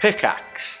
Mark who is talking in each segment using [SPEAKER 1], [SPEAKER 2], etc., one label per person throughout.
[SPEAKER 1] Pickaxe.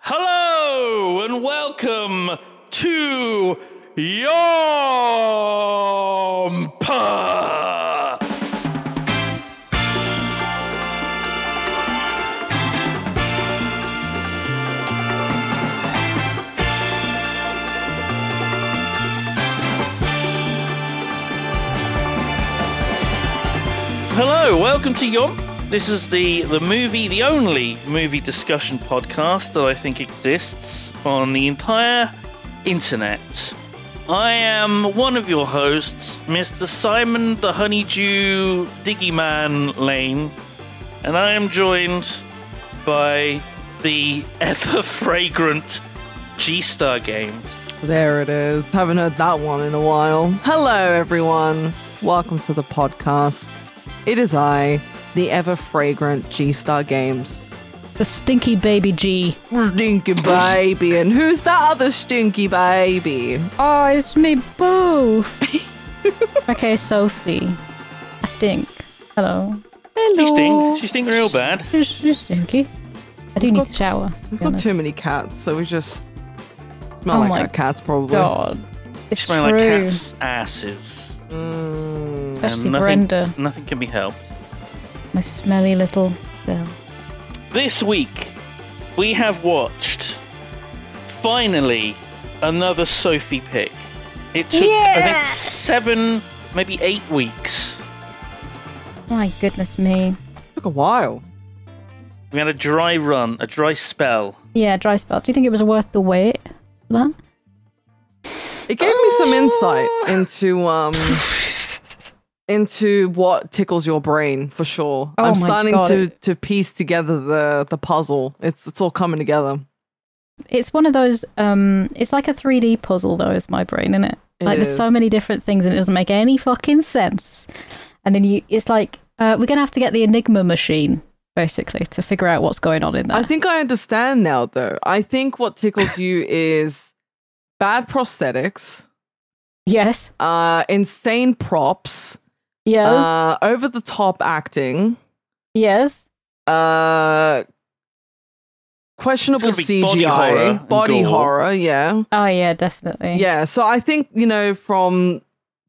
[SPEAKER 2] Hello and welcome to Yompa! Hello, welcome to Yomp. This is the, the movie, the only movie discussion podcast that I think exists on the entire internet. I am one of your hosts, Mr. Simon the Honeydew Diggyman Lane, and I am joined by the ever fragrant G Star Games.
[SPEAKER 3] There it is. Haven't heard that one in a while. Hello, everyone. Welcome to the podcast. It is I, the ever fragrant G Star Games.
[SPEAKER 4] The stinky baby G.
[SPEAKER 3] Stinky baby. And who's that other stinky baby?
[SPEAKER 4] Oh, it's me both. okay, Sophie. I stink. Hello.
[SPEAKER 2] She stink. She stink real bad.
[SPEAKER 4] She's, she's stinky. I do need to shower. to be
[SPEAKER 3] We've got
[SPEAKER 4] honest.
[SPEAKER 3] too many cats, so we just smell
[SPEAKER 4] Oh
[SPEAKER 3] like
[SPEAKER 4] my
[SPEAKER 3] our cats, probably.
[SPEAKER 4] God. It's
[SPEAKER 2] Smell
[SPEAKER 4] true. Mm.
[SPEAKER 2] like cats' asses.
[SPEAKER 4] Especially
[SPEAKER 2] nothing,
[SPEAKER 4] Brenda,
[SPEAKER 2] Nothing can be helped.
[SPEAKER 4] my smelly little girl.
[SPEAKER 2] This week, we have watched finally another Sophie pick. It took, I think, seven, maybe eight weeks.
[SPEAKER 4] My goodness me.
[SPEAKER 3] Took a while.
[SPEAKER 2] We had a dry run, a dry spell.
[SPEAKER 4] Yeah, dry spell. Do you think it was worth the wait? for That?
[SPEAKER 3] It gave me some insight
[SPEAKER 4] Ah.
[SPEAKER 3] into um into what tickles your brain for sure.
[SPEAKER 4] Oh
[SPEAKER 3] I'm
[SPEAKER 4] my
[SPEAKER 3] starting
[SPEAKER 4] God,
[SPEAKER 3] to
[SPEAKER 4] it-
[SPEAKER 3] to piece together the the puzzle. It's it's all coming together.
[SPEAKER 4] It's one of those. Um, it's like a 3D puzzle, though. Is my brain in it?
[SPEAKER 3] It
[SPEAKER 4] like there's so
[SPEAKER 3] is.
[SPEAKER 4] many different things, and it doesn't make any fucking sense. And then you, it's like uh, we're gonna have to get the Enigma machine basically to figure out what's going on in there.
[SPEAKER 3] I think I understand now though. I think what tickles you is bad prosthetics,
[SPEAKER 4] yes.
[SPEAKER 3] uh insane props,
[SPEAKER 4] Yes.
[SPEAKER 3] uh over the top acting,
[SPEAKER 4] yes.
[SPEAKER 3] uh questionable
[SPEAKER 2] It's gotta be body
[SPEAKER 3] CGI,
[SPEAKER 2] horror and
[SPEAKER 3] body
[SPEAKER 2] gore.
[SPEAKER 3] horror yeah.
[SPEAKER 4] Oh yeah, definitely.
[SPEAKER 3] yeah so i think you know from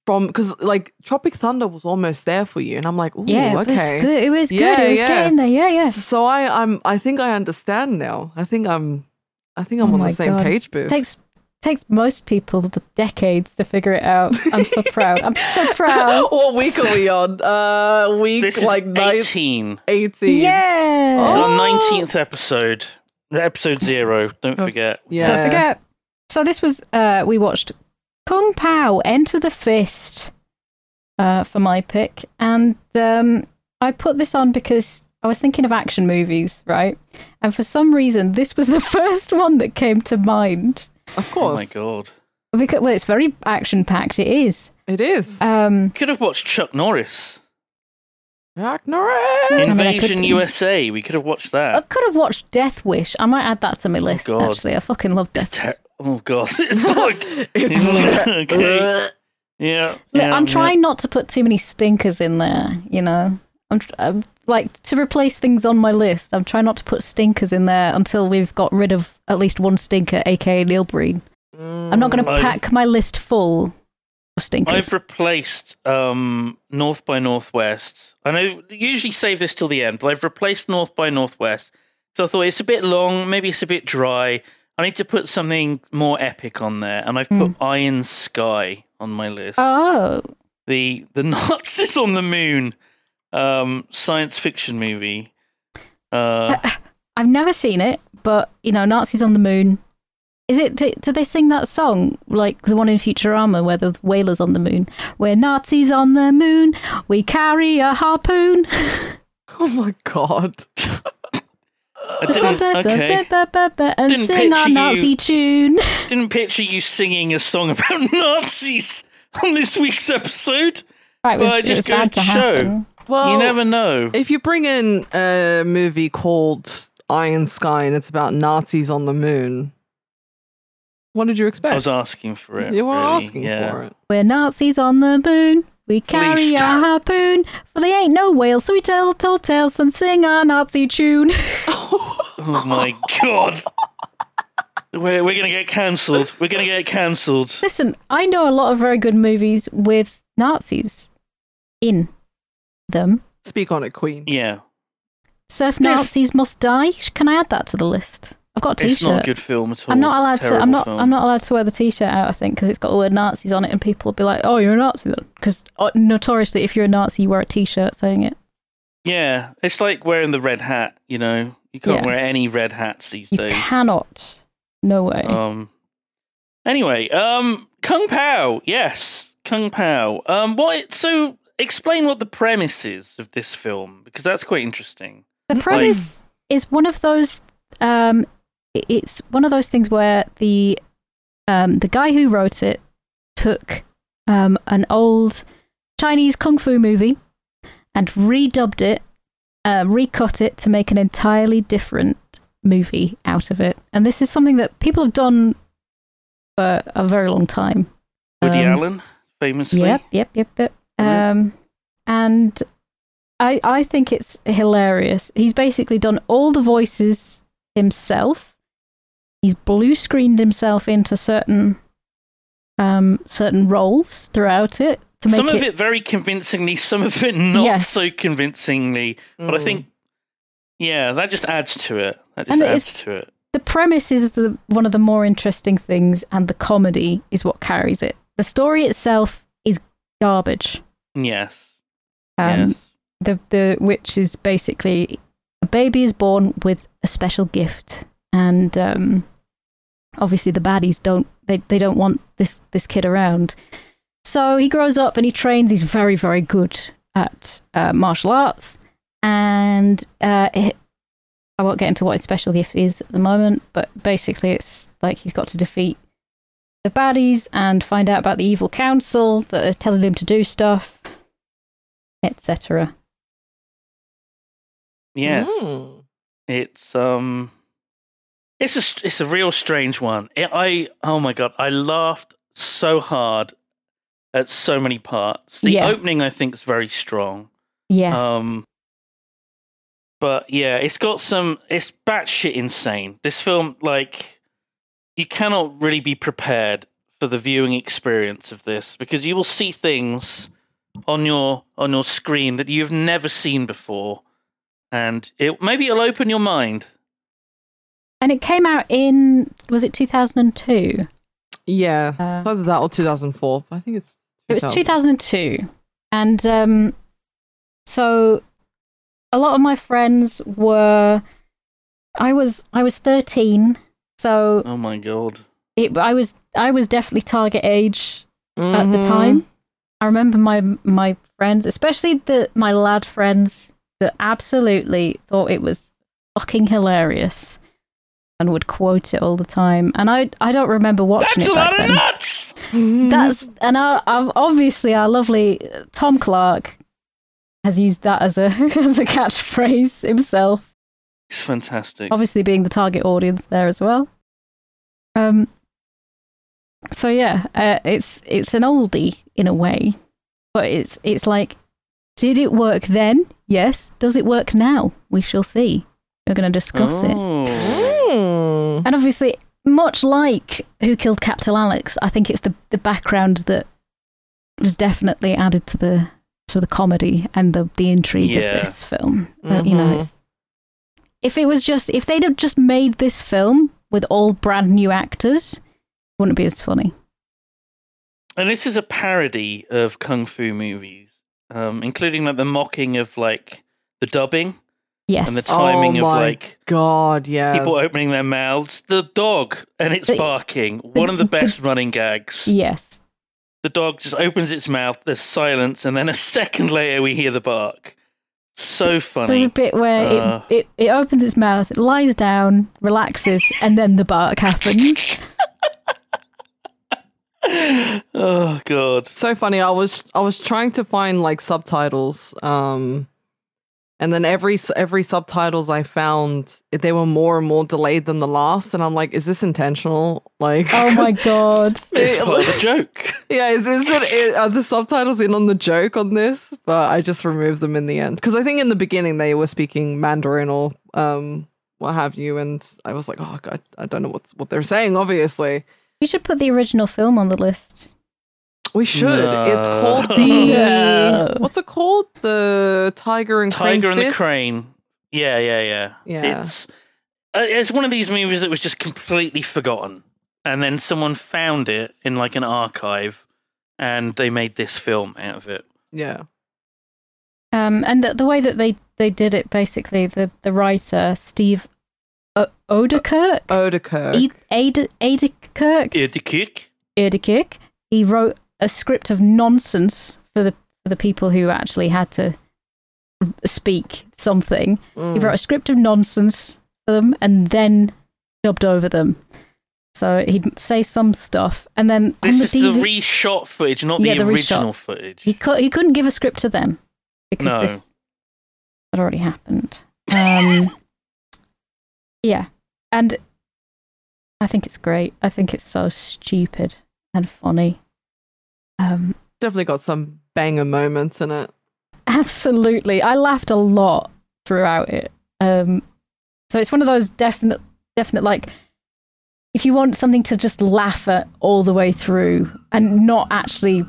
[SPEAKER 3] from because like tropic thunder was almost there for you and i'm like Ooh,
[SPEAKER 4] Yeah. It
[SPEAKER 3] okay
[SPEAKER 4] was good. It was
[SPEAKER 3] Yeah,
[SPEAKER 4] good. It was
[SPEAKER 3] yeah.
[SPEAKER 4] getting there. Yeah. Yeah.
[SPEAKER 3] so i i'm i think i understand now i think i'm i think i'm
[SPEAKER 4] Oh
[SPEAKER 3] on
[SPEAKER 4] my
[SPEAKER 3] the same
[SPEAKER 4] God.
[SPEAKER 3] page booth
[SPEAKER 4] Takes takes most people the decades to figure it out. I'm so proud. I'm so proud.
[SPEAKER 3] what week are we on uh week
[SPEAKER 2] This
[SPEAKER 3] like
[SPEAKER 2] is
[SPEAKER 3] nine-
[SPEAKER 2] 18.
[SPEAKER 3] 18
[SPEAKER 4] Yeah.
[SPEAKER 2] It's
[SPEAKER 3] Oh.
[SPEAKER 2] our 19th episode. Episode zero, don't forget.
[SPEAKER 3] yeah
[SPEAKER 4] Don't forget. So this was uh, we watched Kung Pao Enter the Fist uh, for my pick, and um, I put this on because I was thinking of action movies, right? And for some reason, this was the first one that came to mind.
[SPEAKER 3] of
[SPEAKER 2] Oh
[SPEAKER 3] course
[SPEAKER 2] my god.
[SPEAKER 4] Because well, it's very action packed. It is.
[SPEAKER 3] it is
[SPEAKER 2] We
[SPEAKER 4] Um,
[SPEAKER 2] could have watched Chuck Norris.
[SPEAKER 3] Ragnarok.
[SPEAKER 4] mean, I
[SPEAKER 2] Invasion
[SPEAKER 4] could-
[SPEAKER 2] USA. We could have watched
[SPEAKER 4] I
[SPEAKER 2] that.
[SPEAKER 4] could have watched Death Wish. I might add that to my list.
[SPEAKER 2] God.
[SPEAKER 4] Actually, I fucking love
[SPEAKER 2] It's
[SPEAKER 4] Death.
[SPEAKER 2] ter- oh god. It's not.
[SPEAKER 3] It's-
[SPEAKER 2] okay. Yeah.
[SPEAKER 4] Look,
[SPEAKER 2] Um, yeah,
[SPEAKER 4] I'm
[SPEAKER 2] yeah.
[SPEAKER 4] trying not to put too many stinkers in there. You know, I'm, tr- I'm like to replace things on my list. I'm trying not to put stinkers in there until we've got rid of at least one stinker, aka Neil Breen. I'm not going to
[SPEAKER 2] Mm, I've-
[SPEAKER 4] pack my list full of stinkers.
[SPEAKER 2] I've replaced um, North by Northwest. I know usually save this till the end, but I've replaced North by Northwest So I thought it's a bit long, maybe it's a bit dry. I need to put something more epic on there, and I've put Iron Sky on my list.
[SPEAKER 4] Hmm. Oh,
[SPEAKER 2] The the Nazis on the Moon, um, science fiction movie. Uh,
[SPEAKER 4] I've never seen it, but you know, Nazis on the Moon. Is it? Do, do they sing that song like the one in Futurama where the whalers on the moon? We're Nazis on the moon. We carry a harpoon.
[SPEAKER 3] Oh my god.
[SPEAKER 4] Uh,
[SPEAKER 2] I didn't, okay.
[SPEAKER 4] And
[SPEAKER 2] Didn't
[SPEAKER 4] sing our
[SPEAKER 2] picture you-
[SPEAKER 4] Nazi tune.
[SPEAKER 2] didn't picture you singing a song about Nazis on this week's episode.
[SPEAKER 4] Right, it
[SPEAKER 2] Well, it
[SPEAKER 4] was, it
[SPEAKER 2] just
[SPEAKER 4] was
[SPEAKER 2] goes
[SPEAKER 4] bound
[SPEAKER 2] to
[SPEAKER 4] to
[SPEAKER 2] show.
[SPEAKER 4] happen.
[SPEAKER 3] Well,
[SPEAKER 2] you never know.
[SPEAKER 3] if you bring in a movie called Iron Sky and it's about Nazis on the moon, what did you expect?
[SPEAKER 2] I was asking for it.
[SPEAKER 3] you were
[SPEAKER 2] really.
[SPEAKER 3] asking
[SPEAKER 2] yeah.
[SPEAKER 3] for it.
[SPEAKER 4] We're Nazis on the moon. We carry
[SPEAKER 2] Please
[SPEAKER 4] a
[SPEAKER 2] stop.
[SPEAKER 4] harpoon, for they ain't no whales, so we tell tall tales and sing our Nazi tune.
[SPEAKER 2] Oh my god. We're, we're gonna get cancelled. We're gonna get cancelled.
[SPEAKER 4] Listen, I know a lot of very good movies with Nazis in them.
[SPEAKER 3] Speak on it, Queen.
[SPEAKER 2] Yeah,
[SPEAKER 4] Surf
[SPEAKER 2] This-
[SPEAKER 4] Nazis must die. Sh- Can I add that to the list? I've got a
[SPEAKER 2] it's not a
[SPEAKER 4] t-shirt.
[SPEAKER 2] good film at all.
[SPEAKER 4] I'm not allowed
[SPEAKER 2] It's a
[SPEAKER 4] to. I'm
[SPEAKER 2] terrible
[SPEAKER 4] not.
[SPEAKER 2] film.
[SPEAKER 4] I'm not allowed to wear the t-shirt out. I think because it's got the word Nazis on it, and people will be like, "Oh, you're a Nazi," then. Because uh, notoriously, if you're a Nazi, you wear a t-shirt saying it.
[SPEAKER 2] Yeah, it's like wearing the red hat. You know, you can't
[SPEAKER 4] Yeah.
[SPEAKER 2] wear any red hats these
[SPEAKER 4] You
[SPEAKER 2] days.
[SPEAKER 4] cannot. No way.
[SPEAKER 2] Um. Anyway, um, Kung Pao. Yes, Kung Pao. Um, what? So explain what the premise is of this film because that's quite interesting.
[SPEAKER 4] The premise is one of those. Um, i- it's one of those things where the um, the guy who wrote it took um, an old Chinese kung fu movie and redubbed it, uh, recut it to make an entirely different movie out of it. And this is something that people have done for a very long time.
[SPEAKER 2] Woody
[SPEAKER 4] Um,
[SPEAKER 2] Allen, famously.
[SPEAKER 4] Yep, yep, yep, yep.
[SPEAKER 2] Right.
[SPEAKER 4] Um, and I I think it's hilarious. He's basically done all the voices himself. He's blue screened himself into certain um certain roles throughout it to make
[SPEAKER 2] some
[SPEAKER 4] it,
[SPEAKER 2] of it very convincingly, some of it not
[SPEAKER 4] Yes.
[SPEAKER 2] so convincingly. But I
[SPEAKER 3] Mm.
[SPEAKER 2] think, yeah, that just adds to it. That just
[SPEAKER 4] And it
[SPEAKER 2] adds
[SPEAKER 4] is-
[SPEAKER 2] to it.
[SPEAKER 4] the premise is the one of the more interesting things and the comedy is what carries it. The story itself is garbage.
[SPEAKER 2] Yes.
[SPEAKER 4] Um
[SPEAKER 2] yes.
[SPEAKER 4] the the which is basically a baby is born with a special gift and um obviously the baddies don't they, they don't want this this kid around so he grows up and he trains he's very very good at uh, martial arts and uh it, i won't get into what his special gift is at the moment but basically it's like he's got to defeat the baddies and find out about the evil council that are telling him to do stuff etc
[SPEAKER 2] Yes.
[SPEAKER 3] Mm.
[SPEAKER 2] It's um, it's a st- it's a real strange one. It, I oh my god, I laughed so hard at so many parts. The
[SPEAKER 4] Yeah.
[SPEAKER 2] opening I think is very strong.
[SPEAKER 4] Yeah.
[SPEAKER 2] Um, but yeah, it's got some. It's batshit insane. This film, like, you cannot really be prepared for the viewing experience of this because you will see things on your on your screen that you've never seen before, and it maybe it'll open your mind.
[SPEAKER 4] and it came out in was it 2002?
[SPEAKER 3] Yeah.
[SPEAKER 4] Uh,
[SPEAKER 3] Either that or 2004. I think it's.
[SPEAKER 4] It was
[SPEAKER 3] 2000.
[SPEAKER 4] 2002. And um so a lot of my friends were I was I was 13. So
[SPEAKER 2] Oh my god!
[SPEAKER 4] it I was I was definitely target age at the
[SPEAKER 2] Mm-hmm.
[SPEAKER 3] Mhm.
[SPEAKER 4] time. I remember my my friends, especially the my lad friends, that absolutely thought it was fucking hilarious and would quote it all the time. And I I don't remember watching
[SPEAKER 2] That's
[SPEAKER 4] it
[SPEAKER 2] a
[SPEAKER 4] back
[SPEAKER 2] lot of
[SPEAKER 4] then.
[SPEAKER 2] nuts.
[SPEAKER 3] Mm-hmm.
[SPEAKER 4] That's and our, our obviously our lovely uh, Tom Clark has used that as a as a catchphrase himself
[SPEAKER 2] It's fantastic.
[SPEAKER 4] obviously being the target audience there as well. Um. So yeah, uh, it's it's an oldie in a way, but it's it's like, did it work then? Yes. Does it work now? We shall see. We're going to discuss it.
[SPEAKER 2] Oh.
[SPEAKER 3] Mm.
[SPEAKER 4] And obviously, much like Who Killed Captain Alex, I think it's the the background that was definitely added to the to the comedy and the the intrigue
[SPEAKER 2] Yeah.
[SPEAKER 4] of this film. Uh, you know,
[SPEAKER 3] Mhm.
[SPEAKER 4] it's If it was just if they'd have just made this film with all brand new actors, it wouldn't be as funny.
[SPEAKER 2] And this is a parody of kung fu movies, um, including like the mocking of like the dubbing
[SPEAKER 4] Yes.
[SPEAKER 2] and the timing
[SPEAKER 3] oh
[SPEAKER 2] of
[SPEAKER 3] my
[SPEAKER 2] like
[SPEAKER 3] God, yeah.
[SPEAKER 2] people opening their mouths. The dog and it's
[SPEAKER 4] The-
[SPEAKER 2] barking. One of the
[SPEAKER 4] the-
[SPEAKER 2] best running gags.
[SPEAKER 4] yes.
[SPEAKER 2] The dog just opens its mouth. There's silence, and then a second later we hear the bark. So
[SPEAKER 4] There's
[SPEAKER 2] funny.
[SPEAKER 4] a bit where
[SPEAKER 2] Uh.
[SPEAKER 4] it, it, it opens its mouth, it lies down, relaxes, and then the bark happens.
[SPEAKER 2] oh god.
[SPEAKER 3] so funny. I was I was trying to find like subtitles, um, and then every s- every subtitles I found they were more and more delayed than the last, and I'm like, is this intentional? Like,
[SPEAKER 4] Oh my god.
[SPEAKER 2] It's part of the joke.
[SPEAKER 3] yeah, is, is it, i- are the subtitles in on the joke on this? But I just removed them in the end because I think in the beginning they were speaking Mandarin or um what have you, and I was like, oh god, I don't know what's what they're saying. Obviously,
[SPEAKER 4] You should put the original film on the list.
[SPEAKER 3] we should. It's
[SPEAKER 2] No.
[SPEAKER 3] called the
[SPEAKER 4] No.
[SPEAKER 3] what's it called? The Tiger and
[SPEAKER 2] Tiger
[SPEAKER 3] Crane
[SPEAKER 2] and the
[SPEAKER 3] Fist?
[SPEAKER 2] Crane. Yeah, yeah, yeah.
[SPEAKER 3] Yeah.
[SPEAKER 2] It's uh, it's one of these movies that was just completely forgotten, and then someone found it in like an archive, and they made this film out of it.
[SPEAKER 3] Yeah.
[SPEAKER 4] Um, and the, the way that they, they did it, basically, the, the writer, Steve o- Odekirk,
[SPEAKER 3] Odeker.
[SPEAKER 4] E- Ade- Adekirk,
[SPEAKER 2] Yeah, the kick.
[SPEAKER 4] Erdekirk, he wrote a script of nonsense for the for the people who actually had to speak something.
[SPEAKER 2] Mm.
[SPEAKER 4] He wrote a script of nonsense for them and then dubbed over them. So he'd say some stuff and then on
[SPEAKER 2] This is the
[SPEAKER 4] DVD
[SPEAKER 2] reshot footage, not
[SPEAKER 4] Yeah,
[SPEAKER 2] the
[SPEAKER 4] the reshot.
[SPEAKER 2] original footage.
[SPEAKER 4] he cou- he couldn't give a script to them because
[SPEAKER 2] No.
[SPEAKER 4] this had already happened. Um, yeah, and I think it's great. I think it's so stupid and funny. Um,
[SPEAKER 3] Definitely got some banger moments in it.
[SPEAKER 4] absolutely, I laughed a lot throughout it. Um, so it's one of those definite, definite like. If you want something to just laugh at all the way through and not actually,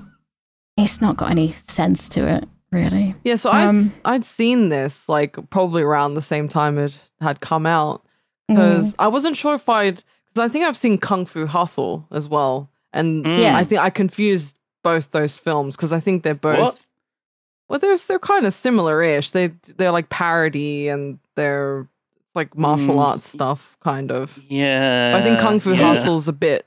[SPEAKER 4] it's not got any sense to it, really.
[SPEAKER 3] Yeah, so
[SPEAKER 4] Um,
[SPEAKER 3] I'd I'd seen this like probably around the same time it had come out
[SPEAKER 4] Mm.
[SPEAKER 3] because I wasn't sure if I'd because I think I've seen Kung Fu Hustle as well, and
[SPEAKER 2] Mm.
[SPEAKER 4] Yeah.
[SPEAKER 3] I think I confused both those films because I think they're both.
[SPEAKER 2] What?
[SPEAKER 3] Well, they're they're kind of similar-ish. They they're like parody and they're like martial
[SPEAKER 2] Mm.
[SPEAKER 3] arts stuff, kind of.
[SPEAKER 2] Yeah,
[SPEAKER 3] I think Kung Fu
[SPEAKER 2] yeah.
[SPEAKER 3] Hustle's a bit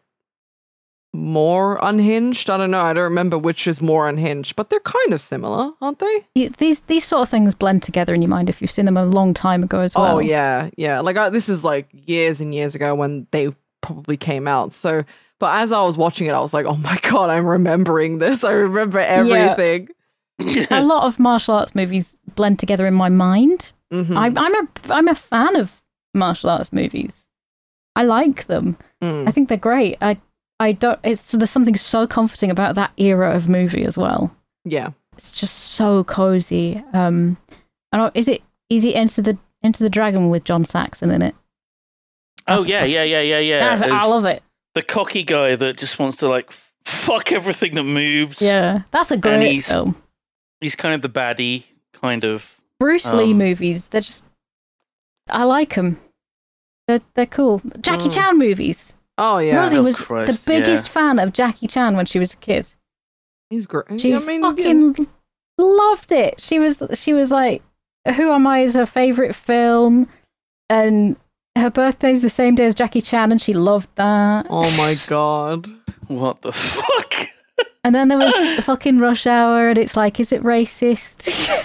[SPEAKER 3] more unhinged. I don't know. I don't remember which is more unhinged, but they're kind of similar, aren't they?
[SPEAKER 4] You, these these sort of things blend together in your mind if you've seen them a long time ago as well.
[SPEAKER 3] Oh yeah, yeah. Like I, this is like years and years ago when they probably came out. So, but as I was watching it, I was like, oh my god, I'm remembering this. I remember everything.
[SPEAKER 4] a lot of martial arts movies blend together in my mind.
[SPEAKER 3] Mhm.
[SPEAKER 4] I, I'm a I'm a fan of martial arts movies. I like them.
[SPEAKER 3] Mm.
[SPEAKER 4] I think they're great. I I don't. It's there's something so comforting about that era of movie as well.
[SPEAKER 3] Yeah.
[SPEAKER 4] It's just so cozy. Um, I don't, is it is it Enter the Enter the Dragon with John Saxon in it?
[SPEAKER 2] Oh yeah, yeah, yeah, yeah, yeah.
[SPEAKER 4] That's- I
[SPEAKER 2] There's
[SPEAKER 4] love it.
[SPEAKER 2] the cocky guy that just wants to like f- fuck everything that moves.
[SPEAKER 4] Yeah, that's a great
[SPEAKER 2] he's-
[SPEAKER 4] film.
[SPEAKER 2] he's kind of the baddie, kind of.
[SPEAKER 4] Bruce Lee
[SPEAKER 2] Um,
[SPEAKER 4] movies, they're just I like them. They're they're cool. Jackie
[SPEAKER 3] Mm.
[SPEAKER 4] Chan movies.
[SPEAKER 3] Oh yeah.
[SPEAKER 4] Rosie
[SPEAKER 2] Oh,
[SPEAKER 4] was
[SPEAKER 2] Christ,
[SPEAKER 4] the biggest fan of Jackie Chan when she was a kid.
[SPEAKER 3] He's great.
[SPEAKER 4] She
[SPEAKER 3] I mean, yeah.
[SPEAKER 4] fucking loved it. She was she was like, "Who Am I?" is her favorite film, and her birthday's the same day as Jackie Chan, and she loved that.
[SPEAKER 3] Oh my god.
[SPEAKER 2] What the fuck?
[SPEAKER 4] And then there was fucking Rush Hour, and it's like, is it racist?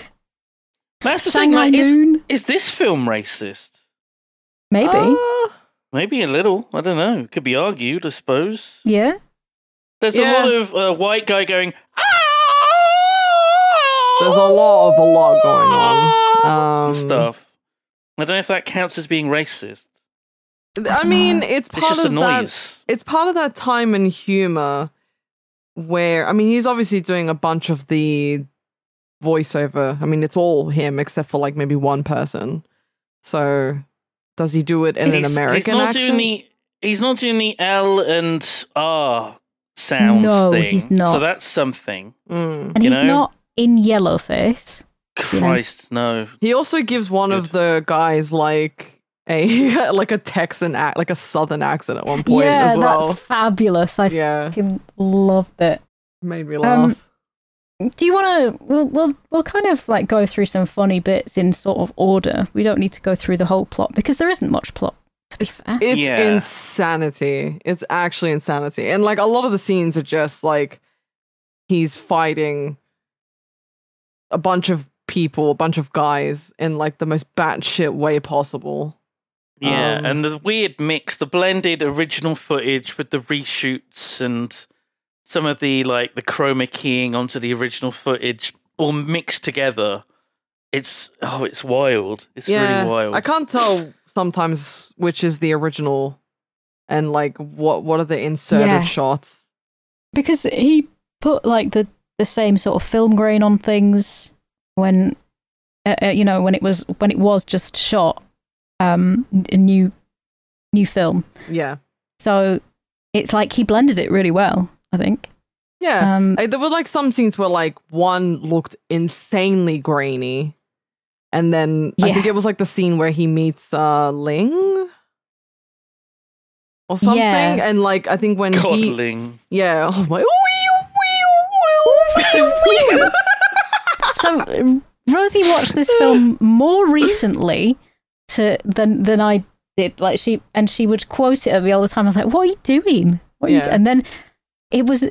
[SPEAKER 2] That's the thing.
[SPEAKER 4] Shanghai
[SPEAKER 2] Like, is,
[SPEAKER 4] Noon,
[SPEAKER 2] is this film racist?
[SPEAKER 4] maybe.
[SPEAKER 3] Ah.
[SPEAKER 2] Maybe a little. I don't know. Could be argued, I suppose.
[SPEAKER 4] yeah.
[SPEAKER 2] There's
[SPEAKER 3] Yeah.
[SPEAKER 2] a lot of uh, white guy going.
[SPEAKER 3] There's a lot of a lot going on. Um,
[SPEAKER 2] and stuff. I don't know if that counts as being racist.
[SPEAKER 3] I mean,
[SPEAKER 2] It's
[SPEAKER 3] it's part
[SPEAKER 2] just a
[SPEAKER 3] of that.
[SPEAKER 2] noise.
[SPEAKER 3] It's part of that time and humor where I mean, he's obviously doing a bunch of the voiceover. I mean, it's all him except for like maybe one person. So, does he do it in an
[SPEAKER 2] he's,
[SPEAKER 3] American
[SPEAKER 2] he's not
[SPEAKER 3] accent?
[SPEAKER 2] doing the. He's not doing the L and R sounds
[SPEAKER 4] No,
[SPEAKER 2] thing.
[SPEAKER 4] he's not.
[SPEAKER 2] So that's something.
[SPEAKER 3] Mm.
[SPEAKER 4] And
[SPEAKER 2] you
[SPEAKER 4] he's
[SPEAKER 2] know?
[SPEAKER 4] not in Yellowface. you know.
[SPEAKER 2] Christ, no.
[SPEAKER 3] He also gives one of the guys like a like a Texan act, like a Southern accent at one point
[SPEAKER 4] yeah,
[SPEAKER 3] as well.
[SPEAKER 4] that's fabulous. I
[SPEAKER 3] Yeah,
[SPEAKER 4] fucking loved it.
[SPEAKER 3] made
[SPEAKER 4] Um,
[SPEAKER 3] me laugh.
[SPEAKER 4] Do you want to? We'll, we'll we'll kind of like go through some funny bits in sort of order. We don't need to go through the whole plot because there isn't much plot. To be fair,
[SPEAKER 3] It's
[SPEAKER 2] Yeah.
[SPEAKER 3] insanity. It's actually insanity. And like a lot of the scenes are just like he's fighting a bunch of people, a bunch of guys in like the most batshit way possible.
[SPEAKER 2] Yeah,
[SPEAKER 3] Um,
[SPEAKER 2] and the weird mix, the blended original footage with the reshoots and some of the like the chroma keying onto the original footage all mixed together. It's oh, it's wild. It's really wild.
[SPEAKER 3] I can't tell sometimes which is the original and like what what are the inserted
[SPEAKER 4] Yeah.
[SPEAKER 3] shots.
[SPEAKER 4] because he put like the the same sort of film grain on things when uh, uh, you know when it was when it was just shot um a new new film.
[SPEAKER 3] Yeah.
[SPEAKER 4] So it's like he blended it really well. I think.
[SPEAKER 3] Yeah.
[SPEAKER 4] Um,
[SPEAKER 3] Like, there were like some scenes where like one looked insanely grainy, and then I
[SPEAKER 4] Yeah.
[SPEAKER 3] think it was like the scene where he meets uh Ling or something,
[SPEAKER 4] Yeah.
[SPEAKER 3] and like I think when he
[SPEAKER 2] Coddling.
[SPEAKER 3] yeah oh my oh
[SPEAKER 4] so uh, Rosie watched this film more recently to than than I did. Like she and she would quote it at me all the time. I was like, "What are you doing?" What are you
[SPEAKER 3] Yeah.
[SPEAKER 4] do-" And then it was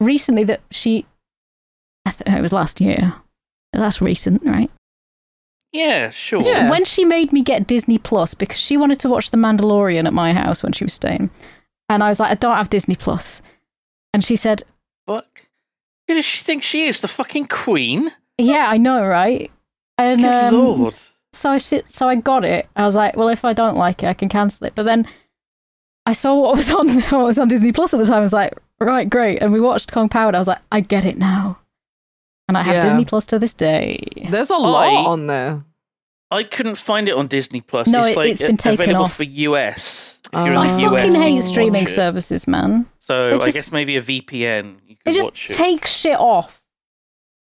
[SPEAKER 4] recently that she. I th- it was last year. That's recent, right?
[SPEAKER 2] Yeah, sure.
[SPEAKER 3] Yeah.
[SPEAKER 4] When she made me get Disney Plus because she wanted to watch The Mandalorian at my house when she was staying, and I was like, "I don't have Disney Plus," and she said,
[SPEAKER 2] Fuck. Who does she think she is? The fucking queen?
[SPEAKER 4] "Yeah, I know, right?" And
[SPEAKER 2] Good
[SPEAKER 4] um,
[SPEAKER 2] lord.
[SPEAKER 4] so I shi- so I got it. I was like, well, if I don't like it, I can cancel it. But then I saw what was on what was on Disney Plus at the time. I was like, right, great. And we watched Kong Power. And I was like, I get it now. And I have
[SPEAKER 3] Yeah.
[SPEAKER 4] Disney Plus to this day.
[SPEAKER 3] there's a lot
[SPEAKER 2] I-
[SPEAKER 3] on there.
[SPEAKER 2] I couldn't find it on Disney Plus.
[SPEAKER 4] No,
[SPEAKER 2] it's
[SPEAKER 4] it-
[SPEAKER 2] like
[SPEAKER 4] it's been taken
[SPEAKER 2] available
[SPEAKER 4] off.
[SPEAKER 2] for US. If you're
[SPEAKER 3] Oh.
[SPEAKER 2] in
[SPEAKER 4] I
[SPEAKER 2] the US,
[SPEAKER 4] fucking
[SPEAKER 2] you
[SPEAKER 4] hate
[SPEAKER 2] can
[SPEAKER 4] streaming
[SPEAKER 2] watch it.
[SPEAKER 4] services, man.
[SPEAKER 2] So
[SPEAKER 4] They
[SPEAKER 2] I
[SPEAKER 4] just-
[SPEAKER 2] guess maybe a VPN. You can
[SPEAKER 4] They just
[SPEAKER 2] watch it.
[SPEAKER 4] take shit off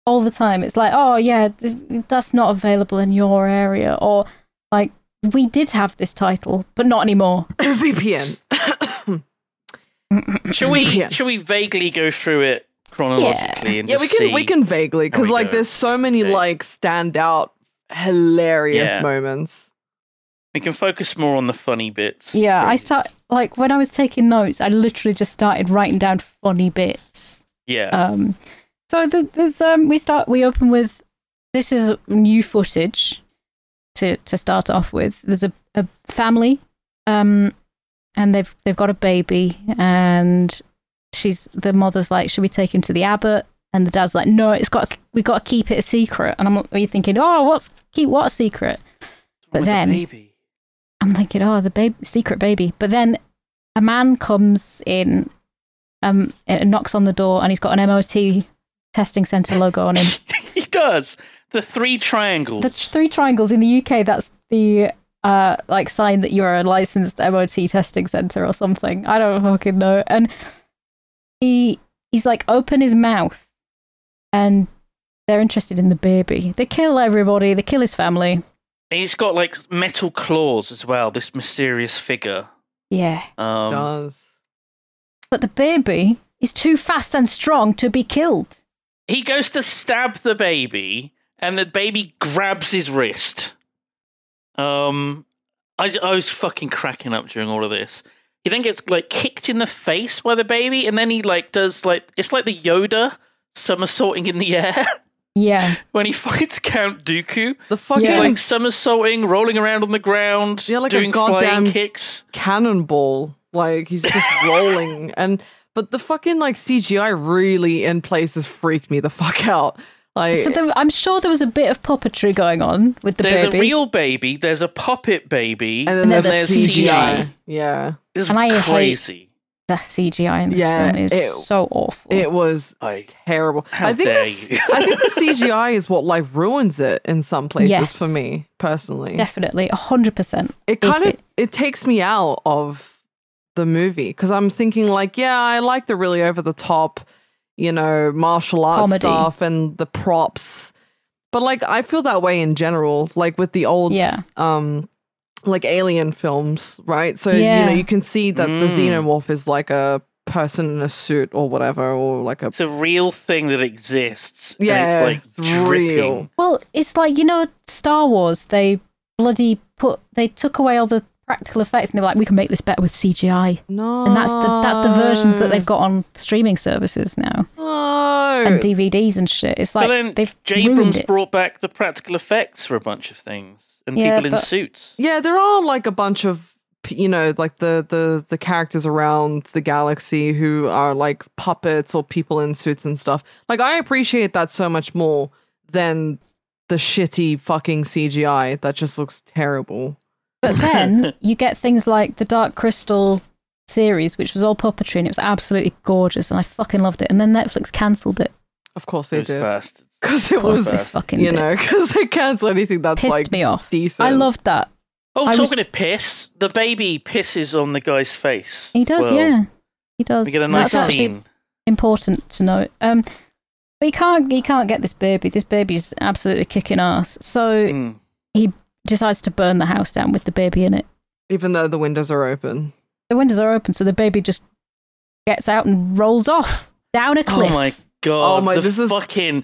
[SPEAKER 4] all the time. It's like, oh yeah, th- that's not available in your area, or like we did have this title, but not anymore.
[SPEAKER 3] VPN.
[SPEAKER 2] Shall we?
[SPEAKER 3] Yeah.
[SPEAKER 2] Shall we vaguely go through it chronologically and
[SPEAKER 3] yeah,
[SPEAKER 2] just
[SPEAKER 3] we can we
[SPEAKER 2] see-
[SPEAKER 3] can vaguely
[SPEAKER 2] There we
[SPEAKER 3] because like
[SPEAKER 2] go.
[SPEAKER 3] there's so many
[SPEAKER 2] Okay.
[SPEAKER 3] like standout hilarious
[SPEAKER 2] Yeah.
[SPEAKER 3] moments.
[SPEAKER 2] we can focus more on the funny bits.
[SPEAKER 4] Yeah, I start like when I was taking notes, I literally just started writing down funny bits.
[SPEAKER 2] Yeah,
[SPEAKER 4] Um, so the, there's um, we start we open with this is new footage to to start off with. There's a, a family, um, and they've they've got a baby, and she's the mother's like, should we take him to the abbot? And the dad's like, no, it's got we got to keep it a secret. And I'm you're thinking, oh, what's keep what a secret?
[SPEAKER 2] With
[SPEAKER 4] But
[SPEAKER 2] the
[SPEAKER 4] then
[SPEAKER 2] baby.
[SPEAKER 4] I'm thinking, oh, the baby, secret baby. But then a man comes in, um, and knocks on the door, and he's got an MOT testing center logo on him.
[SPEAKER 2] he does the three triangles.
[SPEAKER 4] the three triangles in the UK. That's the uh, like sign that you are a licensed MOT testing center or something. I don't fucking know. And he he's like open his mouth, and they're interested in the baby. They kill everybody. They kill his family.
[SPEAKER 2] And He's got like metal claws as well. This mysterious figure.
[SPEAKER 4] Yeah.
[SPEAKER 2] Um,
[SPEAKER 3] Does
[SPEAKER 4] But the baby is too fast and strong to be killed.
[SPEAKER 2] he goes to stab the baby, and the baby grabs his wrist. Um, I, I was fucking cracking up during all of this. He then gets like kicked in the face by the baby, and then he like does like it's like the Yoda somersaulting in the air
[SPEAKER 4] Yeah.
[SPEAKER 2] when he fights Count Dooku.
[SPEAKER 3] the fucking
[SPEAKER 2] He's
[SPEAKER 4] Yeah.
[SPEAKER 2] like somersaulting, rolling around on the ground,
[SPEAKER 3] Yeah, like a
[SPEAKER 2] doing
[SPEAKER 3] goddamn-
[SPEAKER 2] flying kicks.
[SPEAKER 3] cannonball. Like he's just rolling and but the fucking like CGI really in places freaked me the fuck out. Like
[SPEAKER 4] So there, I'm sure there was a bit of puppetry going on with the
[SPEAKER 2] there's
[SPEAKER 4] baby.
[SPEAKER 2] a real baby, there's a puppet baby,
[SPEAKER 3] and then
[SPEAKER 4] and then
[SPEAKER 3] there's,
[SPEAKER 4] there's
[SPEAKER 3] CGI.
[SPEAKER 2] CGI.
[SPEAKER 3] Yeah.
[SPEAKER 2] It's
[SPEAKER 4] And I hate-
[SPEAKER 2] crazy.
[SPEAKER 4] the CGI in this
[SPEAKER 3] Yeah,
[SPEAKER 4] film is
[SPEAKER 3] it-
[SPEAKER 4] so awful.
[SPEAKER 3] It was
[SPEAKER 2] I
[SPEAKER 3] terrible.
[SPEAKER 2] How
[SPEAKER 3] I think
[SPEAKER 2] dare
[SPEAKER 3] this,
[SPEAKER 2] you.
[SPEAKER 3] I think the CGI is what like ruins it in some places
[SPEAKER 4] Yes.
[SPEAKER 3] for me personally.
[SPEAKER 4] Definitely, hundred percent.
[SPEAKER 3] it kind of it takes me out of the movie because I'm thinking like, yeah, I like the really over the top, you know, martial arts
[SPEAKER 4] Comedy.
[SPEAKER 3] stuff and the props But like I feel that way in general, like with the old
[SPEAKER 4] Yeah.
[SPEAKER 3] um like alien films, right? So you
[SPEAKER 4] Yeah.
[SPEAKER 3] know, you can see that the
[SPEAKER 2] Mm.
[SPEAKER 3] xenomorph is like a person in a suit or whatever, or like a
[SPEAKER 2] It's a real thing that exists.
[SPEAKER 3] yeah,
[SPEAKER 2] and it's like dripping.
[SPEAKER 3] real.
[SPEAKER 4] Well, it's like you know Star Wars. They bloody put they took away all the practical effects, and they were like, we can make this better with CGI.
[SPEAKER 3] No,
[SPEAKER 4] And that's the that's the versions that they've got on streaming services now
[SPEAKER 3] No,
[SPEAKER 4] and DVDs and shit. It's
[SPEAKER 2] but
[SPEAKER 4] like
[SPEAKER 2] then
[SPEAKER 4] they've ruined
[SPEAKER 2] Jabrams
[SPEAKER 4] it.
[SPEAKER 2] brought back the practical effects for a bunch of things and
[SPEAKER 4] Yeah,
[SPEAKER 2] people in
[SPEAKER 4] but-
[SPEAKER 2] suits.
[SPEAKER 3] yeah, there are like a bunch of p- you know like the the the characters around the galaxy who are like puppets or people in suits and stuff. Like I appreciate that so much more than the shitty fucking CGI that just looks terrible.
[SPEAKER 4] But then you get things like the Dark Crystal series, which was all puppetry and it was absolutely gorgeous, and I fucking loved it. And then Netflix cancelled it.
[SPEAKER 3] Of course they
[SPEAKER 2] Those
[SPEAKER 3] did.
[SPEAKER 2] bastards.
[SPEAKER 3] Because it
[SPEAKER 4] Of course
[SPEAKER 3] was,
[SPEAKER 4] they
[SPEAKER 2] best.
[SPEAKER 4] fucking
[SPEAKER 3] you
[SPEAKER 4] did.
[SPEAKER 3] know, because they cancel anything that's
[SPEAKER 4] pissed
[SPEAKER 3] like
[SPEAKER 4] me off.
[SPEAKER 3] decent.
[SPEAKER 4] I loved that.
[SPEAKER 2] Oh,
[SPEAKER 4] I was-
[SPEAKER 2] talking of piss, the baby pisses on the guy's face.
[SPEAKER 4] He does,
[SPEAKER 2] Well,
[SPEAKER 4] yeah. He does.
[SPEAKER 2] We get a
[SPEAKER 4] And
[SPEAKER 2] nice
[SPEAKER 4] that's actually
[SPEAKER 2] scene.
[SPEAKER 4] important to know. Um, but you can't you can't get this baby. This baby's absolutely kicking ass. So
[SPEAKER 2] Mm.
[SPEAKER 4] he decides to burn the house down with the baby in it.
[SPEAKER 3] even though the windows are open.
[SPEAKER 4] The windows are open, so the baby just gets out and rolls off down a cliff.
[SPEAKER 2] Oh my god!
[SPEAKER 3] Oh my-
[SPEAKER 2] the
[SPEAKER 3] this is-
[SPEAKER 2] fucking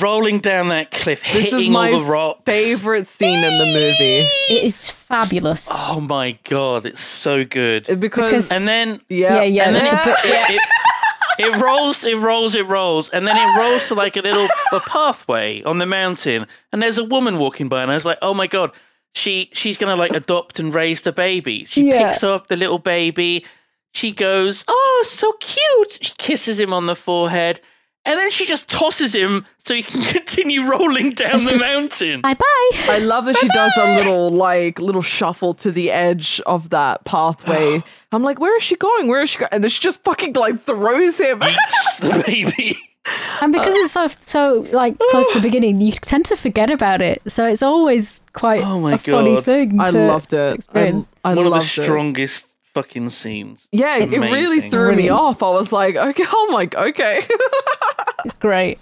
[SPEAKER 2] rolling down that cliff,
[SPEAKER 3] This is
[SPEAKER 2] hitting
[SPEAKER 3] my
[SPEAKER 2] all the rocks.
[SPEAKER 3] favorite scene in the movie
[SPEAKER 4] It is fabulous.
[SPEAKER 2] Oh my god! It's so good.
[SPEAKER 3] It- because,
[SPEAKER 4] Because-
[SPEAKER 2] and then
[SPEAKER 3] yeah,
[SPEAKER 4] Yeah, yeah.
[SPEAKER 2] and then it,
[SPEAKER 4] that's
[SPEAKER 2] it, it, it rolls, it rolls, it rolls, and then it rolls to like a little a pathway on the mountain, and there's a woman walking by, and I was like, oh my god, she she's gonna like adopt and raise the baby. She
[SPEAKER 4] Yeah.
[SPEAKER 2] picks up the little baby, she goes, oh, so cute. She kisses him on the forehead. And then she just tosses him so he can continue rolling down the mountain.
[SPEAKER 4] Bye bye.
[SPEAKER 3] I love that she does a little like little shuffle to the edge of that pathway. I'm like, where is she going? Where is she going? And then she just fucking like throws him.
[SPEAKER 2] Eats the baby.
[SPEAKER 4] And because it's so so like close to the beginning, you tend to forget about it. So it's always quite
[SPEAKER 2] Oh my
[SPEAKER 4] a funny
[SPEAKER 2] God.
[SPEAKER 4] thing.
[SPEAKER 3] I
[SPEAKER 4] to
[SPEAKER 3] loved it. I,
[SPEAKER 4] experience.
[SPEAKER 3] I
[SPEAKER 2] One of
[SPEAKER 3] loved
[SPEAKER 2] the
[SPEAKER 3] it.
[SPEAKER 2] strongest fucking scenes.
[SPEAKER 3] Yeah, it
[SPEAKER 2] Amazing.
[SPEAKER 3] really threw me
[SPEAKER 4] Brilliant.
[SPEAKER 3] off. I was like, okay, oh my, okay.
[SPEAKER 4] It's great.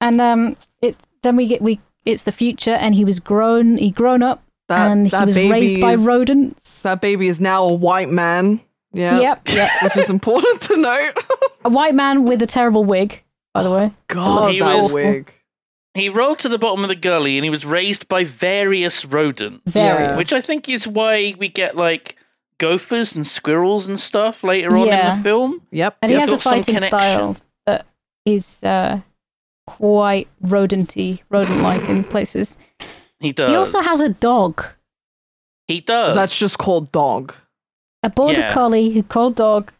[SPEAKER 4] And um, it then we get we it's the future, and he was grown. He grown up,
[SPEAKER 3] That-
[SPEAKER 4] and he
[SPEAKER 3] that
[SPEAKER 4] was raised by
[SPEAKER 3] baby's-
[SPEAKER 4] rodents.
[SPEAKER 3] That baby is now a white man. Yeah.
[SPEAKER 4] Yep, yep.
[SPEAKER 3] Which is important to note.
[SPEAKER 4] A white man with a terrible wig, by the way.
[SPEAKER 3] God,
[SPEAKER 2] He
[SPEAKER 3] that
[SPEAKER 2] was-
[SPEAKER 3] wig.
[SPEAKER 2] He rolled to the bottom of the gully and he was raised by various rodents.
[SPEAKER 4] Various.
[SPEAKER 2] Which I think is why we get like gophers and squirrels and stuff later on in
[SPEAKER 4] Yeah.
[SPEAKER 2] the film.
[SPEAKER 3] Yep.
[SPEAKER 4] And he
[SPEAKER 2] Yeah,
[SPEAKER 4] has a
[SPEAKER 2] got some
[SPEAKER 4] fighting
[SPEAKER 2] connection.
[SPEAKER 4] style that is uh, quite rodenty, rodent-like in places.
[SPEAKER 2] He does.
[SPEAKER 4] He also has a dog,
[SPEAKER 2] He does.
[SPEAKER 3] That's just called dog.
[SPEAKER 4] a border
[SPEAKER 2] Yeah.
[SPEAKER 4] collie who called dog,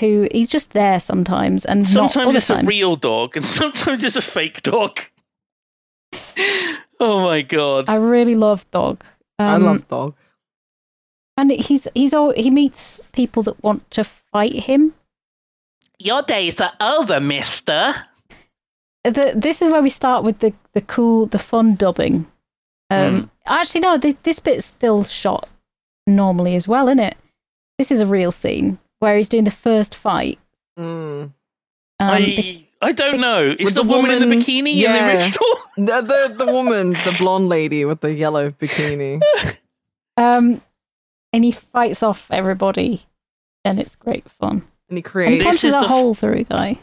[SPEAKER 4] who he's just there sometimes and not
[SPEAKER 2] sometimes
[SPEAKER 4] other
[SPEAKER 2] it's
[SPEAKER 4] times.
[SPEAKER 2] a real dog and sometimes it's a fake dog. oh my god.
[SPEAKER 4] I really love dog.
[SPEAKER 3] I
[SPEAKER 4] Um,
[SPEAKER 3] love dog.
[SPEAKER 4] and he's he's all he meets people that want to fight him.
[SPEAKER 2] Your days are over, mister.
[SPEAKER 4] The, this is where we start with the the cool the fun dubbing. Um,
[SPEAKER 2] Hmm.
[SPEAKER 4] Actually, no, this, this bit's still shot normally as well, isn't it? This is a real scene where he's doing the first fight.
[SPEAKER 3] Mm.
[SPEAKER 4] Um, be-
[SPEAKER 2] I, I don't know. It's
[SPEAKER 3] With
[SPEAKER 2] the,
[SPEAKER 3] the
[SPEAKER 2] woman, in the
[SPEAKER 3] woman-
[SPEAKER 2] bikini
[SPEAKER 3] Yeah.
[SPEAKER 2] in the original.
[SPEAKER 3] The, the the woman, the blonde lady with the yellow bikini.
[SPEAKER 4] um, and he fights off everybody, and it's great fun.
[SPEAKER 3] And he
[SPEAKER 4] And
[SPEAKER 2] This
[SPEAKER 3] creates
[SPEAKER 4] punches
[SPEAKER 2] is
[SPEAKER 4] a
[SPEAKER 2] the f-
[SPEAKER 4] hole through a guy.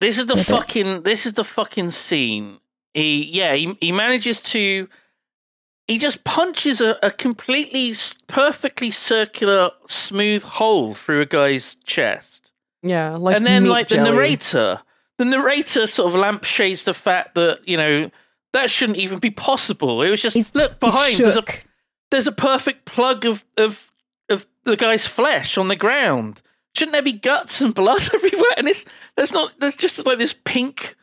[SPEAKER 2] This is the
[SPEAKER 4] with it.
[SPEAKER 2] fucking. This is the fucking scene. He yeah. He, he manages to. He just punches a, a completely s- perfectly circular, smooth hole through a guy's chest,
[SPEAKER 3] Yeah, like
[SPEAKER 2] and then
[SPEAKER 3] meat
[SPEAKER 2] like
[SPEAKER 3] jelly.
[SPEAKER 2] the narrator, the narrator sort of lampshades the fact that you know that shouldn't even be possible. It was just
[SPEAKER 4] He's-
[SPEAKER 2] look
[SPEAKER 4] he's
[SPEAKER 2] behind. There's a
[SPEAKER 4] shook.
[SPEAKER 2] there's a perfect plug of of of the guy's flesh on the ground. Shouldn't there be guts and blood everywhere? And it's there's not there's just like this pink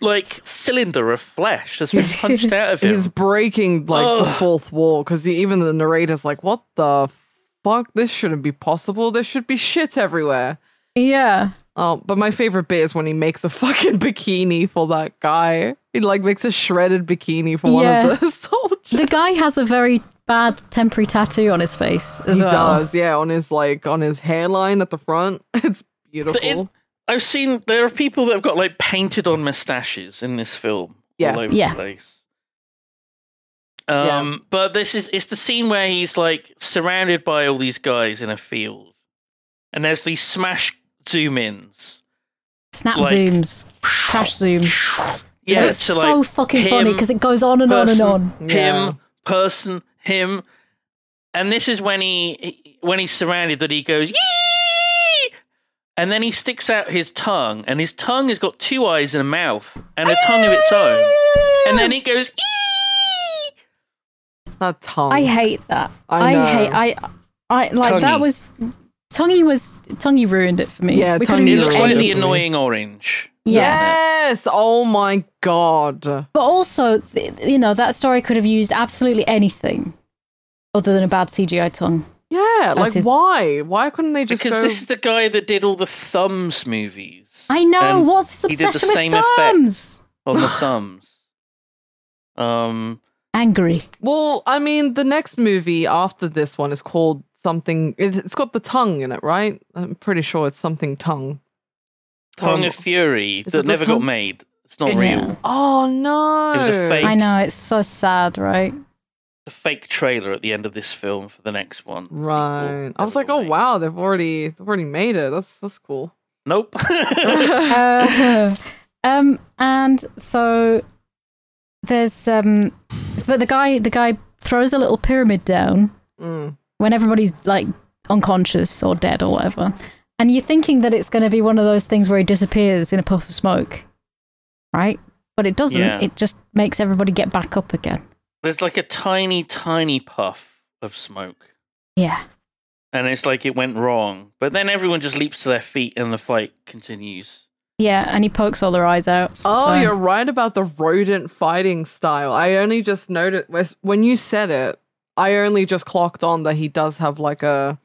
[SPEAKER 2] like cylinder of flesh that's been punched out of him.
[SPEAKER 3] He's breaking like the
[SPEAKER 2] Ugh.
[SPEAKER 3] fourth wall because even the narrator's like, "What the fuck? This shouldn't be possible. There should be shit everywhere."
[SPEAKER 4] Yeah.
[SPEAKER 3] Um, but my favorite bit is when he makes a fucking bikini for that guy. He like makes a shredded bikini for one
[SPEAKER 4] Yeah.
[SPEAKER 3] of the soldiers.
[SPEAKER 4] The guy has a very bad temporary tattoo on his face as
[SPEAKER 3] He
[SPEAKER 4] well.
[SPEAKER 3] does, yeah, on his like on his hairline at the front. It's beautiful.
[SPEAKER 2] It- I've seen there are people that have got like painted on mustaches in this film
[SPEAKER 3] Yeah.
[SPEAKER 2] all over
[SPEAKER 4] Yeah.
[SPEAKER 2] the place. Um, But this is it's the scene where he's like surrounded by all these guys in a field, and there's these smash zoom ins.
[SPEAKER 4] Snap
[SPEAKER 2] Like-
[SPEAKER 4] zooms, crash zoom.
[SPEAKER 2] Yeah,
[SPEAKER 4] it's
[SPEAKER 2] to,
[SPEAKER 4] so
[SPEAKER 2] like,
[SPEAKER 4] fucking
[SPEAKER 2] him,
[SPEAKER 4] funny because it goes on and
[SPEAKER 2] person,
[SPEAKER 4] on and on.
[SPEAKER 2] Him,
[SPEAKER 3] Yeah.
[SPEAKER 2] person, him, and this is when he he- when he's surrounded that he goes yee, and then he sticks out his tongue, and his tongue has got two eyes and a mouth and a tongue of its own, and then he goes yee.
[SPEAKER 3] That tongue.
[SPEAKER 4] I hate that.
[SPEAKER 3] I
[SPEAKER 4] I,
[SPEAKER 3] know.
[SPEAKER 4] hate. I. I like
[SPEAKER 2] Tonguey.
[SPEAKER 4] that was. Tonguey was Tonguey ruined it for me.
[SPEAKER 3] Yeah,
[SPEAKER 4] we couldn't
[SPEAKER 3] Tonguey
[SPEAKER 2] It
[SPEAKER 4] use
[SPEAKER 2] looks
[SPEAKER 3] ruined
[SPEAKER 4] any
[SPEAKER 2] like
[SPEAKER 3] it.
[SPEAKER 2] the
[SPEAKER 3] Definitely.
[SPEAKER 2] annoying orange.
[SPEAKER 4] Yeah.
[SPEAKER 3] Yes. Oh my god.
[SPEAKER 4] But also, th- you know, that story could have used absolutely anything other than a bad CGI tongue.
[SPEAKER 3] Yeah. Like
[SPEAKER 4] his-
[SPEAKER 3] why? Why couldn't they just
[SPEAKER 2] Because
[SPEAKER 3] go?
[SPEAKER 2] this is the guy that did all the thumbs movies.
[SPEAKER 4] I know.
[SPEAKER 2] And
[SPEAKER 4] what's this
[SPEAKER 2] he did the
[SPEAKER 4] obsession
[SPEAKER 2] same
[SPEAKER 4] with
[SPEAKER 2] effect.
[SPEAKER 4] thumbs?
[SPEAKER 2] on the thumbs. Um,
[SPEAKER 4] Angry.
[SPEAKER 3] Well, I mean, the next movie after this one is called something. It, it's got the tongue in it, right? I'm pretty sure it's something tongue.
[SPEAKER 2] Tongue
[SPEAKER 3] Um,
[SPEAKER 2] of Fury
[SPEAKER 3] is it
[SPEAKER 2] that never
[SPEAKER 3] the
[SPEAKER 2] got
[SPEAKER 3] tongue?
[SPEAKER 2] made. It's not
[SPEAKER 3] Yeah.
[SPEAKER 2] real.
[SPEAKER 3] Oh no!
[SPEAKER 2] It was a fake,
[SPEAKER 4] I know. It's so sad, right?
[SPEAKER 2] a fake trailer at the end of this film for the next one. the sequel
[SPEAKER 3] Right. I was
[SPEAKER 2] that
[SPEAKER 3] like,
[SPEAKER 2] they'll
[SPEAKER 3] oh
[SPEAKER 2] make.
[SPEAKER 3] wow, they've already they've already made it. That's that's cool.
[SPEAKER 2] Nope.
[SPEAKER 4] uh, um, and so there's um, but the guy the guy throws a little pyramid down
[SPEAKER 3] Mm.
[SPEAKER 4] when everybody's like unconscious or dead or whatever, and you're thinking that it's going to be one of those things where he disappears in a puff of smoke, right? But it doesn't.
[SPEAKER 2] Yeah.
[SPEAKER 4] It just makes everybody get back up again.
[SPEAKER 2] There's like a tiny, tiny puff of smoke.
[SPEAKER 4] Yeah,
[SPEAKER 2] And it's like it went wrong. But then everyone just leaps to their feet and the fight continues.
[SPEAKER 4] yeah, and he pokes all their eyes out.
[SPEAKER 3] Oh,
[SPEAKER 4] so-
[SPEAKER 3] you're right about the rodent fighting style. I only just noticed when you said it. I only just clocked on that he does have like a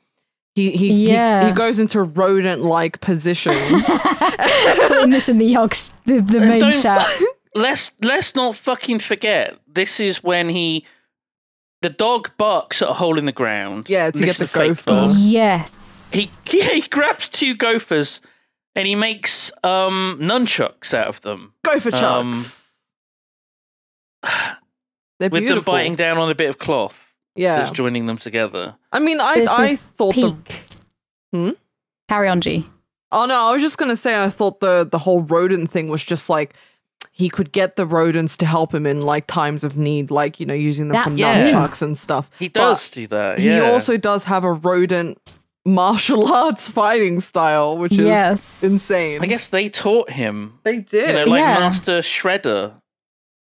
[SPEAKER 3] he he he-
[SPEAKER 4] Yeah.
[SPEAKER 3] he, goes into rodent like positions.
[SPEAKER 4] putting this in the yogs, the, the main
[SPEAKER 2] Don't-
[SPEAKER 4] chat.
[SPEAKER 2] let's let's not fucking forget. This is when he the dog barks at a hole in the ground.
[SPEAKER 3] Yeah, to
[SPEAKER 2] This
[SPEAKER 3] get
[SPEAKER 2] is
[SPEAKER 3] the
[SPEAKER 2] fake
[SPEAKER 3] gopher.
[SPEAKER 2] dog.
[SPEAKER 4] Yes.
[SPEAKER 2] He yeah, he grabs two gophers and he makes um nunchucks out of them
[SPEAKER 3] Go for chucks.
[SPEAKER 2] Um,
[SPEAKER 3] They're
[SPEAKER 2] with
[SPEAKER 3] beautiful.
[SPEAKER 2] them biting down on a bit of cloth
[SPEAKER 3] yeah,
[SPEAKER 2] that's joining them together.
[SPEAKER 3] I mean, I
[SPEAKER 4] This
[SPEAKER 3] I
[SPEAKER 4] is
[SPEAKER 3] thought the
[SPEAKER 4] peak.
[SPEAKER 3] Hmm?
[SPEAKER 4] Carry on, G.
[SPEAKER 3] Oh no, I was just gonna say I thought the the whole rodent thing was just like he could get the rodents to help him in like times of need, like you know using them
[SPEAKER 4] That
[SPEAKER 3] for
[SPEAKER 2] too.
[SPEAKER 3] nunchucks and stuff.
[SPEAKER 2] He
[SPEAKER 3] But
[SPEAKER 2] does do that. Yeah.
[SPEAKER 3] He also does have a rodent martial arts fighting style, which
[SPEAKER 4] Yes.
[SPEAKER 3] is insane.
[SPEAKER 2] I guess they taught him.
[SPEAKER 3] they did.
[SPEAKER 2] You know, like
[SPEAKER 4] Yeah.
[SPEAKER 2] Master Shredder.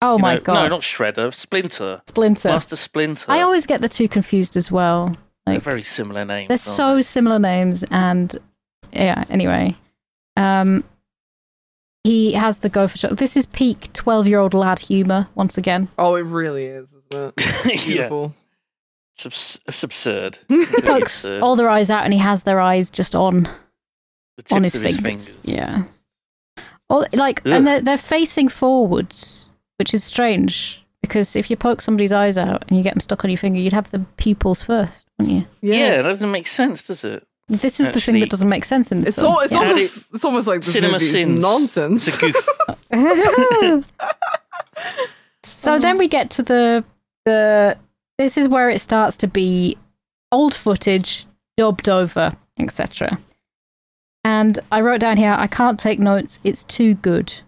[SPEAKER 4] Oh
[SPEAKER 2] you
[SPEAKER 4] my
[SPEAKER 2] know-
[SPEAKER 4] god.
[SPEAKER 2] No, not Shredder. Splinter.
[SPEAKER 4] Splinter.
[SPEAKER 2] Master Splinter.
[SPEAKER 4] I always get the two confused as well.
[SPEAKER 2] They're
[SPEAKER 4] Like
[SPEAKER 2] very similar names.
[SPEAKER 4] they're
[SPEAKER 2] aren't
[SPEAKER 4] so similar names and yeah, anyway. Um he has the gopher shot. This is peak 12-year-old lad humor once again.
[SPEAKER 3] oh, it really is, isn't it?
[SPEAKER 2] they? yeah.
[SPEAKER 3] Beautiful.
[SPEAKER 2] It's, abs- it's absurd.
[SPEAKER 4] He
[SPEAKER 2] Completely
[SPEAKER 4] pokes
[SPEAKER 2] absurd.
[SPEAKER 4] all their eyes out and he has their eyes just on
[SPEAKER 2] the tips
[SPEAKER 4] on his
[SPEAKER 2] of
[SPEAKER 4] fingers.
[SPEAKER 2] fingers.
[SPEAKER 4] Yeah. All, like
[SPEAKER 2] Ugh.
[SPEAKER 4] and they're they're facing forwards, which is strange because if you poke somebody's eyes out and you get them stuck on your finger, you'd have the pupils first, wouldn't you?
[SPEAKER 2] Yeah. that doesn't make sense, does it?
[SPEAKER 4] This is the thing
[SPEAKER 2] Actually,
[SPEAKER 4] that doesn't make sense in this
[SPEAKER 3] It's
[SPEAKER 4] film.
[SPEAKER 3] all, it's
[SPEAKER 2] Yeah.
[SPEAKER 3] almost it's almost like this
[SPEAKER 2] Cinema
[SPEAKER 3] movie is
[SPEAKER 2] sins.
[SPEAKER 3] nonsense.
[SPEAKER 2] It's a goof.
[SPEAKER 4] so then we get to the the this is where it starts to be old footage dubbed over, etc. And I wrote down here, I can't take notes. It's too good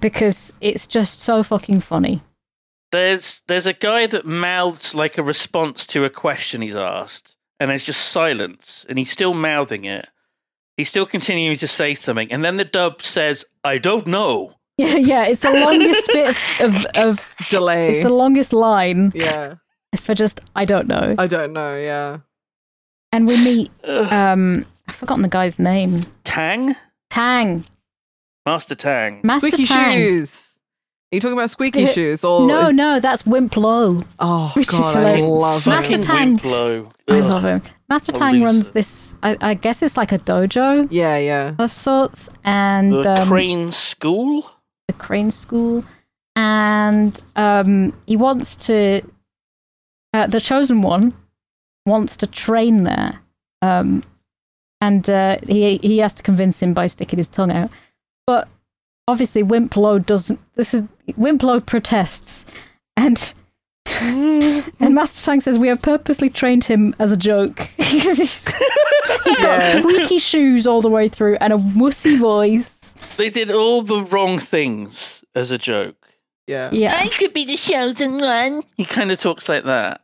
[SPEAKER 4] because it's just so fucking funny.
[SPEAKER 2] there's there's a guy that mouths like a response to a question he's asked, and there's just silence, and he's still mouthing it. He's still continuing to say something, and then the dub says, "I don't know."
[SPEAKER 4] Yeah, yeah. It's the longest bit of, of, of
[SPEAKER 3] Delay.
[SPEAKER 4] it's the longest line
[SPEAKER 3] yeah,
[SPEAKER 4] for just I don't know.
[SPEAKER 3] I don't know. Yeah,
[SPEAKER 4] And we meet
[SPEAKER 2] Ugh.
[SPEAKER 4] um I've forgotten the guy's name.
[SPEAKER 2] Tang,
[SPEAKER 4] Tang.
[SPEAKER 2] Master Tang.
[SPEAKER 4] Master
[SPEAKER 3] squeaky
[SPEAKER 4] Tang.
[SPEAKER 3] shoes. Are you talking about squeaky
[SPEAKER 4] Sque-
[SPEAKER 3] shoes or
[SPEAKER 4] No,
[SPEAKER 3] is-
[SPEAKER 4] no, that's Wimp Low.
[SPEAKER 3] Oh
[SPEAKER 4] Which is
[SPEAKER 3] god, I
[SPEAKER 4] hilarious.
[SPEAKER 3] love
[SPEAKER 4] Master
[SPEAKER 2] Fucking
[SPEAKER 3] him.
[SPEAKER 4] Tang.
[SPEAKER 2] Wimplo.
[SPEAKER 4] I
[SPEAKER 2] Ugh.
[SPEAKER 4] love him. Master
[SPEAKER 2] What a
[SPEAKER 4] Tang runs
[SPEAKER 2] loser.
[SPEAKER 4] this. I, I guess it's like a dojo
[SPEAKER 3] Yeah, yeah.
[SPEAKER 4] of sorts, and
[SPEAKER 2] The
[SPEAKER 4] um,
[SPEAKER 2] Crane School.
[SPEAKER 4] the crane school, and um, he wants to. Uh, the chosen one wants to train there, um, and uh, he he has to convince him by sticking his tongue out. But obviously, Wimplo doesn't. This is Wimplo protests, and And Master Tang says we have purposely trained him as a joke. He's got squeaky shoes all the way through and a wussy voice.
[SPEAKER 2] They did all the wrong things as a joke.
[SPEAKER 3] Yeah.
[SPEAKER 4] Yeah.
[SPEAKER 2] could be the chosen one. He kind of talks like that,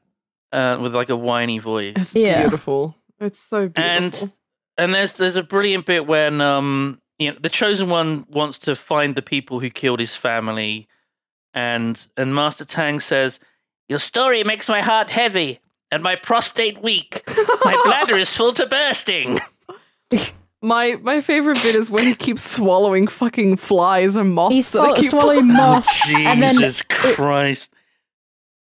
[SPEAKER 2] uh, with like a whiny voice.
[SPEAKER 3] It's
[SPEAKER 4] Yeah.
[SPEAKER 3] beautiful. It's so beautiful.
[SPEAKER 2] and and there's there's a brilliant bit when um you know the chosen one wants to find the people who killed his family and and master tang says your story makes my heart heavy and my prostate weak my bladder is full to bursting
[SPEAKER 3] my my favorite bit is when he keeps swallowing fucking flies and moths.
[SPEAKER 4] He's
[SPEAKER 3] that
[SPEAKER 4] swall-
[SPEAKER 3] they keep
[SPEAKER 4] swallowing moths, and then
[SPEAKER 2] jesus christ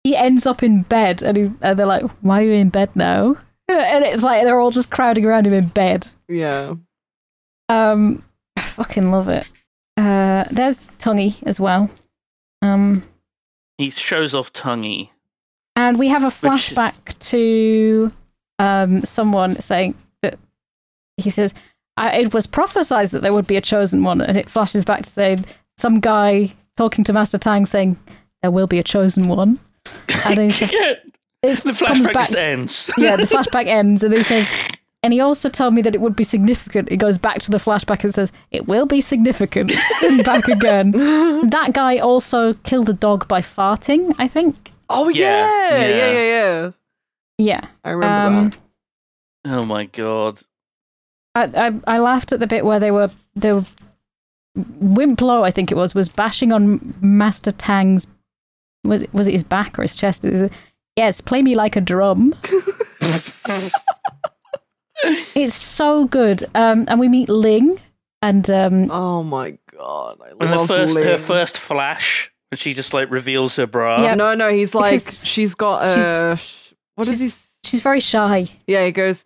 [SPEAKER 4] he ends up in bed, and, he's, and they're like, "Why are you in bed now?" And it's like they're all just crowding around him in bed.
[SPEAKER 3] Yeah.
[SPEAKER 4] Um, I fucking love it. Uh, there's Tongy as well. Um,
[SPEAKER 2] he shows off tonguey
[SPEAKER 4] And we have a
[SPEAKER 2] Which is-
[SPEAKER 4] flashback to um, someone saying that he says, I, It was prophesied that there would be a chosen one. And it flashes back to saying, Some guy talking to Master Tang saying, There will be a chosen one. And then he says,
[SPEAKER 2] yeah,
[SPEAKER 4] it
[SPEAKER 2] the
[SPEAKER 4] comes
[SPEAKER 2] flashback
[SPEAKER 4] back
[SPEAKER 2] just
[SPEAKER 4] to-
[SPEAKER 2] ends
[SPEAKER 4] yeah, the flashback ends. And then he says, And he also told me that it would be significant. It goes back to the flashback and says, It will be significant. and back again. That guy also killed a dog by farting, I think.
[SPEAKER 3] Oh
[SPEAKER 2] Yeah,
[SPEAKER 3] yeah. Yeah.
[SPEAKER 2] yeah.
[SPEAKER 3] Yeah. Yeah.
[SPEAKER 4] Yeah.
[SPEAKER 3] I remember
[SPEAKER 4] Um,
[SPEAKER 3] that.
[SPEAKER 2] oh my god
[SPEAKER 4] I, I I laughed at the bit where they were they were Wimplo, I think it was, was bashing on Master Tang's was it, was it his back or his chest? It was, yes, play me like a drum. it's so good, um, and we meet Ling, and um,
[SPEAKER 3] Oh my god. I
[SPEAKER 2] and her
[SPEAKER 3] love
[SPEAKER 2] first her
[SPEAKER 3] Lin.
[SPEAKER 2] first flash and she just like reveals her bra
[SPEAKER 4] Yeah.
[SPEAKER 3] No, no, he's like
[SPEAKER 4] Because
[SPEAKER 3] she's got a sh what does he s-
[SPEAKER 4] she's very shy.
[SPEAKER 3] Yeah, he goes,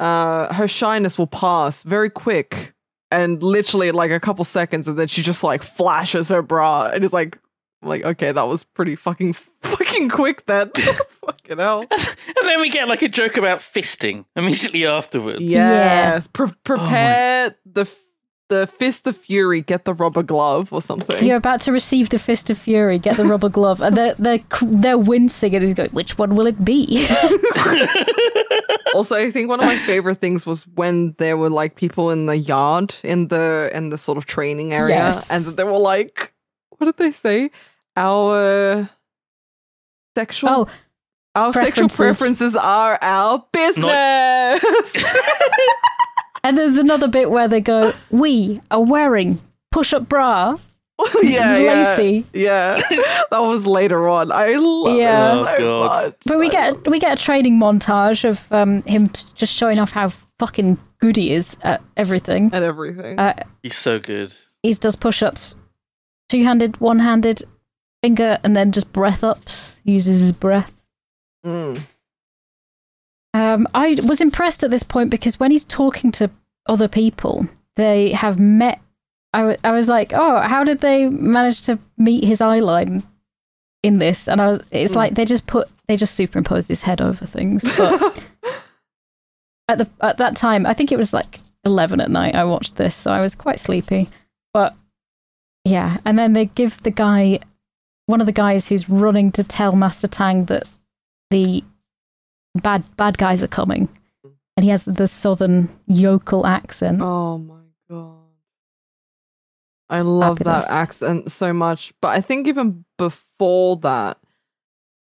[SPEAKER 3] uh, her shyness will pass very quick and literally like a couple seconds, and then she just like flashes her bra and is like, like, okay, that was pretty fucking fucking quick then. fucking hell.
[SPEAKER 2] And then we get like a joke about fisting immediately afterwards.
[SPEAKER 3] Yes. Pre- prepare the f- the fist of fury, get the rubber glove or something.
[SPEAKER 4] You're about to receive the fist of fury. Get the rubber glove, and they're they're cr- they're wincing, and he's going, "Which one will it be?"
[SPEAKER 3] also i think one of my favorite things was when there were like people in the yard in the in the sort of training area
[SPEAKER 4] Yes.
[SPEAKER 3] and they were like what did they say our sexual
[SPEAKER 4] oh,
[SPEAKER 3] our sexual
[SPEAKER 4] preferences.
[SPEAKER 3] preferences are our business
[SPEAKER 4] And there's another bit where they go, "We are wearing push-up bra."
[SPEAKER 3] yeah,
[SPEAKER 4] Lacy.
[SPEAKER 3] yeah yeah that was later on i love
[SPEAKER 4] Yeah.
[SPEAKER 2] Oh,
[SPEAKER 3] it so
[SPEAKER 2] God.
[SPEAKER 3] much.
[SPEAKER 4] But we get we get a training montage of um, him just showing off how fucking good he is at everything.
[SPEAKER 3] and everything
[SPEAKER 4] Uh,
[SPEAKER 2] He's so good.
[SPEAKER 4] he does push-ups, two-handed, one-handed, finger, and then just breath ups. He uses his breath.
[SPEAKER 3] Mm.
[SPEAKER 4] Um, I was impressed at this point because when he's talking to other people, they have met. I, w- I was like, oh, how did they manage to meet his eye line in this? And I was, it's like they just put they just superimposed his head over things. But at the at that time, I think it was like eleven at night. I watched this, so I was quite sleepy. But yeah, and then they give the guy one of the guys who's running to tell Master Tang that the bad bad guys are coming, and he has the southern yokel accent.
[SPEAKER 3] Oh my god. I love
[SPEAKER 4] Fabulous.
[SPEAKER 3] that accent so much. But I think even before that,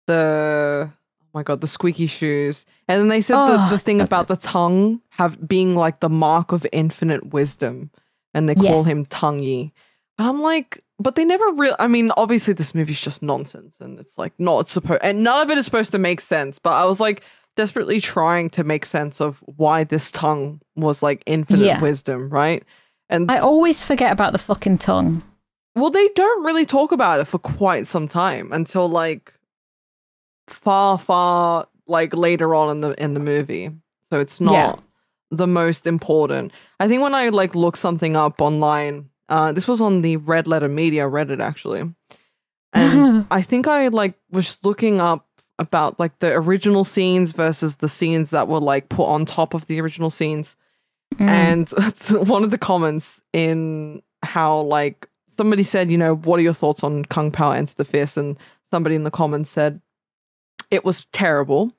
[SPEAKER 3] the oh my god, the squeaky shoes. And then they said
[SPEAKER 4] Oh,
[SPEAKER 3] the, the thing
[SPEAKER 4] so
[SPEAKER 3] about the tongue have being like the mark of infinite wisdom. And they call
[SPEAKER 4] Yes.
[SPEAKER 3] him tonguey. And I'm like, but they never real I mean, obviously this movie's just nonsense and it's like not supposed and none of it is supposed to make sense. But I was like desperately trying to make sense of why this tongue was like infinite
[SPEAKER 4] Yeah.
[SPEAKER 3] wisdom, right? And
[SPEAKER 4] I always forget about the fucking tongue.
[SPEAKER 3] well, they don't really talk about it for quite some time until like far, far like later on in the in the movie. So it's not
[SPEAKER 4] Yeah.
[SPEAKER 3] the most important. I think when I like look something up online, uh, this was on the Red Letter Media Reddit actually, and I think I like was looking up about like the original scenes versus the scenes that were like put on top of the original scenes
[SPEAKER 4] Mm.
[SPEAKER 3] and one of the comments in how like somebody said, you know, what are your thoughts on Kung Pao Enter the Fist? And somebody in the comments said, It was terrible.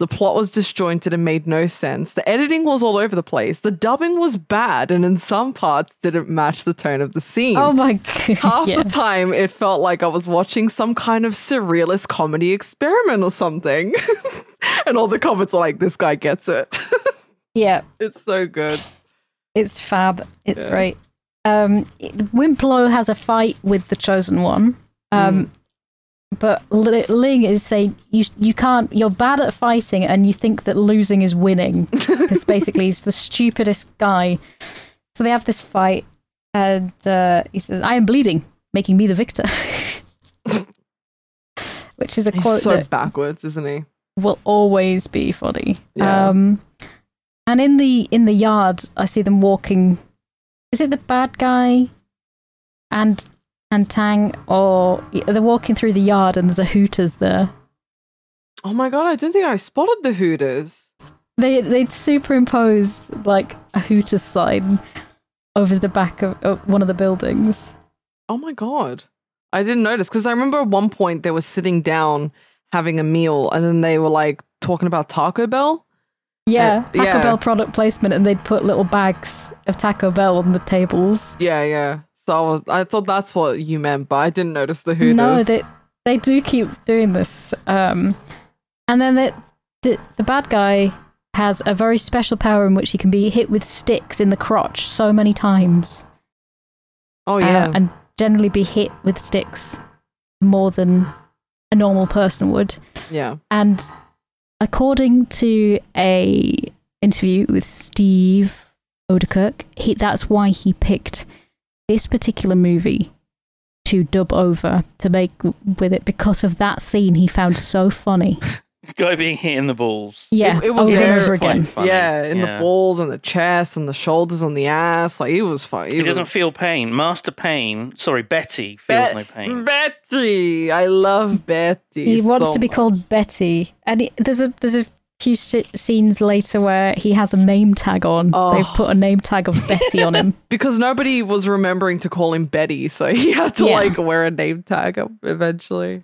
[SPEAKER 3] The plot was disjointed and made no sense. The editing was all over the place. The dubbing was bad and in some parts didn't match the tone of the scene.
[SPEAKER 4] Oh my god.
[SPEAKER 3] Half
[SPEAKER 4] yeah.
[SPEAKER 3] the time, it felt like I was watching some kind of surrealist comedy experiment or something. and all the comments are like, this guy gets it.
[SPEAKER 4] yeah,
[SPEAKER 3] it's so good.
[SPEAKER 4] it's fab. It's great. Um, it- Wimplo has a fight with the chosen one.
[SPEAKER 3] Mm.
[SPEAKER 4] Um, But Li- Ling is saying you you can't. You're bad at fighting, and you think that losing is winning because basically he's the stupidest guy. So they have this fight, and uh, he says, "I am bleeding, making me the victor," which is a quote
[SPEAKER 3] He's so
[SPEAKER 4] that
[SPEAKER 3] backwards, isn't he?
[SPEAKER 4] will always be funny.
[SPEAKER 3] Yeah.
[SPEAKER 4] Um, and in the in the yard, I see them walking. Is it the bad guy and and Tang, or they're walking through the yard and there's a Hooters there.
[SPEAKER 3] Oh my god, I don't think I spotted the Hooters.
[SPEAKER 4] They they'd superimposed like a Hooters sign over the back of, of one of the buildings.
[SPEAKER 3] Oh my god. I didn't notice because I remember at one point they were sitting down having a meal and then they were like talking about Taco Bell.
[SPEAKER 4] Yeah, Taco
[SPEAKER 3] Uh, yeah.
[SPEAKER 4] Bell product placement, and they'd put little bags of Taco Bell on the tables.
[SPEAKER 3] Yeah, yeah. So I, was, I thought that's what you meant, but I didn't notice the Hooters.
[SPEAKER 4] No, they they do keep doing this. Um, and then the, the the bad guy has a very special power in which he can be hit with sticks in the crotch so many times,
[SPEAKER 3] oh,
[SPEAKER 4] uh,
[SPEAKER 3] yeah.
[SPEAKER 4] and generally be hit with sticks more than a normal person would.
[SPEAKER 3] yeah.
[SPEAKER 4] And according to a interview with Steve Odekirk, he that's why he picked this particular movie to dub over to make with it because of that scene he found so funny.
[SPEAKER 2] Guy being hit in the balls.
[SPEAKER 4] Yeah,
[SPEAKER 3] It- it was
[SPEAKER 4] over and
[SPEAKER 3] very
[SPEAKER 4] Oh, over again.
[SPEAKER 2] quite funny.
[SPEAKER 3] Yeah, in
[SPEAKER 2] Yeah.
[SPEAKER 3] the balls and the chest and the shoulders and the ass. Like, it was fun.
[SPEAKER 2] He doesn't feel pain. Master Pain. Sorry, Betty feels no pain.
[SPEAKER 3] Betty! I love Betty.
[SPEAKER 4] He wants
[SPEAKER 3] so
[SPEAKER 4] to be
[SPEAKER 3] much.
[SPEAKER 4] called Betty, and he, there's a there's a few si- scenes later where he has a name tag on.
[SPEAKER 3] Oh.
[SPEAKER 4] They've put a name tag of Betty on him.
[SPEAKER 3] Because nobody was remembering to call him Betty, so he had to
[SPEAKER 4] Yeah.
[SPEAKER 3] like wear a name tag eventually.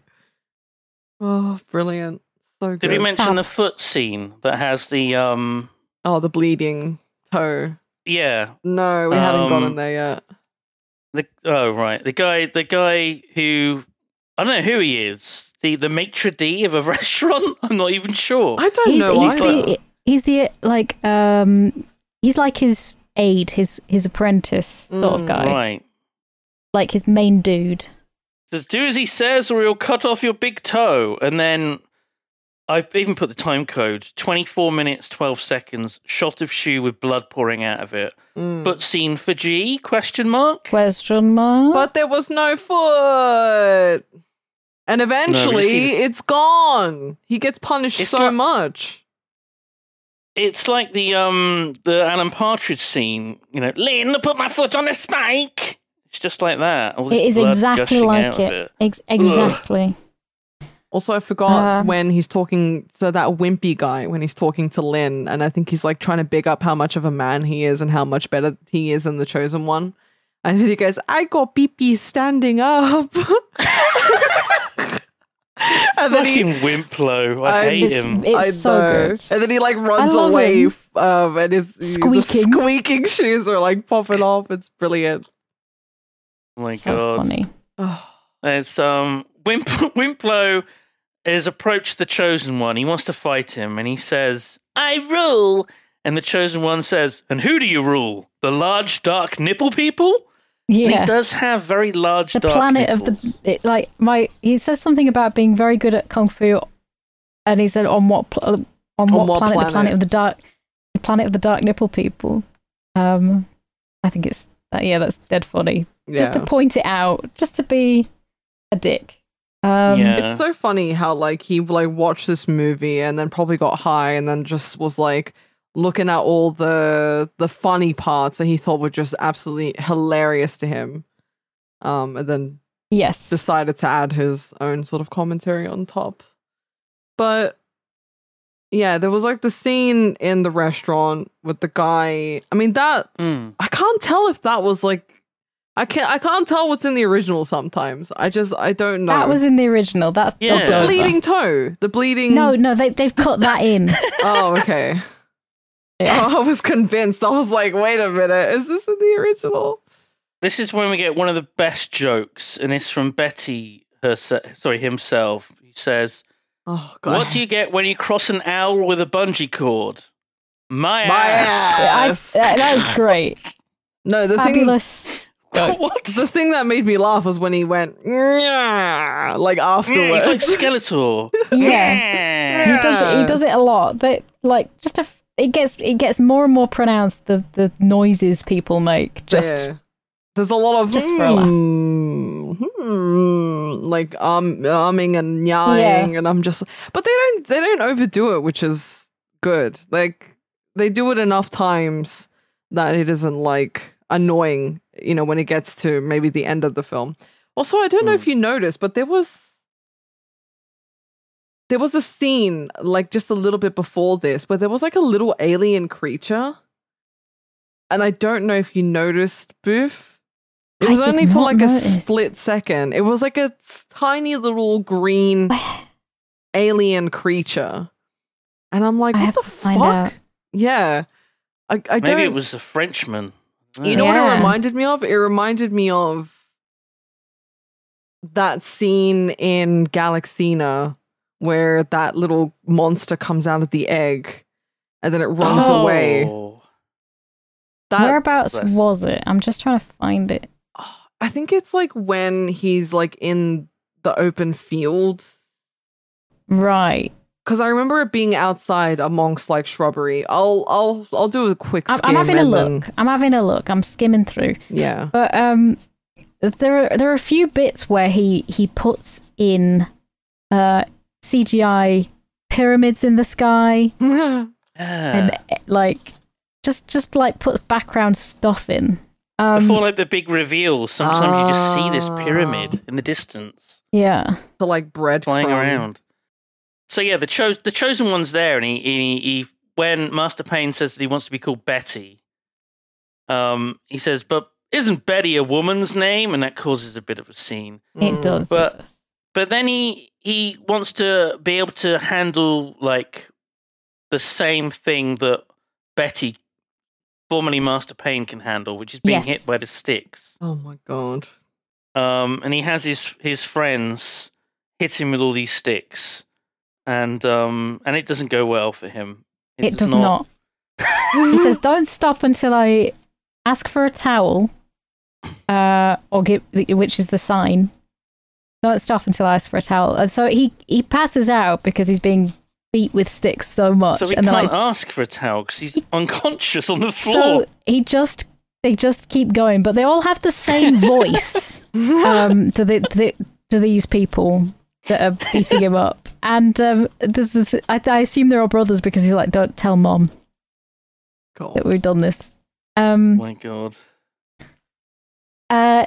[SPEAKER 3] Oh, brilliant. So good.
[SPEAKER 2] Did we mention the foot scene that has the um?
[SPEAKER 3] Oh, the bleeding toe.
[SPEAKER 2] Yeah,
[SPEAKER 3] No, we hadn't
[SPEAKER 2] Um,
[SPEAKER 3] gotten there yet.
[SPEAKER 2] the oh right, the guy, the guy who I don't know who he is. The the maitre d of a restaurant. I'm not even sure.
[SPEAKER 3] I don't
[SPEAKER 4] he's,
[SPEAKER 3] know.
[SPEAKER 4] he's
[SPEAKER 3] either.
[SPEAKER 4] the he's the like um he's like his aide his his apprentice sort
[SPEAKER 3] Mm.
[SPEAKER 4] of guy
[SPEAKER 2] Right.
[SPEAKER 4] like his main dude
[SPEAKER 2] Says do as he says, or he'll cut off your big toe. And then I've even put the time code: twenty-four minutes, twelve seconds. Shot of shoe with blood pouring out of it.
[SPEAKER 4] Mm.
[SPEAKER 2] But scene for G? Question mark.
[SPEAKER 4] question mark
[SPEAKER 3] But there was no foot. And eventually,
[SPEAKER 2] this-
[SPEAKER 3] it's gone. He gets punished
[SPEAKER 2] It's
[SPEAKER 3] so
[SPEAKER 2] not-
[SPEAKER 3] much.
[SPEAKER 2] It's like the um the Alan Partridge scene, you know, Lynn, put my foot on a spike. It's just like that. All this
[SPEAKER 4] it is
[SPEAKER 2] blood
[SPEAKER 4] exactly
[SPEAKER 2] gushing
[SPEAKER 4] like
[SPEAKER 2] out
[SPEAKER 4] it,
[SPEAKER 2] of
[SPEAKER 4] Ex- exactly
[SPEAKER 3] Also, I forgot
[SPEAKER 4] Uh.
[SPEAKER 3] when he's talking to that wimpy guy when he's talking to Lynn, and I think he's like trying to big up how much of a man he is and how much better he is than the chosen one. And then he goes, "I got pee pee standing up." and then he
[SPEAKER 2] Fucking Wimplo, I,
[SPEAKER 3] I-
[SPEAKER 2] hate
[SPEAKER 4] it's,
[SPEAKER 2] him.
[SPEAKER 4] it's
[SPEAKER 3] I
[SPEAKER 4] so
[SPEAKER 3] know.
[SPEAKER 4] good
[SPEAKER 3] And then he like runs
[SPEAKER 4] love
[SPEAKER 3] away
[SPEAKER 4] him.
[SPEAKER 3] f- um, and his the
[SPEAKER 4] Squeaking.
[SPEAKER 3] squeaking shoes are like popping off. It's brilliant.
[SPEAKER 2] Oh my
[SPEAKER 4] so
[SPEAKER 2] god,
[SPEAKER 4] funny
[SPEAKER 2] it's um Wimp- Wimplo has approached the chosen one. He wants to fight him, and he says, "I rule." And the chosen one says, "And who do you rule? The large dark nipple people." And
[SPEAKER 4] yeah
[SPEAKER 2] he does have very large
[SPEAKER 4] the
[SPEAKER 2] dark
[SPEAKER 4] planet of
[SPEAKER 2] nipples.
[SPEAKER 4] the it, like my he says something about being very good at kung fu and he said on what pl- on, what,
[SPEAKER 3] what
[SPEAKER 4] planet,
[SPEAKER 3] planet?
[SPEAKER 4] the planet of the dark the planet of the dark nipple people um i think it's that yeah that's dead funny just to
[SPEAKER 3] Yeah.
[SPEAKER 4] point it out just to be a dick um
[SPEAKER 2] Yeah.
[SPEAKER 3] It's so funny how like he like watched this movie and then probably got high and then just was like looking at all the the funny parts that he thought were just absolutely hilarious to him. Um and then
[SPEAKER 4] yes
[SPEAKER 3] decided to add his own sort of commentary on top. But yeah, there was like the scene in the restaurant with the guy. I mean that
[SPEAKER 2] Mm.
[SPEAKER 3] I can't tell if that was like I can I can't tell what's in the original sometimes. I just I don't know.
[SPEAKER 4] That was in the original. That's
[SPEAKER 2] Yeah.
[SPEAKER 4] dubbed over.
[SPEAKER 3] bleeding toe. The bleeding
[SPEAKER 4] No, no, they they've cut that in.
[SPEAKER 3] Oh, okay.
[SPEAKER 4] Yeah.
[SPEAKER 3] Oh, I was convinced. I was like, wait a minute, is this in the original?
[SPEAKER 2] This is when we get one of the best jokes, and it's from Betty herself. Sorry, himself. He says,
[SPEAKER 3] Oh god.
[SPEAKER 2] "What do you get when you cross an owl with a bungee cord? My,
[SPEAKER 3] My
[SPEAKER 2] ass."
[SPEAKER 4] I,
[SPEAKER 3] ass.
[SPEAKER 4] that that was great.
[SPEAKER 3] no, the thing
[SPEAKER 4] Fabulous.
[SPEAKER 2] what?
[SPEAKER 3] the thing that made me laugh was when he went "Yeah," like
[SPEAKER 2] Yeah,
[SPEAKER 3] afterwards.
[SPEAKER 2] he's like Skeletor.
[SPEAKER 4] Yeah. He does it, he does it a lot. But like just a, f- it gets it gets more and more pronounced the the noises people make. Just
[SPEAKER 3] Yeah. there's a lot of
[SPEAKER 4] just for a laugh.
[SPEAKER 3] "Hmm, hmm," like um umming and yawing and I'm just but they don't they don't overdo it, which is good. Like they do it enough times that it isn't like annoying, you know, when it gets to maybe the end of the film. Also, I don't know
[SPEAKER 4] Hmm.
[SPEAKER 3] if you noticed, but there was there was a scene like just a little bit before this where there was like a little alien creature. And I don't know if you noticed, Boof. It
[SPEAKER 4] I
[SPEAKER 3] was
[SPEAKER 4] did
[SPEAKER 3] only for
[SPEAKER 4] not
[SPEAKER 3] like
[SPEAKER 4] notice.
[SPEAKER 3] a split second. It was like a s- tiny little green alien creature. And I'm like,
[SPEAKER 4] I
[SPEAKER 3] what
[SPEAKER 4] have
[SPEAKER 3] the
[SPEAKER 4] to
[SPEAKER 3] fuck?
[SPEAKER 4] find out.
[SPEAKER 3] Yeah. I, I don't
[SPEAKER 2] Maybe it was a Frenchman.
[SPEAKER 3] you know what
[SPEAKER 4] Yeah.
[SPEAKER 3] it reminded me of? It reminded me of that scene in Galaxina where that little monster comes out of the egg and then it runs
[SPEAKER 2] Oh.
[SPEAKER 3] away. That
[SPEAKER 4] Whereabouts
[SPEAKER 2] Bless.
[SPEAKER 4] was it? I'm just trying to find it.
[SPEAKER 3] I think it's like when he's like in the open field
[SPEAKER 4] Right.
[SPEAKER 3] because I remember it being outside amongst like shrubbery. I'll I'll I'll do a quick
[SPEAKER 4] I'm,
[SPEAKER 3] skim.
[SPEAKER 4] I'm having a
[SPEAKER 3] and then-
[SPEAKER 4] look. I'm having a look. I'm skimming through.
[SPEAKER 3] yeah.
[SPEAKER 4] But um, there are there are a few bits where he he puts in uh CGI pyramids in the sky and
[SPEAKER 2] Yeah.
[SPEAKER 4] eh, like just just like puts background stuff in. Um,
[SPEAKER 2] Before like the big reveal, sometimes you just see this
[SPEAKER 3] Ah.
[SPEAKER 2] pyramid in the distance
[SPEAKER 4] yeah,
[SPEAKER 3] to like bread
[SPEAKER 2] flying
[SPEAKER 3] crumb.
[SPEAKER 2] around. So yeah, the cho- the chosen one's there, and he, he he when Master Payne says that he wants to be called Betty, um, he says, "But isn't Betty a woman's name?" And that causes a bit of a scene.
[SPEAKER 3] Mm.
[SPEAKER 4] it does. it
[SPEAKER 2] Mm, But-
[SPEAKER 4] does.
[SPEAKER 2] but then he he wants to be able to handle like the same thing that Betty, formerly Master Payne, can handle, which is being
[SPEAKER 4] Yes.
[SPEAKER 2] hit by the sticks.
[SPEAKER 3] Oh my god.
[SPEAKER 2] Um, and he has his his friends hit him with all these sticks, and um, and it doesn't go well for him.
[SPEAKER 4] It does not. he says, "Don't stop until I ask for a towel, uh, or give, which is the sign. Don't stop until I ask for a towel." And so he he passes out because he's being beat with sticks so much,
[SPEAKER 2] So he
[SPEAKER 4] and
[SPEAKER 2] can't
[SPEAKER 4] they're like,
[SPEAKER 2] ask for a towel because he's unconscious on the floor.
[SPEAKER 4] so um, he just they just keep going, but they all have the same voice um, to the, the to these people that are beating him up. And um, this is I, I assume they're all brothers because he's like, "Don't tell mom that
[SPEAKER 3] God.
[SPEAKER 4] we've done this."
[SPEAKER 2] oh
[SPEAKER 4] Um,
[SPEAKER 2] my god!
[SPEAKER 4] Uh,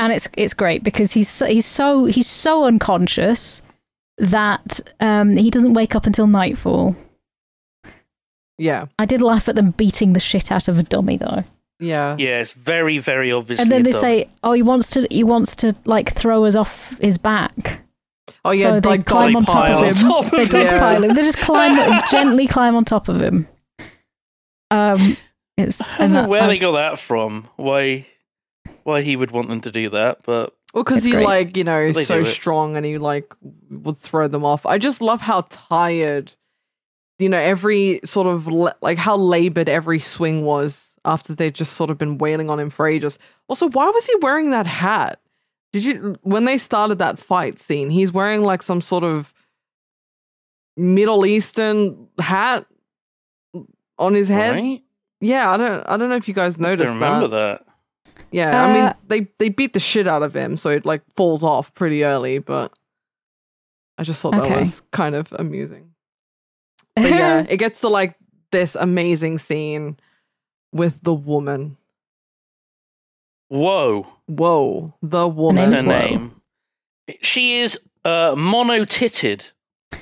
[SPEAKER 4] and it's it's great because he's so, he's so he's so unconscious that um, he doesn't wake up until nightfall.
[SPEAKER 3] Yeah.
[SPEAKER 4] I did laugh at them beating the shit out of a dummy though.
[SPEAKER 3] Yeah.
[SPEAKER 2] Yeah, it's very very obviously.
[SPEAKER 4] and then
[SPEAKER 2] a
[SPEAKER 4] they
[SPEAKER 2] dummy.
[SPEAKER 4] say, "Oh, he wants to he wants to like throw us off his back."
[SPEAKER 3] Oh yeah,
[SPEAKER 4] so they
[SPEAKER 3] like
[SPEAKER 4] climb on top
[SPEAKER 2] pile on
[SPEAKER 4] of him.
[SPEAKER 2] top of
[SPEAKER 4] they
[SPEAKER 2] him.
[SPEAKER 4] don't
[SPEAKER 3] Yeah.
[SPEAKER 4] pile him. They just climb gently climb on top of him. Um, it's
[SPEAKER 2] I don't
[SPEAKER 4] and
[SPEAKER 2] know
[SPEAKER 4] that-
[SPEAKER 2] where
[SPEAKER 4] I-
[SPEAKER 2] they got that from. Why, why he would want them to do that? But
[SPEAKER 3] Well, because
[SPEAKER 4] It's
[SPEAKER 3] he
[SPEAKER 4] great.
[SPEAKER 3] like you know
[SPEAKER 2] They
[SPEAKER 3] is so
[SPEAKER 2] do it.
[SPEAKER 3] strong and he like would throw them off. I just love how tired, you know, every sort of la- like how labored every swing was after they'd just sort of been wailing on him for ages. Also, why was he wearing that hat? Did you when they started that fight scene? He's wearing like some sort of Middle Eastern hat on his head.
[SPEAKER 2] right?
[SPEAKER 3] Yeah, I don't, I don't know if you guys
[SPEAKER 2] I
[SPEAKER 3] noticed
[SPEAKER 2] don't remember that.
[SPEAKER 3] yeah, I
[SPEAKER 4] Uh,
[SPEAKER 3] mean they they beat the shit out of him, so it like falls off pretty early. But I just thought
[SPEAKER 4] Okay.
[SPEAKER 3] that was kind of amusing. But yeah,
[SPEAKER 2] uh,
[SPEAKER 3] it gets to like this amazing scene with the woman.
[SPEAKER 2] Whoa,
[SPEAKER 3] Whoa, the
[SPEAKER 2] what's
[SPEAKER 3] woman.
[SPEAKER 2] her
[SPEAKER 4] Whoa.
[SPEAKER 2] name? She is uh, mono-titted.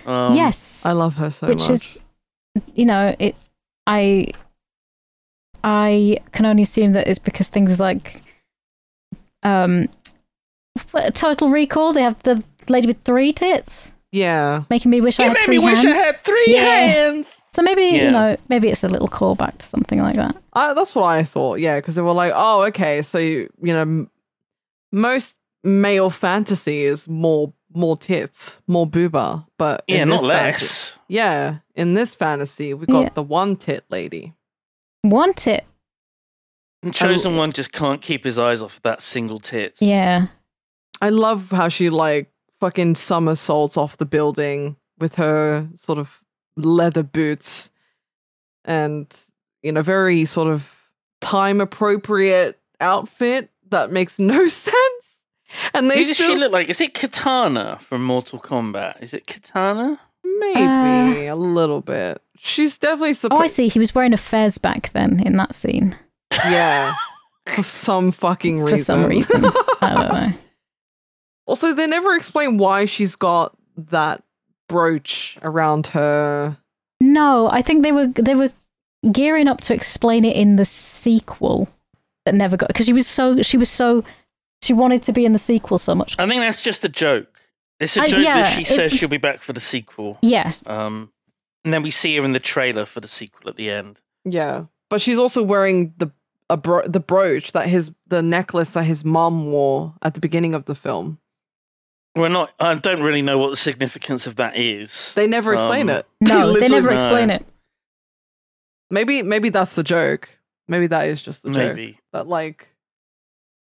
[SPEAKER 2] Um,
[SPEAKER 4] yes,
[SPEAKER 3] I love her so
[SPEAKER 4] which
[SPEAKER 3] much.
[SPEAKER 4] is you know it i i can only assume that it's because things like um, what, Total Recall. They have the lady with three tits,
[SPEAKER 3] Yeah.
[SPEAKER 4] making me wish I
[SPEAKER 2] You
[SPEAKER 4] had
[SPEAKER 2] made
[SPEAKER 4] three
[SPEAKER 2] me wish
[SPEAKER 4] hands.
[SPEAKER 2] I had three
[SPEAKER 4] Yeah.
[SPEAKER 2] hands.
[SPEAKER 4] So maybe
[SPEAKER 2] Yeah.
[SPEAKER 4] you know, maybe it's a little callback to something like that.
[SPEAKER 3] I, that's what I thought, yeah, because they were like, oh, okay, so you, you know, m- most male fantasy is more more tits, more booba, but in
[SPEAKER 2] Yeah, not
[SPEAKER 3] this fantasy-
[SPEAKER 2] less.
[SPEAKER 3] yeah, in this fantasy, we got
[SPEAKER 4] Yeah.
[SPEAKER 3] the one tit lady.
[SPEAKER 4] Want it?
[SPEAKER 2] And chosen one just can't keep his eyes off that single tit.
[SPEAKER 4] Oh. Yeah.
[SPEAKER 3] I love how she like fucking somersaults off the building with her sort of leather boots, and you know, very sort of time appropriate outfit that makes no sense. And they
[SPEAKER 2] Who does
[SPEAKER 3] still-
[SPEAKER 2] she look like? Is it Katana from Mortal Kombat? Is it Katana?
[SPEAKER 3] Maybe a little bit. She's definitely
[SPEAKER 4] Uh. Oh, I
[SPEAKER 3] supposed.
[SPEAKER 4] see. He was wearing a fez back then in that scene
[SPEAKER 3] yeah, for some fucking
[SPEAKER 4] for
[SPEAKER 3] reason.
[SPEAKER 4] some reason. I don't know.
[SPEAKER 3] also, they never explain why she's got that brooch around her.
[SPEAKER 4] No, I think they were they were gearing up to explain it in the sequel that never got because she was so she was so she wanted to be in the sequel so much.
[SPEAKER 2] I think that's just a joke. It's a
[SPEAKER 4] Uh,
[SPEAKER 2] joke
[SPEAKER 4] yeah,
[SPEAKER 2] that she says
[SPEAKER 4] it's-
[SPEAKER 2] she'll be back for the sequel.
[SPEAKER 4] Yeah,
[SPEAKER 2] Um, and then we see her in the trailer for the sequel at the end.
[SPEAKER 3] Yeah, but she's also wearing the a bro- the brooch that his the necklace that his mom wore at the beginning of the film.
[SPEAKER 2] We're not. I don't really know what the significance of that is.
[SPEAKER 3] They never explain
[SPEAKER 2] Um,
[SPEAKER 3] it.
[SPEAKER 4] no, they
[SPEAKER 3] literally-
[SPEAKER 4] never
[SPEAKER 2] no.
[SPEAKER 4] explain it.
[SPEAKER 3] Maybe maybe that's the joke. Maybe that is just the joke.
[SPEAKER 2] Maybe.
[SPEAKER 3] that like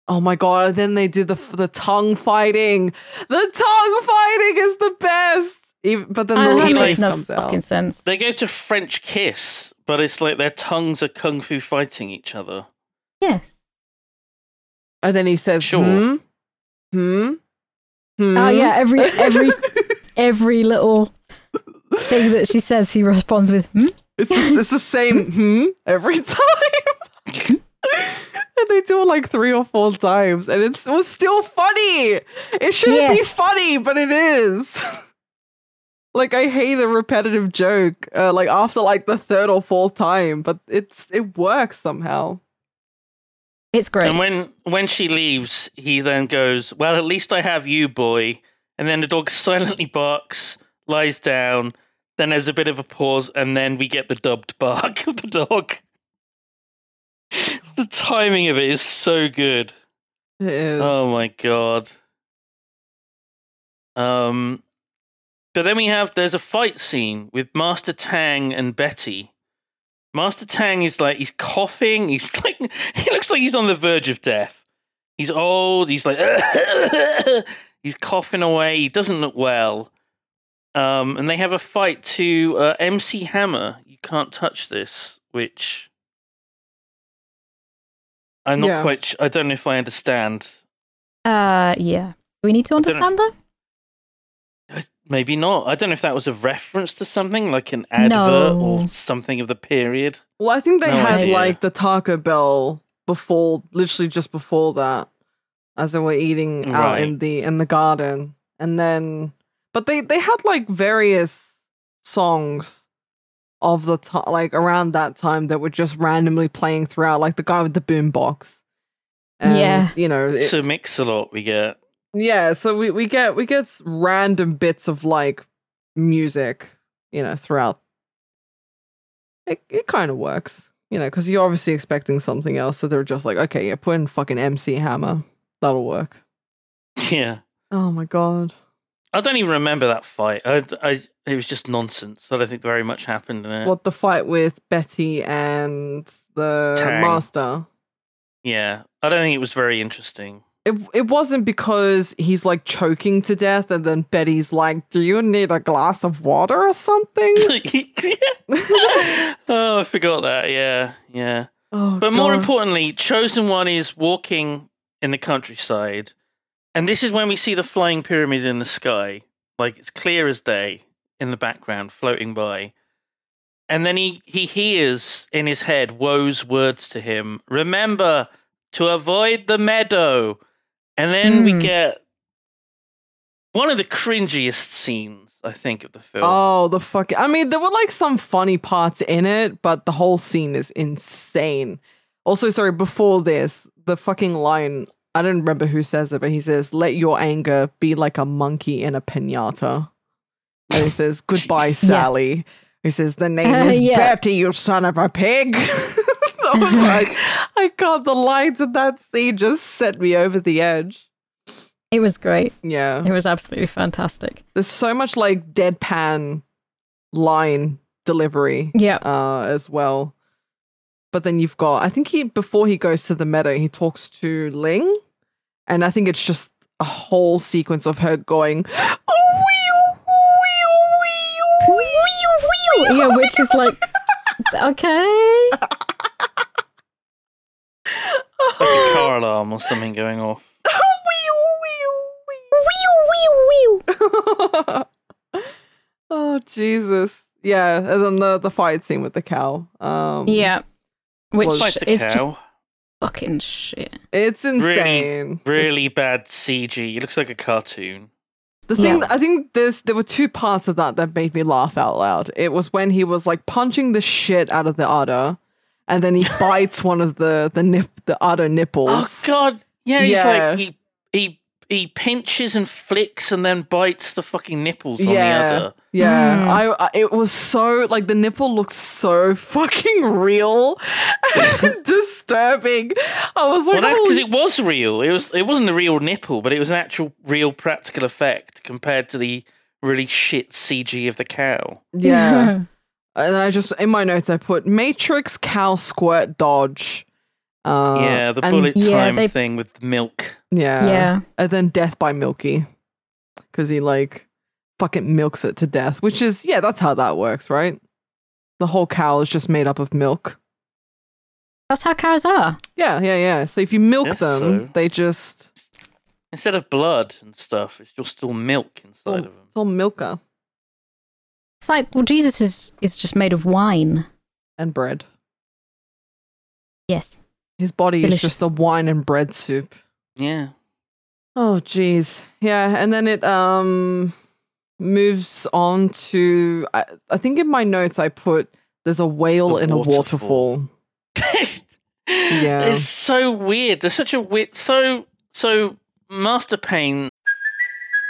[SPEAKER 3] oh my god and then they do the the tongue fighting the tongue fighting is the best Even, but then the
[SPEAKER 4] I
[SPEAKER 2] he
[SPEAKER 4] that
[SPEAKER 3] little
[SPEAKER 2] like-
[SPEAKER 4] makes
[SPEAKER 3] face
[SPEAKER 4] no
[SPEAKER 3] comes
[SPEAKER 4] fucking
[SPEAKER 3] out
[SPEAKER 4] sense.
[SPEAKER 2] They go to French kiss, but it's like their tongues are kung fu fighting each other.
[SPEAKER 4] Yeah,
[SPEAKER 3] and then he says
[SPEAKER 2] Sure.
[SPEAKER 3] hmm hmm hmm
[SPEAKER 4] oh yeah, every every every little thing that she says, he responds with hmm?
[SPEAKER 3] it's the, it's the same hmm every time and they do it like three or four times and it's, it was still funny it shouldn't be
[SPEAKER 4] Yes.
[SPEAKER 3] funny but it is like i hate a repetitive joke uh, like after like the third or fourth time but it's it works somehow
[SPEAKER 4] "It's great."
[SPEAKER 2] And when when she leaves, he then goes, "Well, at least I have you, boy." And then the dog silently barks, lies down. Then there's a bit of a pause, and then we get the dubbed bark of the dog. the timing of it is so good.
[SPEAKER 3] it is
[SPEAKER 2] Oh my god. Um, but then we have there's a fight scene with Master Tang and Betty. Master Tang is like he's coughing. He's like he looks like he's on the verge of death. He's old. He's like he's coughing away. He doesn't look well. Um, and they have a fight to uh, MC Hammer. You can't touch this, which I'm not
[SPEAKER 3] Yeah.
[SPEAKER 2] quite. Sh- I don't know if I understand.
[SPEAKER 4] uh, yeah, Do we need to
[SPEAKER 2] I don't know.
[SPEAKER 4] understand though.
[SPEAKER 2] Maybe not. I don't know if that was a reference to something like an advert
[SPEAKER 4] No.
[SPEAKER 2] or something of the period.
[SPEAKER 3] well i think they
[SPEAKER 2] No
[SPEAKER 3] had
[SPEAKER 2] idea.
[SPEAKER 3] like the taco bell before literally just before that as they were eating out in
[SPEAKER 2] Right.
[SPEAKER 3] the in the garden and then but they they had like various songs of the ti like around that time that were just randomly playing throughout like the guy with the boom box and
[SPEAKER 4] Yeah.
[SPEAKER 3] you know it-
[SPEAKER 2] It's a mix a lot we get.
[SPEAKER 3] yeah so we, we get we get s- random bits of like music you know throughout it, it kind of works you know because you're obviously expecting something else so they're just like okay yeah put in fucking mc hammer that'll work
[SPEAKER 2] Yeah.
[SPEAKER 3] oh my god
[SPEAKER 2] I don't even remember that fight. I, I, it was just nonsense. I don't think very much happened in it.
[SPEAKER 3] what the fight with betty and the
[SPEAKER 2] Tang.
[SPEAKER 3] master
[SPEAKER 2] Yeah. I don't think it was very interesting.
[SPEAKER 3] it, it wasn't because he's like choking to death and then betty's like do you need a glass of water or something
[SPEAKER 2] oh, I forgot that. Yeah. Yeah.
[SPEAKER 3] oh,
[SPEAKER 2] But more
[SPEAKER 3] God.
[SPEAKER 2] importantly, Chosen One is walking in the countryside. And this is when we see the flying pyramid in the sky. Like it's clear as day in the background, floating by. And then he, he hears in his head Woe's words to him Remember to avoid the meadow. And then we
[SPEAKER 4] Mm.
[SPEAKER 2] get one of the cringiest scenes, I think, of the film.
[SPEAKER 3] Oh, the fuck! I mean, there were like some funny parts in it, but the whole scene is insane. Also, sorry, before this, the fucking line I don't remember who says it, but he says, "Let your anger be like a monkey in a pinata." And he says, "Goodbye, Sally." He says, "The name
[SPEAKER 4] Uh,
[SPEAKER 3] is
[SPEAKER 4] yeah.
[SPEAKER 3] Betty, you son of a pig." I was like, "I can't." The lines in that scene just set me over the edge.
[SPEAKER 4] It was great.
[SPEAKER 3] Yeah,
[SPEAKER 4] It was absolutely fantastic.
[SPEAKER 3] there's so much like deadpan line delivery
[SPEAKER 4] Yeah.
[SPEAKER 3] uh, as well. But then you've got, I think he, before he goes to the meadow, he talks to Ling. And I think it's just a whole sequence of her going, "Oh, wee, oh, wee, oh, wee, oh, wee, oh, wee,
[SPEAKER 4] Yeah,
[SPEAKER 3] oh."
[SPEAKER 4] which is like, okay.
[SPEAKER 2] Like a car alarm or something going off.
[SPEAKER 4] oh,
[SPEAKER 3] Oh, Jesus. Yeah. And then the, the fight scene with the cow. Um,
[SPEAKER 4] Yeah. Which
[SPEAKER 3] Was-
[SPEAKER 2] Like the
[SPEAKER 4] is
[SPEAKER 2] cow.
[SPEAKER 4] just fucking shit.
[SPEAKER 3] It's
[SPEAKER 2] Really?
[SPEAKER 3] insane.
[SPEAKER 2] Really bad CG. It looks like a cartoon.
[SPEAKER 3] The thing
[SPEAKER 4] Yeah.
[SPEAKER 3] I think there's there were two parts of that that made me laugh out loud. It was when he was like punching the shit out of the udder, and then he bites one of the the nip the udder
[SPEAKER 2] Oh
[SPEAKER 3] nipples.
[SPEAKER 2] god. Yeah, he's
[SPEAKER 3] Yeah.
[SPEAKER 2] like he he he pinches and flicks and then bites the fucking nipples on the Hmm.
[SPEAKER 3] Yeah,
[SPEAKER 2] other.
[SPEAKER 3] yeah.
[SPEAKER 4] Mm.
[SPEAKER 3] I, I it was so like the nipple looks so fucking real, and disturbing. I was like,
[SPEAKER 2] Well, that's because
[SPEAKER 3] holy
[SPEAKER 2] it was real. It was it wasn't a real nipple, but it was an actual real practical effect compared to the really shit CG of the cow.
[SPEAKER 3] yeah. and I just in my notes I put Matrix cow squirt dodge. Uh,
[SPEAKER 2] yeah, the
[SPEAKER 3] and-
[SPEAKER 2] bullet
[SPEAKER 4] Yeah,
[SPEAKER 2] time
[SPEAKER 4] they-
[SPEAKER 2] thing with milk.
[SPEAKER 3] Yeah.
[SPEAKER 4] yeah.
[SPEAKER 3] and then death by Milky, because he like fucking milks it to death. Which is yeah, that's how that works, right? The whole cow is just made up of milk.
[SPEAKER 4] That's how cows are.
[SPEAKER 3] Yeah, yeah, yeah. So if you milk
[SPEAKER 2] Guess
[SPEAKER 3] them,
[SPEAKER 2] so.
[SPEAKER 3] they just
[SPEAKER 2] Instead of blood and stuff, it's just still milk
[SPEAKER 3] Oh.
[SPEAKER 2] inside of them.
[SPEAKER 3] it's all milker
[SPEAKER 4] It's like, well, Jesus is, is just made of wine.
[SPEAKER 3] and bread.
[SPEAKER 4] Yes.
[SPEAKER 3] His body
[SPEAKER 4] Delicious.
[SPEAKER 3] is just a wine and bread soup.
[SPEAKER 2] Yeah.
[SPEAKER 3] Oh jeez. Yeah, and then it um moves on to I, I think in my notes I put there's a whale
[SPEAKER 2] The
[SPEAKER 3] in a
[SPEAKER 2] waterfall.
[SPEAKER 3] waterfall.
[SPEAKER 2] yeah. It's so weird. There's such a weird so so Master Payne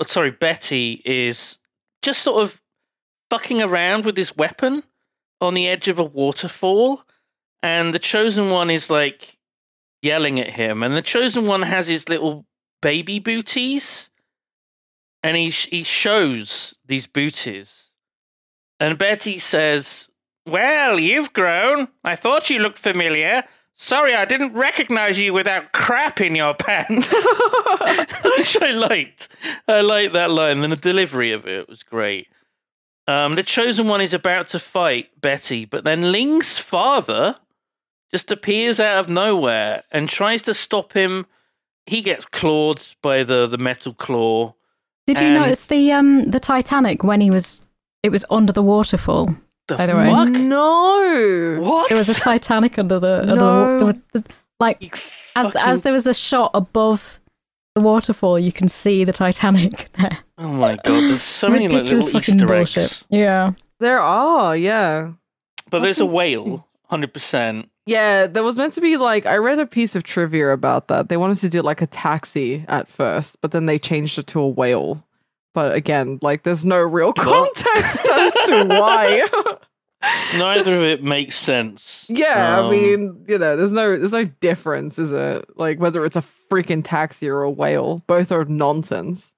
[SPEAKER 2] or sorry, Betty is just sort of fucking around with his weapon on the edge of a waterfall and the chosen one is like yelling at him and the chosen one has his little baby booties and he sh- he shows these booties and Betty says, "Well, you've grown. I thought you looked familiar." Sorry, I didn't recognize you without crap in your pants. Which I liked. I liked that line. Then the delivery of it was great. Um, the chosen one is about to fight Betty, but then Ling's father just appears out of nowhere and tries to stop him. He gets clawed by the, the metal claw.
[SPEAKER 4] Did you
[SPEAKER 2] And-
[SPEAKER 4] notice the um the Titanic when he was it was under the waterfall?
[SPEAKER 2] The
[SPEAKER 4] By the way.
[SPEAKER 2] fuck?
[SPEAKER 3] No.
[SPEAKER 2] What?
[SPEAKER 4] There was a Titanic under the under
[SPEAKER 3] No.
[SPEAKER 4] the, wa- there was- like
[SPEAKER 2] You
[SPEAKER 4] as
[SPEAKER 2] fucking-
[SPEAKER 4] as there was a shot above the waterfall, you can see the Titanic there.
[SPEAKER 2] Oh my god, there's so many like,
[SPEAKER 4] Ridiculous
[SPEAKER 2] little
[SPEAKER 4] fucking
[SPEAKER 2] Easter
[SPEAKER 4] bullshit.
[SPEAKER 2] eggs.
[SPEAKER 4] Yeah.
[SPEAKER 3] There are, yeah.
[SPEAKER 2] But there's a whale, 100%.
[SPEAKER 3] Yeah, there was meant to be like I read a piece of trivia about that. They wanted to do like a taxi at first, but then they changed it to a whale. But again, like there's no real context as to why.
[SPEAKER 2] Neither of it makes sense.
[SPEAKER 3] yeah, I
[SPEAKER 2] Um,
[SPEAKER 3] mean, you know, there's no there's no difference, is it? Like whether it's a freaking taxi or a whale, both are nonsense.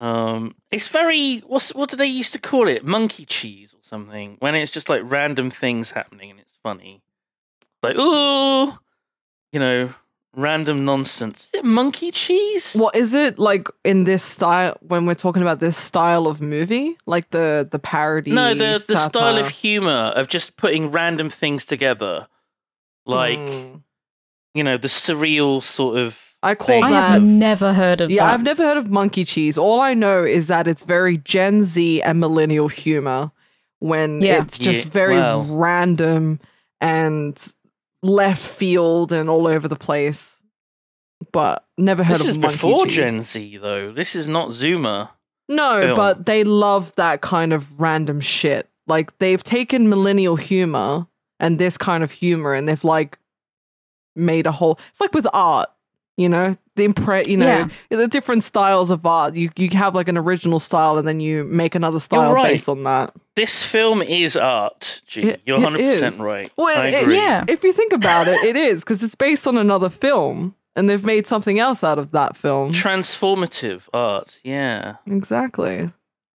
[SPEAKER 2] Um, it's very what's what do they used to call it? Monkey cheese or something? When it's just like random things happening and it's funny, like ooh, you know, random nonsense. Is it monkey cheese?
[SPEAKER 3] Well, is it like in this style when we're talking about this style of movie, like the the parody?
[SPEAKER 2] No, the the style
[SPEAKER 3] satire?
[SPEAKER 2] of humor of just putting random things together, like
[SPEAKER 3] Hmm.
[SPEAKER 2] you know, the surreal sort of.
[SPEAKER 3] I call
[SPEAKER 2] thing
[SPEAKER 4] I
[SPEAKER 3] that-
[SPEAKER 4] have
[SPEAKER 2] of-
[SPEAKER 4] never heard of
[SPEAKER 3] Yeah,
[SPEAKER 4] that.
[SPEAKER 3] I've never heard of monkey cheese. All I know is that it's very Gen Z and millennial humor when
[SPEAKER 4] Yeah.
[SPEAKER 3] it's just
[SPEAKER 2] Yeah,
[SPEAKER 3] very
[SPEAKER 2] wow.
[SPEAKER 3] random and left field and all over the place. But never heard
[SPEAKER 2] This
[SPEAKER 3] of
[SPEAKER 2] is
[SPEAKER 3] monkey
[SPEAKER 2] before
[SPEAKER 3] cheese.
[SPEAKER 2] Gen Z, though. This is not Zuma.
[SPEAKER 3] No,
[SPEAKER 2] film.
[SPEAKER 3] but they love that kind of random shit. Like they've taken millennial humor and this kind of humor, and they've like made a whole. It's like with art, you know, the impre- you know,
[SPEAKER 4] Yeah.
[SPEAKER 3] the different styles of art. You you have like an original style, and then you make another style
[SPEAKER 2] right.
[SPEAKER 3] based on that.
[SPEAKER 2] This film is art, G.
[SPEAKER 3] It-
[SPEAKER 2] You're
[SPEAKER 3] it
[SPEAKER 2] 100%
[SPEAKER 3] is.
[SPEAKER 2] right.
[SPEAKER 3] Well,
[SPEAKER 2] I
[SPEAKER 3] it-
[SPEAKER 2] agree.
[SPEAKER 4] yeah.
[SPEAKER 3] If you think about it, it is because it's based on another film, and they've made something else out of that film.
[SPEAKER 2] Mm-hmm. Transformative art, yeah.
[SPEAKER 3] exactly.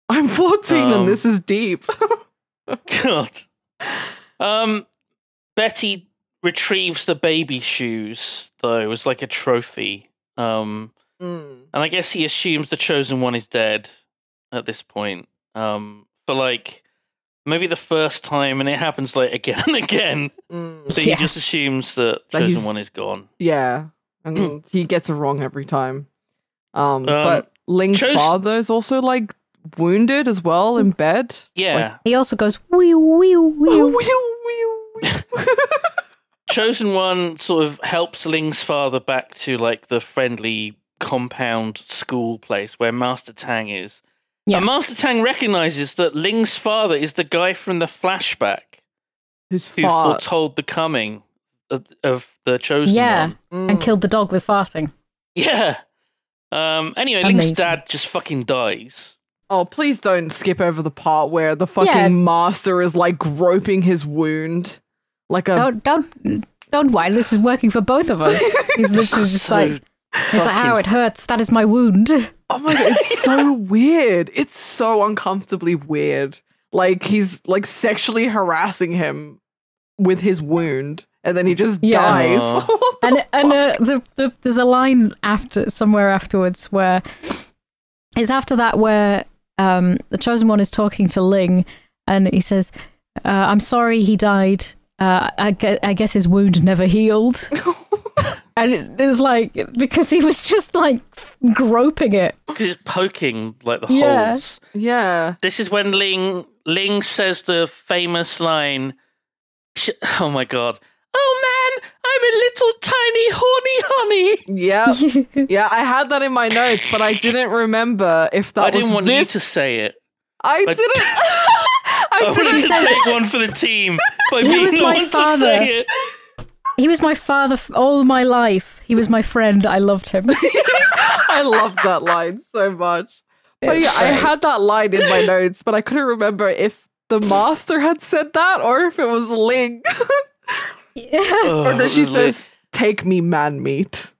[SPEAKER 3] I'm 14,
[SPEAKER 2] Um,
[SPEAKER 3] and this is deep.
[SPEAKER 2] God. Um, Betty retrieves the baby shoes, though, as like a trophy. Um,
[SPEAKER 3] Mm.
[SPEAKER 2] and I guess he assumes the chosen one is dead at this point. Um, for like maybe the first time, and it happens like again and again.
[SPEAKER 3] Mm.
[SPEAKER 2] But
[SPEAKER 4] Yeah.
[SPEAKER 2] he just assumes that
[SPEAKER 3] That
[SPEAKER 2] chosen
[SPEAKER 3] he's-
[SPEAKER 2] one is gone.
[SPEAKER 3] Yeah, and he gets it wrong every time. Um, but Ling's
[SPEAKER 2] Cho's-
[SPEAKER 3] father is also like wounded as well in bed.
[SPEAKER 2] Yeah,
[SPEAKER 4] He also goes wee wee wee.
[SPEAKER 2] chosen one sort of helps Ling's father back to like the friendly compound school place where Master Tang is.
[SPEAKER 4] Yeah.
[SPEAKER 2] And Master Tang recognizes that Ling's father is the guy from the flashback
[SPEAKER 3] Who's
[SPEAKER 2] who
[SPEAKER 3] fart?
[SPEAKER 2] foretold the coming of, of the chosen
[SPEAKER 4] Yeah.
[SPEAKER 2] one.
[SPEAKER 3] Mm.
[SPEAKER 4] and killed the dog with farting.
[SPEAKER 2] Yeah. Um anyway, Ling's
[SPEAKER 4] Amazing.
[SPEAKER 2] dad just fucking dies.
[SPEAKER 3] Oh, please don't skip over the part where the fucking
[SPEAKER 4] Yeah.
[SPEAKER 3] master is like groping his wound, like a
[SPEAKER 2] Um,
[SPEAKER 4] Don't don't don't whine. This is working for both of us. He's literally just
[SPEAKER 2] So
[SPEAKER 4] like it's like how
[SPEAKER 2] fucking-
[SPEAKER 4] it hurts. That is my wound.
[SPEAKER 3] Oh my god, it's so weird. It's so uncomfortably weird. Like he's like sexually harassing him with his wound, and then he just
[SPEAKER 4] Yeah.
[SPEAKER 3] dies.
[SPEAKER 2] Aw.
[SPEAKER 3] What the
[SPEAKER 4] and and uh, the, the there's a line after somewhere afterwards where it's after that where um, the chosen one is talking to Ling, and he says, uh, "I'm sorry, he died. Uh, I, gue- I guess his wound never healed." and it's, it's like because he was just like groping it.
[SPEAKER 2] Because he's poking like the
[SPEAKER 4] Yeah.
[SPEAKER 2] holes.
[SPEAKER 3] Yeah.
[SPEAKER 2] This is when Ling Ling says the famous line. sh- Oh my god! Oh man, I'm a little tiny horny honey.
[SPEAKER 3] Yeah. yeah, I had that in my notes, but I didn't remember if that
[SPEAKER 2] I didn't
[SPEAKER 3] was
[SPEAKER 2] want
[SPEAKER 3] this.
[SPEAKER 2] you to say it.
[SPEAKER 3] I
[SPEAKER 2] I-
[SPEAKER 3] didn't.
[SPEAKER 2] I
[SPEAKER 3] I
[SPEAKER 2] wanted
[SPEAKER 3] didn't.
[SPEAKER 2] to take one for the team by
[SPEAKER 4] was
[SPEAKER 2] being the
[SPEAKER 4] my
[SPEAKER 2] one to
[SPEAKER 4] father.
[SPEAKER 2] say it.
[SPEAKER 4] He was my father f- all my life. He was my friend. I loved him. Oh,
[SPEAKER 3] I love that line so much. But
[SPEAKER 4] It's
[SPEAKER 3] yeah, I
[SPEAKER 4] great.
[SPEAKER 3] had that line in my notes, but I couldn't remember if the master had said that or if it was Ling.
[SPEAKER 2] Oh,
[SPEAKER 3] and then
[SPEAKER 2] it
[SPEAKER 3] she
[SPEAKER 2] was lit.
[SPEAKER 3] says, "Take me man meat."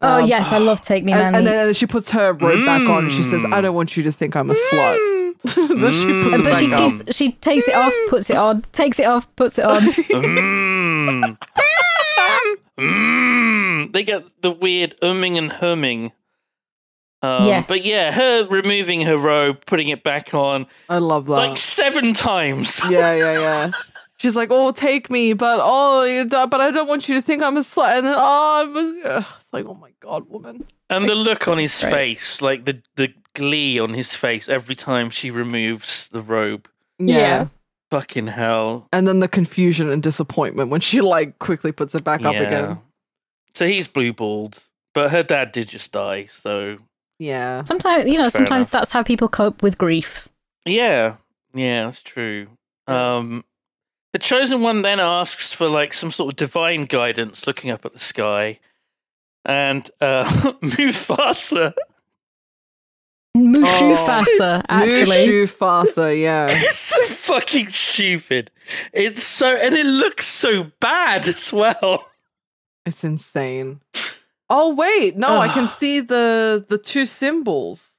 [SPEAKER 4] oh
[SPEAKER 3] Um,
[SPEAKER 4] yes, I love Take Me
[SPEAKER 3] and,
[SPEAKER 4] Man.
[SPEAKER 3] and
[SPEAKER 4] Meat.
[SPEAKER 3] then she puts her robe back on. and She says, "I don't want you to think I'm a slut." then she puts
[SPEAKER 2] Mm.
[SPEAKER 3] it
[SPEAKER 4] but
[SPEAKER 3] back
[SPEAKER 4] she
[SPEAKER 2] Bang
[SPEAKER 3] on.
[SPEAKER 2] on.
[SPEAKER 4] keeps she takes it off, puts it on, takes it off, puts it on.
[SPEAKER 2] Mm. Mm. They get the weird umming and humming. Um,
[SPEAKER 4] Yeah.
[SPEAKER 2] But yeah, her removing her robe, putting it back on,
[SPEAKER 3] I love that.
[SPEAKER 2] like seven times.
[SPEAKER 3] yeah, yeah, yeah. She's like, "Oh, take me," but oh, you don't- but I don't want you to think I'm a slut. And then oh, it was ugh. it's like, "Oh my god, woman!"
[SPEAKER 2] And the look on his
[SPEAKER 4] Right.
[SPEAKER 2] face, like the, the glee on his face every time she removes the robe.
[SPEAKER 4] Yeah.
[SPEAKER 2] Fucking hell.
[SPEAKER 3] And then the confusion and disappointment when she like quickly puts it back up again.
[SPEAKER 2] So he's blue balled, but her dad did just die. So
[SPEAKER 3] Yeah.
[SPEAKER 4] Sometimes you know,
[SPEAKER 2] That's fair
[SPEAKER 4] sometimes
[SPEAKER 2] enough.
[SPEAKER 4] that's how people cope with grief.
[SPEAKER 2] yeah, yeah, that's true. Um, the chosen one then asks for like some sort of divine guidance, looking up at the sky, and uh, Mufasa
[SPEAKER 3] Oh.
[SPEAKER 4] Mufasa, actually.
[SPEAKER 3] Mushu Fasa, yeah.
[SPEAKER 2] It's so fucking stupid. It's so, and it looks so bad as well.
[SPEAKER 3] It's insane. Oh wait, no, I can see the the two symbols.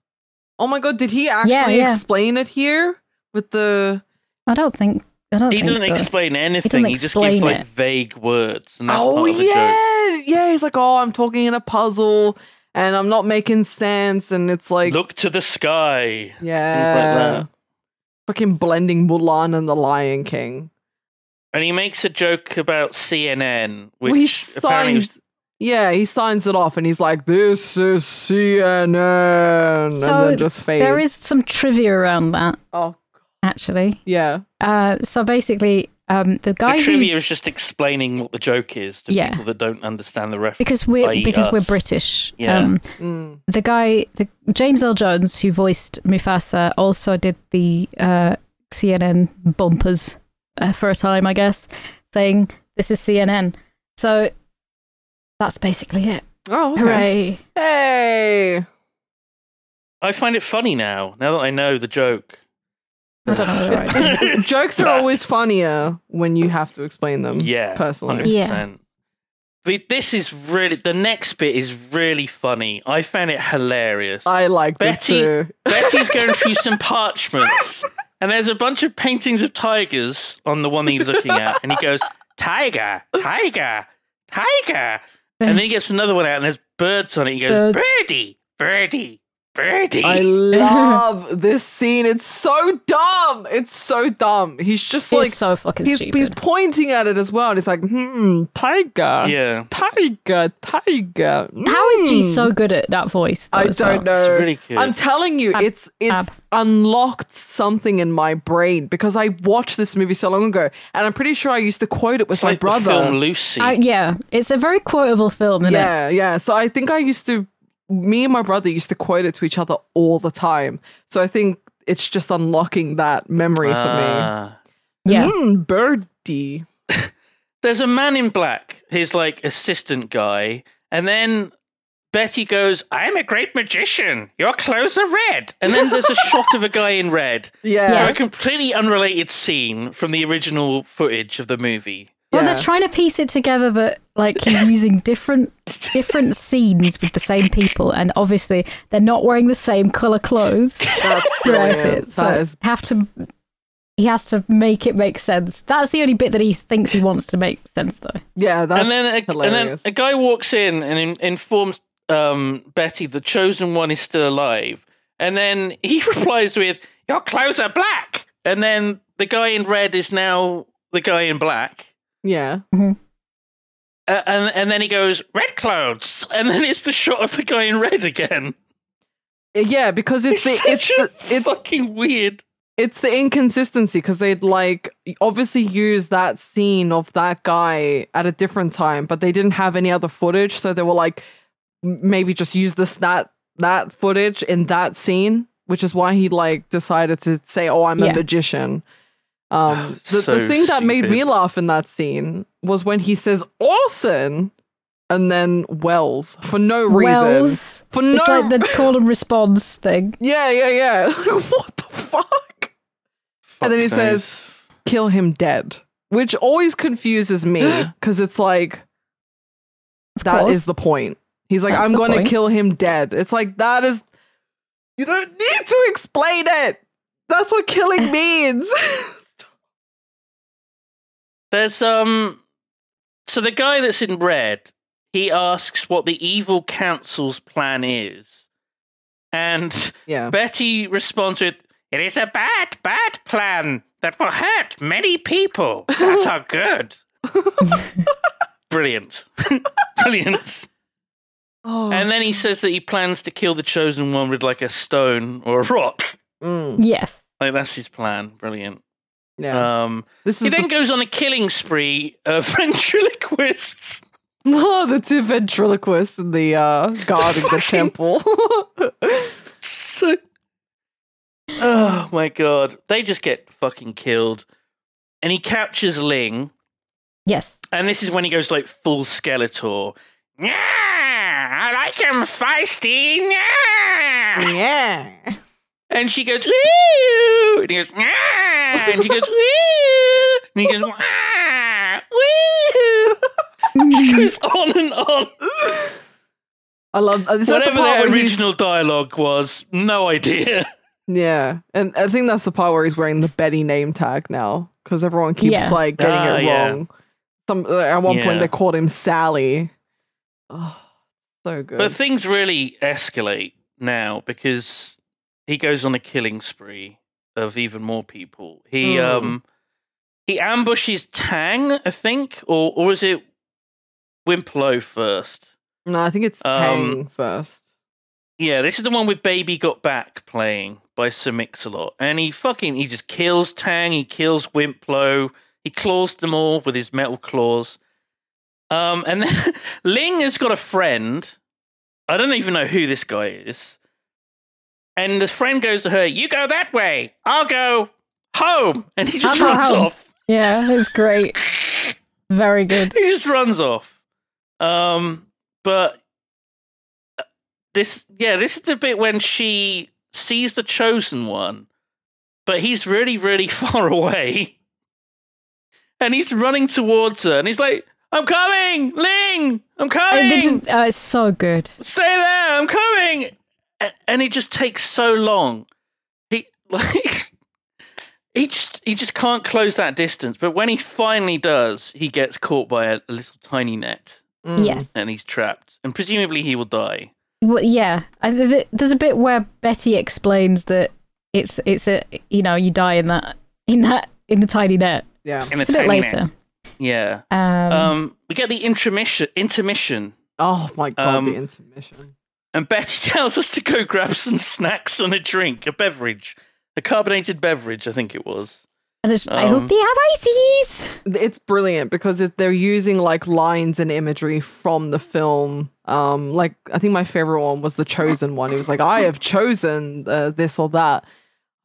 [SPEAKER 3] Oh my god, did he actually
[SPEAKER 4] yeah.
[SPEAKER 3] explain it here with the
[SPEAKER 4] I don't think I don't
[SPEAKER 2] He
[SPEAKER 4] think
[SPEAKER 2] doesn't
[SPEAKER 4] so.
[SPEAKER 2] explain anything.
[SPEAKER 4] doesn't
[SPEAKER 2] He, just gives
[SPEAKER 4] explain
[SPEAKER 2] like
[SPEAKER 4] it.
[SPEAKER 2] vague words, and that's
[SPEAKER 3] oh
[SPEAKER 2] part of the joke.
[SPEAKER 3] yeah, yeah. He's like, oh, I'm talking in a puzzle, and I'm not making sense, and it's like,
[SPEAKER 2] Look to the sky.
[SPEAKER 3] yeah,
[SPEAKER 2] Things like that.
[SPEAKER 3] fucking blending Mulan and the Lion King.
[SPEAKER 2] and he makes a joke about CNN, which
[SPEAKER 3] well, he
[SPEAKER 2] apparently was
[SPEAKER 3] signs. Yeah, he signs it off, and he's like, "This is CNN," and then just fades.
[SPEAKER 4] there is some trivia around that
[SPEAKER 3] Oh
[SPEAKER 4] actually.
[SPEAKER 3] yeah.
[SPEAKER 4] Uh, so basically, um, the guy
[SPEAKER 2] the
[SPEAKER 4] who-
[SPEAKER 2] trivia is just explaining what the joke is to
[SPEAKER 4] Yeah.
[SPEAKER 2] people that don't understand the reference.
[SPEAKER 4] because we're
[SPEAKER 2] i.e.
[SPEAKER 4] because we're
[SPEAKER 2] us.
[SPEAKER 4] British. um,
[SPEAKER 2] Yeah.
[SPEAKER 3] Mm.
[SPEAKER 4] the guy, the James L. Jones, who voiced Mufasa, also did the uh, CNN bumpers uh, for a time, I guess, saying this is CNN. So that's basically it.
[SPEAKER 3] Oh, okay.
[SPEAKER 4] Hooray!
[SPEAKER 3] Hey.
[SPEAKER 2] I find it funny now. Now that I know the joke,
[SPEAKER 4] I don't know. whether I-
[SPEAKER 2] It's
[SPEAKER 3] Jokes are
[SPEAKER 2] that.
[SPEAKER 3] always funnier when you have to explain them.
[SPEAKER 2] yeah,
[SPEAKER 3] Personally.
[SPEAKER 2] 100%. The- This is really the next bit is really funny. I found it hilarious.
[SPEAKER 3] I like
[SPEAKER 2] Betty-
[SPEAKER 3] Betty.
[SPEAKER 2] Betty's going through some parchments, and there's a bunch of paintings of tigers on the one that he's looking at, and he goes, "Tiger, tiger, tiger," and then he gets another one out, and there's birds on it. He goes,
[SPEAKER 4] Birds.
[SPEAKER 2] "Birdie, birdie, birdie."
[SPEAKER 3] I love this scene. It's so dumb. It's so dumb. He's just
[SPEAKER 4] He's
[SPEAKER 3] like
[SPEAKER 4] so fucking
[SPEAKER 3] he's,
[SPEAKER 4] stupid.
[SPEAKER 3] he's pointing at it as well, and he's like, "Hmm, tiger,
[SPEAKER 2] yeah,
[SPEAKER 3] tiger, tiger."
[SPEAKER 4] How is G
[SPEAKER 3] mm."
[SPEAKER 4] so good at that voice? though,
[SPEAKER 3] I
[SPEAKER 4] as
[SPEAKER 3] don't
[SPEAKER 4] well?
[SPEAKER 3] know.
[SPEAKER 2] It's really good.
[SPEAKER 3] I'm telling you, it's it's
[SPEAKER 4] ab.
[SPEAKER 3] unlocked something in my brain because I watched this movie so long ago, and I'm pretty sure I used to quote it with
[SPEAKER 2] it's
[SPEAKER 3] my
[SPEAKER 2] like the
[SPEAKER 3] brother.
[SPEAKER 2] film Lucy.
[SPEAKER 4] I, yeah, it's a very quotable film, isn't it?
[SPEAKER 3] yeah, yeah. So I think I used to, me and my brother used to quote it to each other all the time. So I think it's just unlocking that memory for
[SPEAKER 2] Ah.
[SPEAKER 3] me.
[SPEAKER 4] Yeah.
[SPEAKER 3] Mm, birdie.
[SPEAKER 2] there's a man in black, his like assistant guy, and then Betty goes, I am a great magician. Your clothes are red. And then there's a shot of a guy in red.
[SPEAKER 3] Yeah.
[SPEAKER 2] So a completely unrelated scene from the original footage of the movie.
[SPEAKER 4] Well,
[SPEAKER 3] Yeah.
[SPEAKER 4] they're trying to piece it together that like he's using different different scenes with the same people, and obviously they're not wearing the same color clothes
[SPEAKER 3] That's
[SPEAKER 4] throughout
[SPEAKER 3] brilliant.
[SPEAKER 4] it. So
[SPEAKER 3] That is-
[SPEAKER 4] have to he has to make it make sense. That's the only bit that he thinks he wants to make sense, though.
[SPEAKER 3] yeah, that's
[SPEAKER 2] and then a, and
[SPEAKER 3] hilarious.
[SPEAKER 2] then a guy walks in and in, informs um, Betty the chosen one is still alive. And then he replies with, Your clothes are black. And then the guy in red is now the guy in black.
[SPEAKER 3] yeah.
[SPEAKER 2] Uh, and and then he goes red clouds, and then it's the shot of the guy in red again.
[SPEAKER 3] Yeah, because it's the, it's
[SPEAKER 2] Such
[SPEAKER 3] the,
[SPEAKER 2] a
[SPEAKER 3] it's
[SPEAKER 2] fucking weird.
[SPEAKER 3] it's the inconsistency because they'd like obviously use that scene of that guy at a different time, but they didn't have any other footage, so they were like, m- maybe just use this that that footage in that scene, which is why he like decided to say, "Oh, I'm
[SPEAKER 4] Yeah.
[SPEAKER 3] a magician." Um, the,
[SPEAKER 2] So
[SPEAKER 3] the thing that made me
[SPEAKER 2] stupid.
[SPEAKER 3] laugh in that scene was when he says Orson and then Wells for no reason.
[SPEAKER 4] Wells,
[SPEAKER 3] For no
[SPEAKER 4] it's like the call and response thing.
[SPEAKER 3] yeah, yeah, yeah. what the fuck? And then he
[SPEAKER 2] Fuck
[SPEAKER 3] says-
[SPEAKER 2] knows.
[SPEAKER 3] Kill him dead, which always confuses me because it's like
[SPEAKER 4] Of
[SPEAKER 3] that
[SPEAKER 4] course.
[SPEAKER 3] is the point. He's like,
[SPEAKER 4] That's
[SPEAKER 3] I'm
[SPEAKER 4] the
[SPEAKER 3] going
[SPEAKER 4] point.
[SPEAKER 3] to kill him dead. It's like that is you don't need to explain it. That's what killing means.
[SPEAKER 2] "There's um." So the guy that's in red, he asks what the evil council's plan is, and
[SPEAKER 3] yeah.
[SPEAKER 2] Betty responds with, "It is a bad, bad plan that will hurt many people that are good." Brilliant, brilliant.
[SPEAKER 3] Oh.
[SPEAKER 2] And then he says that he plans to kill the chosen one with like a stone or a rock.
[SPEAKER 3] Mm,
[SPEAKER 4] yes.
[SPEAKER 2] Like that's his plan. Brilliant.
[SPEAKER 3] yeah.
[SPEAKER 2] Um,
[SPEAKER 3] this
[SPEAKER 2] he
[SPEAKER 3] is
[SPEAKER 2] then
[SPEAKER 3] the,
[SPEAKER 2] goes on a killing spree of ventriloquists.
[SPEAKER 3] oh, the two ventriloquists in the uh, guarding the temple.
[SPEAKER 2] So- oh my god, they just get fucking killed. And he captures Ling,
[SPEAKER 4] Yes.
[SPEAKER 2] and this is when he goes like full Skeletor. Yeah, I like him feisty. Yeah.
[SPEAKER 3] yeah.
[SPEAKER 2] And she goes, woo! And he goes, "Ah!" And she goes, woo! And he goes, "Ah, woo!" She goes on and on.
[SPEAKER 3] I love uh, is that the
[SPEAKER 2] Whatever
[SPEAKER 3] part
[SPEAKER 2] their
[SPEAKER 3] where he's-
[SPEAKER 2] original dialogue was, no idea.
[SPEAKER 3] Yeah, and I think that's the part where he's wearing the Betty name tag now because everyone keeps
[SPEAKER 4] Yeah.
[SPEAKER 3] like getting
[SPEAKER 2] Ah,
[SPEAKER 3] it
[SPEAKER 2] yeah.
[SPEAKER 3] wrong. Some uh, at one
[SPEAKER 2] Yeah.
[SPEAKER 3] point they called him Sally. Oh, so good.
[SPEAKER 2] But things really escalate now because he goes on a killing spree of even more people. He
[SPEAKER 3] Mm.
[SPEAKER 2] um He ambushes Tang, I think, or or is it Wimplo first?
[SPEAKER 3] No, I think it's
[SPEAKER 2] Um,
[SPEAKER 3] Tang first.
[SPEAKER 2] Yeah, this is the one with Baby Got Back playing by Sir Mix-a-Lot, and he fucking he just kills Tang, he kills Wimplo, he claws them all with his metal claws. Um, and then Ling has got a friend. I don't even know who this guy is. And the friend goes to her, "You go that way, I'll go home," and he just
[SPEAKER 4] I'm not
[SPEAKER 2] runs
[SPEAKER 4] home.
[SPEAKER 2] off.
[SPEAKER 4] Yeah, it's great. Very good.
[SPEAKER 2] he just runs off. Um, but uh, this, yeah, this is the bit when she sees the chosen one, but he's really, really far away, and he's running towards her, and he's like, "I'm coming, Ling! I'm
[SPEAKER 4] Uh, they
[SPEAKER 2] coming!
[SPEAKER 4] just- uh, it's so good.
[SPEAKER 2] Stay there! I'm coming!" A- And it just takes so long. He like. He just he just can't close that distance, but when he finally does, he gets caught by a, a little tiny net
[SPEAKER 3] Mm.
[SPEAKER 4] Yes.
[SPEAKER 2] and he's trapped, and presumably he will die.
[SPEAKER 4] Well, yeah, I, th- th- there's a bit where Betty explains that it's it's a you know you die in that in that in the tiny net.
[SPEAKER 3] Yeah.
[SPEAKER 2] In
[SPEAKER 4] It's a bit
[SPEAKER 2] tiny
[SPEAKER 4] later.
[SPEAKER 2] net. Yeah.
[SPEAKER 4] Um,
[SPEAKER 2] Um, we get the intermission, intermission,
[SPEAKER 3] Oh my god,
[SPEAKER 2] Um,
[SPEAKER 3] the intermission.
[SPEAKER 2] and Betty tells us to go grab some snacks and a drink, a beverage, a carbonated beverage, I think it was.
[SPEAKER 4] and it's, I hope
[SPEAKER 2] um,
[SPEAKER 4] they have ices.
[SPEAKER 3] It's brilliant because it, they're using like lines and imagery from the film. Um, like I think my favorite one was the chosen one. It was like I have chosen uh, this or that.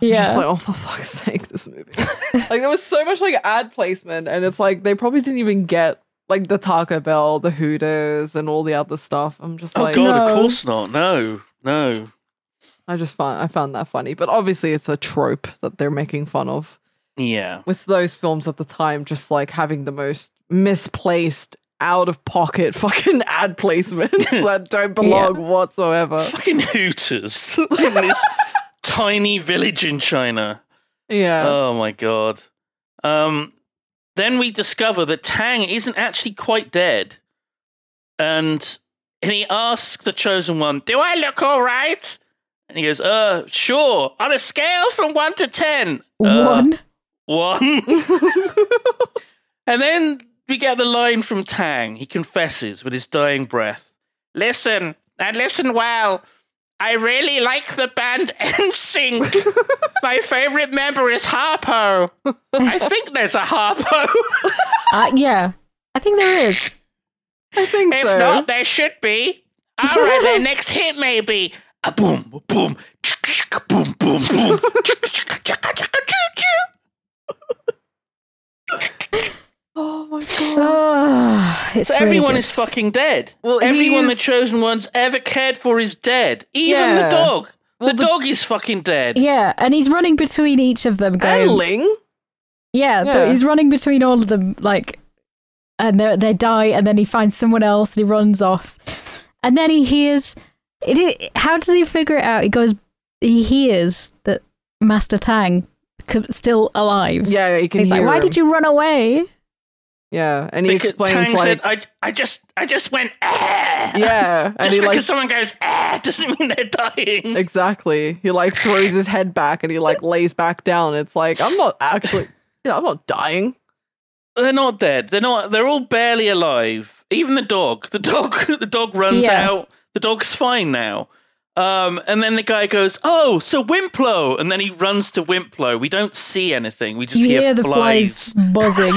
[SPEAKER 3] I'm
[SPEAKER 4] Yeah,
[SPEAKER 3] Just like oh for fuck's sake, this movie. like there was so much like ad placement, and it's like they probably didn't even get like the Taco Bell, the Hooters, and all the other stuff. I'm just
[SPEAKER 2] Oh
[SPEAKER 3] like
[SPEAKER 2] God,
[SPEAKER 4] No.
[SPEAKER 2] of course not. No, no.
[SPEAKER 3] I just found I found that funny, but obviously it's a trope that they're making fun of.
[SPEAKER 2] Yeah,
[SPEAKER 3] with those films at the time just like having the most misplaced out of pocket fucking ad placements that don't belong whatsoever.
[SPEAKER 2] fucking hooters in this tiny village in China.
[SPEAKER 3] Yeah.
[SPEAKER 2] Oh my god. Um, then we discover that Tang isn't actually quite dead, and and he asks the chosen one, "Do I look all right?" And he goes, "Uh, sure." On a scale from one to ten, uh,
[SPEAKER 4] one.
[SPEAKER 2] one. and then we get the line from Tang. He confesses with his dying breath. Listen, and listen well. I really like the band NSYNC. My favorite member is Harpo. I think there's a Harpo.
[SPEAKER 4] Uh, yeah, I think there is.
[SPEAKER 3] I think
[SPEAKER 2] if
[SPEAKER 3] so.
[SPEAKER 2] not, there should be. All right, their next hit maybe. A boom, boom, boom, boom, boom.
[SPEAKER 3] oh my god.
[SPEAKER 4] Oh, it's
[SPEAKER 2] So
[SPEAKER 4] really
[SPEAKER 2] everyone
[SPEAKER 4] good.
[SPEAKER 2] is fucking dead.
[SPEAKER 3] Well,
[SPEAKER 2] Well, everyone
[SPEAKER 3] he's-
[SPEAKER 2] the chosen one's ever cared for is dead. Even
[SPEAKER 3] Yeah.
[SPEAKER 2] the dog. the,
[SPEAKER 3] the-
[SPEAKER 2] dog is fucking dead.
[SPEAKER 4] Yeah, and he's running between each of them. Going,
[SPEAKER 2] Oh,
[SPEAKER 3] And Ling? Yeah.
[SPEAKER 4] Yeah, But he's running between all of them, like, and they they die, and then he finds someone else, and he runs off, and then he hears. It, it- how does he figure it out? He goes, he hears that Master Tang c- still alive.
[SPEAKER 3] Yeah, you can
[SPEAKER 4] he's like,
[SPEAKER 3] hear
[SPEAKER 4] why did
[SPEAKER 3] him.
[SPEAKER 4] you run away?
[SPEAKER 3] Yeah, and he
[SPEAKER 2] Because
[SPEAKER 3] explains
[SPEAKER 2] Tang
[SPEAKER 3] like
[SPEAKER 2] said, I, I just I just went eh.
[SPEAKER 3] yeah, and
[SPEAKER 2] Just
[SPEAKER 3] he
[SPEAKER 2] because
[SPEAKER 3] like
[SPEAKER 2] someone goes eh doesn't mean they're dying.
[SPEAKER 3] exactly. He like throws his head back and he like lays back down. It's like I'm not actually yeah, I'm not dying.
[SPEAKER 2] they're not dead. They're not they're all barely alive. Even the dog. The dog the dog runs
[SPEAKER 4] Yeah.
[SPEAKER 2] out. The dog's fine now. Um, and then the guy goes, "Oh, so Wimplo!" And then he runs to Wimplo. We don't see anything. We just
[SPEAKER 4] you hear, the flies buzzing.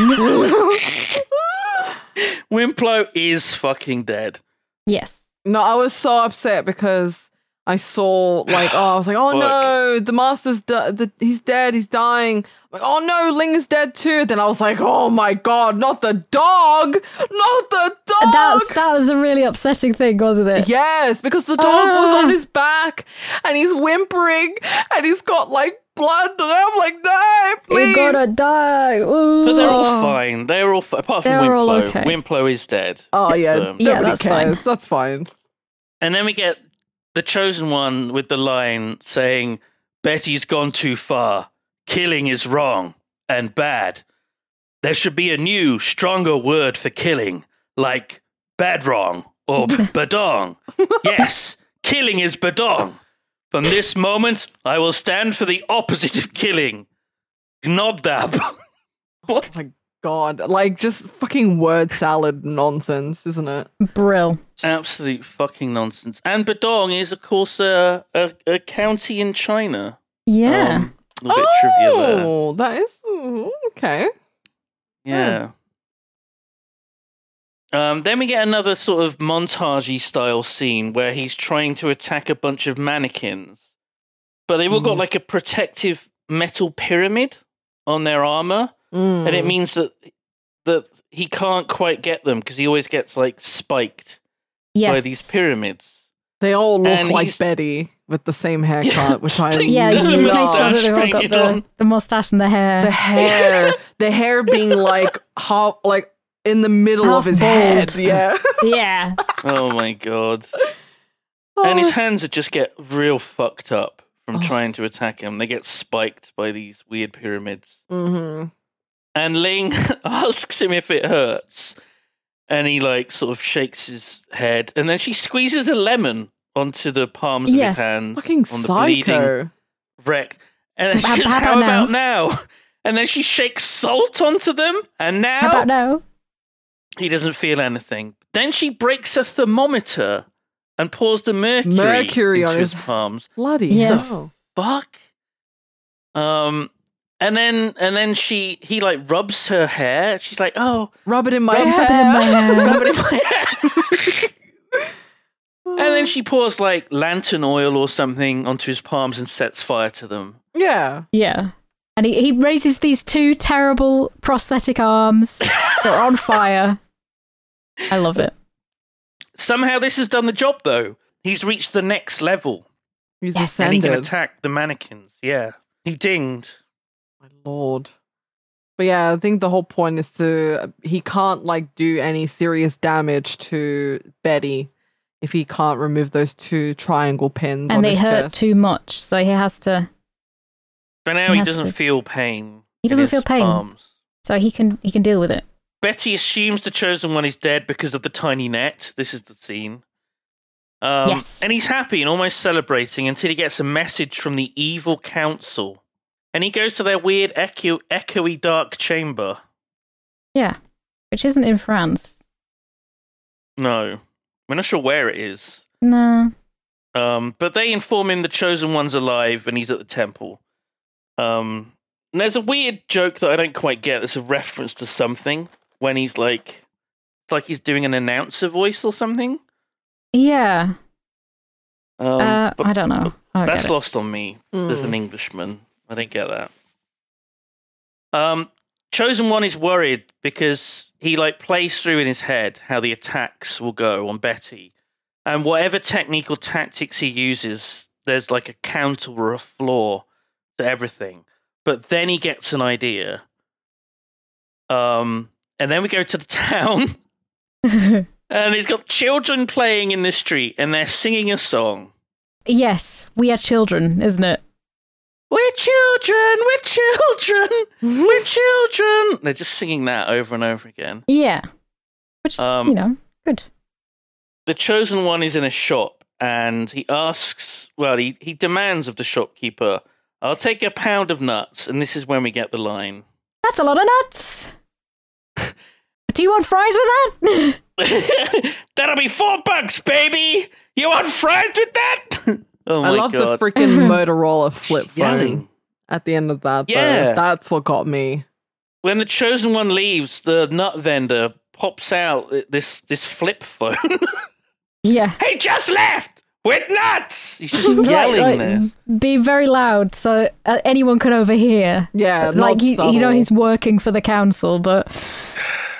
[SPEAKER 2] Wimplo is fucking dead.
[SPEAKER 4] yes.
[SPEAKER 3] No, I was so upset because I saw like oh I was like oh
[SPEAKER 2] Fuck.
[SPEAKER 3] no the master's di- the, he's dead he's dying like oh no Ling is dead too then I was like oh my god not the dog not the dog
[SPEAKER 4] That's that was the really upsetting thing, wasn't it?
[SPEAKER 3] yes because the dog was
[SPEAKER 4] Ah.
[SPEAKER 3] on his back and he's whimpering and he's got like blood and I'm like no please
[SPEAKER 4] You're gonna die. Ooh.
[SPEAKER 2] But they're all fine. They're all fi- apart from
[SPEAKER 4] Oh. They're
[SPEAKER 2] Wimplo.
[SPEAKER 4] all okay.
[SPEAKER 2] Wimplo is dead.
[SPEAKER 3] oh yeah
[SPEAKER 2] Um,
[SPEAKER 3] nobody
[SPEAKER 4] Yeah, that's fine.
[SPEAKER 3] cares that's fine
[SPEAKER 2] And then we get the chosen one with the line saying, "Betty's gone too far. Killing is wrong and bad. There should be a new, stronger word for killing, like bad wrong or b- badong. yes, killing is badong. From this moment, I will stand for the opposite of killing, gnobdab." What?
[SPEAKER 3] Oh my god, like just fucking word salad nonsense, isn't it?
[SPEAKER 4] Brill.
[SPEAKER 2] Absolute fucking nonsense. And Badong is, of course, a, a, a county in China.
[SPEAKER 4] Yeah.
[SPEAKER 2] Um, a little bit trivia there.
[SPEAKER 3] Oh, that is mm, okay.
[SPEAKER 2] Yeah. Um, then we get another sort of montagey style scene where he's trying to attack a bunch of mannequins, but they've all
[SPEAKER 3] Mm.
[SPEAKER 2] got like a protective metal pyramid on their armor,
[SPEAKER 3] Mm.
[SPEAKER 2] and it means that that he can't quite get them because he always gets like spiked
[SPEAKER 4] yes.
[SPEAKER 2] by these pyramids.
[SPEAKER 3] they all look
[SPEAKER 2] and
[SPEAKER 3] like
[SPEAKER 2] he's-
[SPEAKER 3] Betty with the same haircut, which I
[SPEAKER 2] They
[SPEAKER 4] Yeah,
[SPEAKER 2] The
[SPEAKER 4] you make sure that
[SPEAKER 2] moustache
[SPEAKER 4] they've all got
[SPEAKER 2] painted on.
[SPEAKER 4] the, the mustache and the hair.
[SPEAKER 3] the hair, the hair being like half, like in the middle
[SPEAKER 4] Half
[SPEAKER 3] of his
[SPEAKER 4] bald.
[SPEAKER 3] head. Yeah,
[SPEAKER 4] yeah.
[SPEAKER 2] Oh my god! and
[SPEAKER 3] Oh.
[SPEAKER 2] his hands are just get real fucked up from trying to attack him. They get spiked by these weird pyramids.
[SPEAKER 3] hmm
[SPEAKER 2] And Ling asks him if it hurts. And he like sort of shakes his head. And then she squeezes a lemon onto the palms of
[SPEAKER 4] Yes.
[SPEAKER 2] his hands.
[SPEAKER 3] fucking
[SPEAKER 2] on the bleeding
[SPEAKER 3] psycho.
[SPEAKER 2] wreck. And then
[SPEAKER 4] How
[SPEAKER 2] she goes,
[SPEAKER 4] about
[SPEAKER 2] How
[SPEAKER 4] now?"
[SPEAKER 2] about now? And then she shakes salt onto them. And
[SPEAKER 4] How
[SPEAKER 2] now
[SPEAKER 4] about no?
[SPEAKER 2] he doesn't feel anything. Then she breaks a thermometer and pours the mercury,
[SPEAKER 3] Mercury
[SPEAKER 2] into
[SPEAKER 3] on
[SPEAKER 2] his
[SPEAKER 3] his-
[SPEAKER 2] palms
[SPEAKER 3] Bloody
[SPEAKER 4] Yes.
[SPEAKER 3] hell.
[SPEAKER 2] fuck um and then and then she he like rubs her hair she's like oh
[SPEAKER 3] Rub it in my
[SPEAKER 2] Rub-
[SPEAKER 3] hair.
[SPEAKER 4] Rub it in my hair.
[SPEAKER 2] rub it in my hair and then she pours like lantern oil or something onto his palms and sets fire to them
[SPEAKER 3] yeah.
[SPEAKER 4] Yeah. And he, he raises these two terrible prosthetic arms that are on fire. I love it.
[SPEAKER 2] somehow this has done the job though he's reached the next level
[SPEAKER 3] He's
[SPEAKER 2] and he can
[SPEAKER 3] ascended.
[SPEAKER 2] attack the mannequins yeah he dinged
[SPEAKER 3] My lord. But yeah, I think the whole point is to he can't like do any serious damage to Betty if he can't remove those two triangle pins. on
[SPEAKER 4] And they
[SPEAKER 3] his
[SPEAKER 4] hurt
[SPEAKER 3] chest.
[SPEAKER 4] too much, so he has to
[SPEAKER 2] but now
[SPEAKER 4] He
[SPEAKER 2] he,
[SPEAKER 4] has
[SPEAKER 2] doesn't
[SPEAKER 4] to.
[SPEAKER 2] feel pain
[SPEAKER 4] He
[SPEAKER 2] in
[SPEAKER 4] doesn't
[SPEAKER 2] his
[SPEAKER 4] feel pain.
[SPEAKER 2] palms.
[SPEAKER 4] so he can he can deal with it.
[SPEAKER 2] Betty assumes the chosen one is dead because of the tiny net. This is the scene. Um,
[SPEAKER 4] Yes.
[SPEAKER 2] And he's happy and almost celebrating until he gets a message from the evil council. And he goes to their weird, echo- echoey, dark chamber.
[SPEAKER 4] Yeah. Which isn't in France.
[SPEAKER 2] No, we're not sure where it is.
[SPEAKER 4] No.
[SPEAKER 2] Um, but they inform him the chosen one's alive and he's at the temple. Um, and there's a weird joke that I don't quite get. That's a reference to something when he's like, it's like he's doing an announcer voice or something.
[SPEAKER 4] Yeah.
[SPEAKER 2] Um,
[SPEAKER 4] uh,
[SPEAKER 2] but
[SPEAKER 4] I don't know. I don't
[SPEAKER 2] That's
[SPEAKER 4] get it.
[SPEAKER 2] lost on me as an Englishman. I didn't get that. Um, Chosen One is worried because he like plays through in his head how the attacks will go on Betty, and whatever technique or tactics he uses, there's like a counter or a flaw to everything. But then he gets an idea. Um, and then we go to the town. And he's got children playing in the street and they're singing a song.
[SPEAKER 4] yes, we are children, isn't it?
[SPEAKER 2] We're children, we're children,
[SPEAKER 3] Mm-hmm.
[SPEAKER 2] we're children. They're just singing that over and over again.
[SPEAKER 4] Yeah. Which is,
[SPEAKER 2] Um,
[SPEAKER 4] you know, good.
[SPEAKER 2] The chosen one is in a shop and he asks, well, he, he demands of the shopkeeper, I'll take a pound of nuts. And this is when we get the line.
[SPEAKER 4] That's a lot of nuts. Do you want fries with that?
[SPEAKER 2] That'll be four bucks, baby. You want fries with that? oh my
[SPEAKER 3] I love
[SPEAKER 2] God.
[SPEAKER 3] the freaking Motorola flip phone
[SPEAKER 2] Yelling.
[SPEAKER 3] at the end of that. though.
[SPEAKER 2] Yeah.
[SPEAKER 3] that's what got me.
[SPEAKER 2] When the chosen one leaves, the nut vendor pops out this this flip phone.
[SPEAKER 4] yeah.
[SPEAKER 2] he just left with nuts. He's just
[SPEAKER 4] Like-
[SPEAKER 2] yelling
[SPEAKER 4] like,
[SPEAKER 2] this.
[SPEAKER 4] Be very loud so uh, anyone can overhear.
[SPEAKER 3] Yeah,
[SPEAKER 4] like
[SPEAKER 3] not
[SPEAKER 4] you, you know,
[SPEAKER 3] subtle.
[SPEAKER 4] he's working for the council, but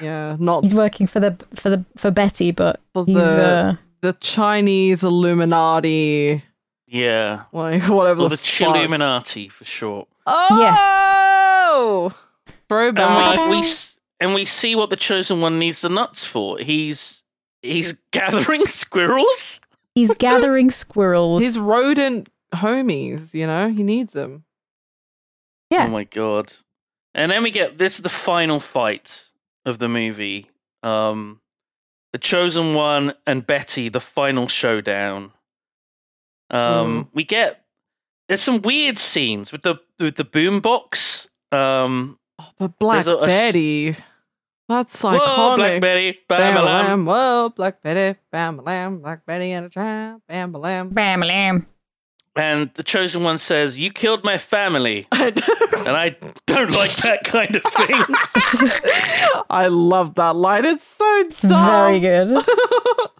[SPEAKER 3] yeah, not
[SPEAKER 4] he's working for the for the for Betty, but
[SPEAKER 3] for
[SPEAKER 4] he's
[SPEAKER 3] the
[SPEAKER 4] uh,
[SPEAKER 3] the Chinese Illuminati,
[SPEAKER 2] Yeah.
[SPEAKER 3] like whatever.
[SPEAKER 2] Or
[SPEAKER 3] the
[SPEAKER 2] the
[SPEAKER 3] fuck.
[SPEAKER 2] Chilluminati for short.
[SPEAKER 3] Oh, yes. Throwback.
[SPEAKER 2] And we, we s- and we see what the chosen one needs the nuts for. He's he's gathering squirrels.
[SPEAKER 4] he's gathering squirrels.
[SPEAKER 3] His rodent homies, you know, he needs them.
[SPEAKER 4] Yeah.
[SPEAKER 2] Oh my god. And then we get this is the final fight of the movie. Um The Chosen One and Betty, the final showdown. Um we get there's some weird scenes with the with the boombox. Um
[SPEAKER 3] Oh, But Black
[SPEAKER 2] There's a- a s-
[SPEAKER 3] Betty. That's iconic.
[SPEAKER 2] Whoa, Black Betty, bam,
[SPEAKER 3] Bam,
[SPEAKER 2] bam.
[SPEAKER 3] lamb. Whoa, Black Betty. Bam, lamb. Black Betty and a tram. Bam, lamb.
[SPEAKER 4] Bam, lamb.
[SPEAKER 2] And the chosen one says, "You killed my family," and I don't like that kind of thing.
[SPEAKER 3] I love that line. It's so
[SPEAKER 4] It's
[SPEAKER 3] dumb.
[SPEAKER 4] very good.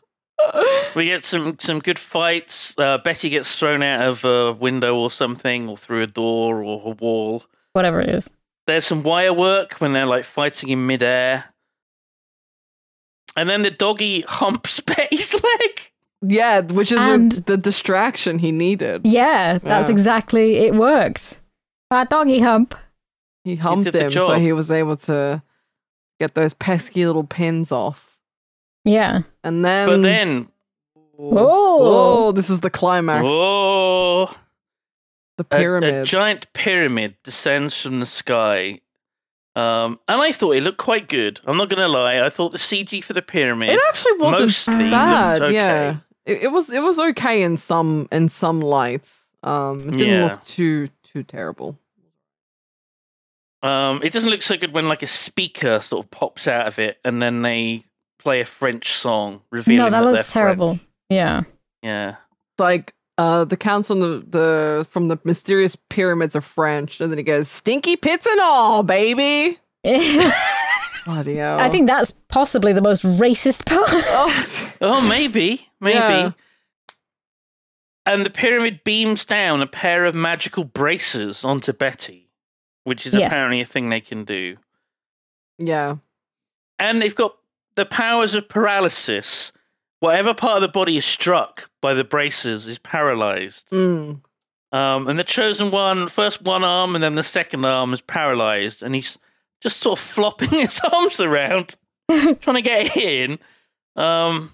[SPEAKER 2] we get some some good fights. Uh, Betty gets thrown out of a window or something, or through a door or a wall.
[SPEAKER 4] Whatever it is.
[SPEAKER 2] There's some wire work when they're like fighting in midair. And then the doggy humps Betty's leg.
[SPEAKER 3] Yeah, which is a,
[SPEAKER 4] And-
[SPEAKER 3] the distraction he needed.
[SPEAKER 4] Yeah, that's
[SPEAKER 3] Yeah.
[SPEAKER 4] exactly. It worked. Bad doggy hump.
[SPEAKER 3] He humped
[SPEAKER 2] did the
[SPEAKER 3] him, so
[SPEAKER 2] job.
[SPEAKER 3] he was able to get those pesky little pins off.
[SPEAKER 4] Yeah.
[SPEAKER 3] And then,
[SPEAKER 2] But then,
[SPEAKER 4] Oh.
[SPEAKER 3] oh, this is the climax.
[SPEAKER 2] whoa,
[SPEAKER 3] The
[SPEAKER 2] a-
[SPEAKER 3] pyramid.
[SPEAKER 2] A, giant pyramid descends from the sky. Um, and I thought it looked quite good. I'm not gonna lie. I thought the CG for the pyramid.
[SPEAKER 3] It actually wasn't
[SPEAKER 2] mostly looked
[SPEAKER 3] bad.
[SPEAKER 2] okay.
[SPEAKER 3] Yeah, it, it was it was okay in some in some lights. Um, it didn't
[SPEAKER 2] Yeah.
[SPEAKER 3] look too too terrible.
[SPEAKER 2] Um, it doesn't look so good when like a speaker sort of pops out of it, and then they play a French song, revealing
[SPEAKER 4] No, that
[SPEAKER 2] that
[SPEAKER 4] looks
[SPEAKER 2] they're French.
[SPEAKER 4] terrible. Yeah.
[SPEAKER 2] Yeah,
[SPEAKER 3] It's like uh, the counts on the, the from the mysterious pyramids are French, and then he goes stinky pits and all, baby. Bloody hell!
[SPEAKER 4] I think that's possibly the most racist part.
[SPEAKER 3] Oh,
[SPEAKER 2] oh maybe, maybe.
[SPEAKER 3] Yeah.
[SPEAKER 2] And the pyramid beams down a pair of magical bracers onto Betty, which is
[SPEAKER 4] Yes.
[SPEAKER 2] apparently a thing they can do.
[SPEAKER 3] yeah.
[SPEAKER 2] and they've got the powers of paralysis. Whatever part of the body is struck by the braces is paralyzed.
[SPEAKER 3] Mm.
[SPEAKER 2] Um, and the chosen one, first one arm and then the second arm is paralyzed, and he's just sort of flopping his arms around, trying to get in. Um,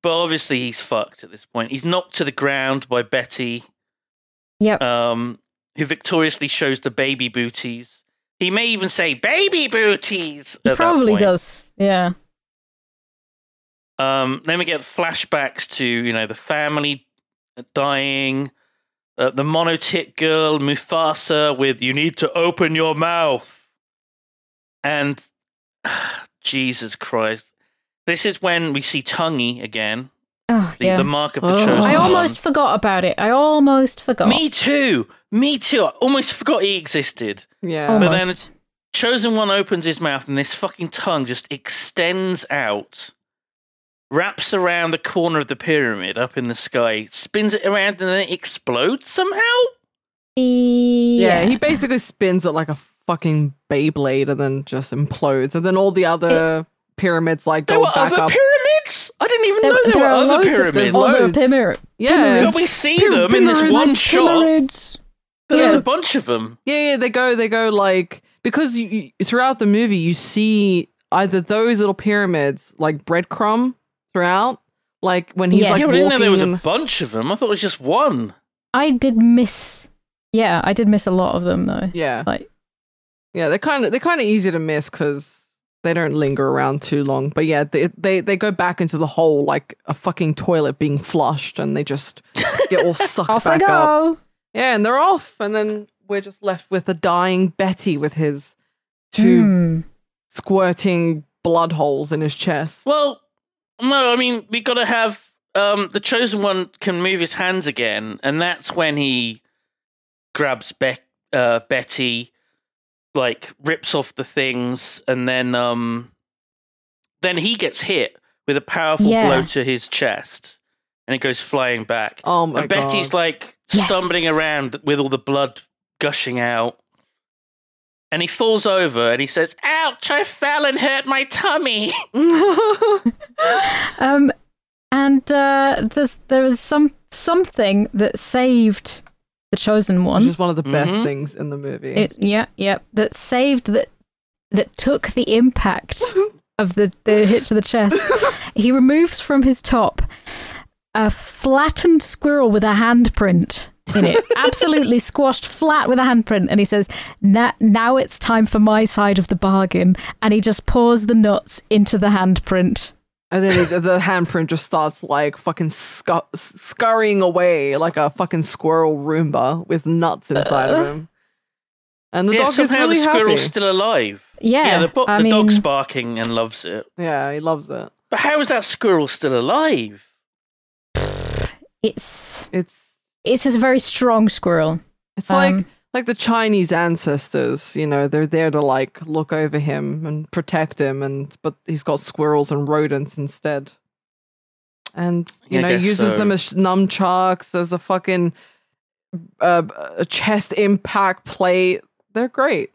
[SPEAKER 2] but obviously he's fucked at this point. He's knocked to the ground by Betty,
[SPEAKER 4] yep.
[SPEAKER 2] um, who victoriously shows the baby booties. He may even say "baby booties."
[SPEAKER 4] He
[SPEAKER 2] at that
[SPEAKER 4] probably
[SPEAKER 2] point.
[SPEAKER 4] does. Yeah.
[SPEAKER 2] Um, then we get flashbacks to you know the family dying, uh, the monotit girl Mufasa with "You need to open your mouth," and Jesus Christ, this is when we see Tungy again,
[SPEAKER 4] Oh,
[SPEAKER 2] the,
[SPEAKER 4] yeah.
[SPEAKER 2] the mark of the
[SPEAKER 3] Oh.
[SPEAKER 2] chosen.
[SPEAKER 4] I almost
[SPEAKER 2] one.
[SPEAKER 4] forgot about it. I almost forgot.
[SPEAKER 2] Me too. Me too. I almost forgot he existed.
[SPEAKER 3] Yeah.
[SPEAKER 4] Almost.
[SPEAKER 2] then it's- Chosen One opens his mouth and this fucking tongue just extends out, wraps around the corner of the pyramid up in the sky, spins it around and then it explodes somehow?
[SPEAKER 4] yeah.
[SPEAKER 3] yeah, He basically spins it like a fucking Beyblade, and then just implodes, and then all the other pyramids like
[SPEAKER 2] There
[SPEAKER 3] go
[SPEAKER 2] were
[SPEAKER 3] back
[SPEAKER 2] other
[SPEAKER 3] up.
[SPEAKER 2] pyramids? I didn't even know there,
[SPEAKER 4] there
[SPEAKER 2] were
[SPEAKER 4] are
[SPEAKER 2] other
[SPEAKER 3] loads of them.
[SPEAKER 2] pyramids.
[SPEAKER 3] Well,
[SPEAKER 4] Although
[SPEAKER 3] loads.
[SPEAKER 4] Pimer-
[SPEAKER 3] yeah,
[SPEAKER 2] But we see them in this
[SPEAKER 3] pyramids.
[SPEAKER 2] one shot.
[SPEAKER 4] Pimerids.
[SPEAKER 2] There's
[SPEAKER 4] yeah.
[SPEAKER 2] a bunch of them.
[SPEAKER 3] Yeah, yeah, they go, they go like because you, you, throughout the movie you see either those little pyramids like breadcrumb throughout, like when he's
[SPEAKER 4] Yeah.
[SPEAKER 3] like
[SPEAKER 2] yeah, but I
[SPEAKER 3] walking.
[SPEAKER 2] didn't know there was
[SPEAKER 3] and-
[SPEAKER 2] a bunch of them. I thought it was just one.
[SPEAKER 4] I did miss. Yeah, I did miss a lot of them though.
[SPEAKER 3] yeah,
[SPEAKER 4] Like,
[SPEAKER 3] yeah, they're kind of they're kind of easy to miss because they don't linger around too long. But yeah, they, they they go back into the hole like a fucking toilet being flushed, and they just get all sucked
[SPEAKER 4] off I
[SPEAKER 3] back up.
[SPEAKER 4] go.
[SPEAKER 3] Yeah, and they're off, and then we're just left with a dying Betty with his two
[SPEAKER 4] Hmm.
[SPEAKER 3] squirting blood holes in his chest.
[SPEAKER 2] Well, no, I mean we got to have um, the chosen one can move his hands again, and that's when he grabs Be- uh, Betty, like rips off the things, and then um, then he gets hit with a powerful
[SPEAKER 4] Yeah.
[SPEAKER 2] blow to his chest, and it goes flying back.
[SPEAKER 3] Oh my
[SPEAKER 2] and Betty's
[SPEAKER 3] god!
[SPEAKER 2] like
[SPEAKER 4] Yes.
[SPEAKER 2] stumbling around with all the blood gushing out. And he falls over and he says, Ouch, I fell and hurt my tummy.
[SPEAKER 4] Um, and uh, there's there was some something that saved the chosen one.
[SPEAKER 3] which is one of the best
[SPEAKER 2] Mhm.
[SPEAKER 3] things in the movie.
[SPEAKER 4] It, yeah, yeah. That saved that that took the impact of the, the hit to the chest. he removes from his top a flattened squirrel with a handprint in it, absolutely squashed flat with a handprint, and he says, "Na- "Now it's time for my side of the bargain." And he just pours the nuts into the handprint.
[SPEAKER 3] and then it, the handprint just starts like fucking scu- s- scurrying away like a fucking squirrel Roomba with nuts inside of him. And the
[SPEAKER 2] yeah,
[SPEAKER 3] dog is
[SPEAKER 2] somehow
[SPEAKER 3] really
[SPEAKER 2] the
[SPEAKER 3] happy.
[SPEAKER 2] squirrel's still alive.
[SPEAKER 4] Yeah,
[SPEAKER 2] the, bo-
[SPEAKER 4] I
[SPEAKER 2] the dog's
[SPEAKER 4] mean-
[SPEAKER 2] barking and loves it.
[SPEAKER 3] yeah, he loves it.
[SPEAKER 2] But how is that squirrel still alive?
[SPEAKER 4] It's
[SPEAKER 3] It's
[SPEAKER 4] it's a very strong squirrel.
[SPEAKER 3] it's
[SPEAKER 4] Um,
[SPEAKER 3] like like the Chinese ancestors. You know, they're there to like look over him and protect him, and but he's got squirrels and rodents instead. And you
[SPEAKER 2] I
[SPEAKER 3] know,
[SPEAKER 2] guess
[SPEAKER 3] uses
[SPEAKER 2] so.
[SPEAKER 3] them as nunchucks, as a fucking uh, a chest impact plate. They're great.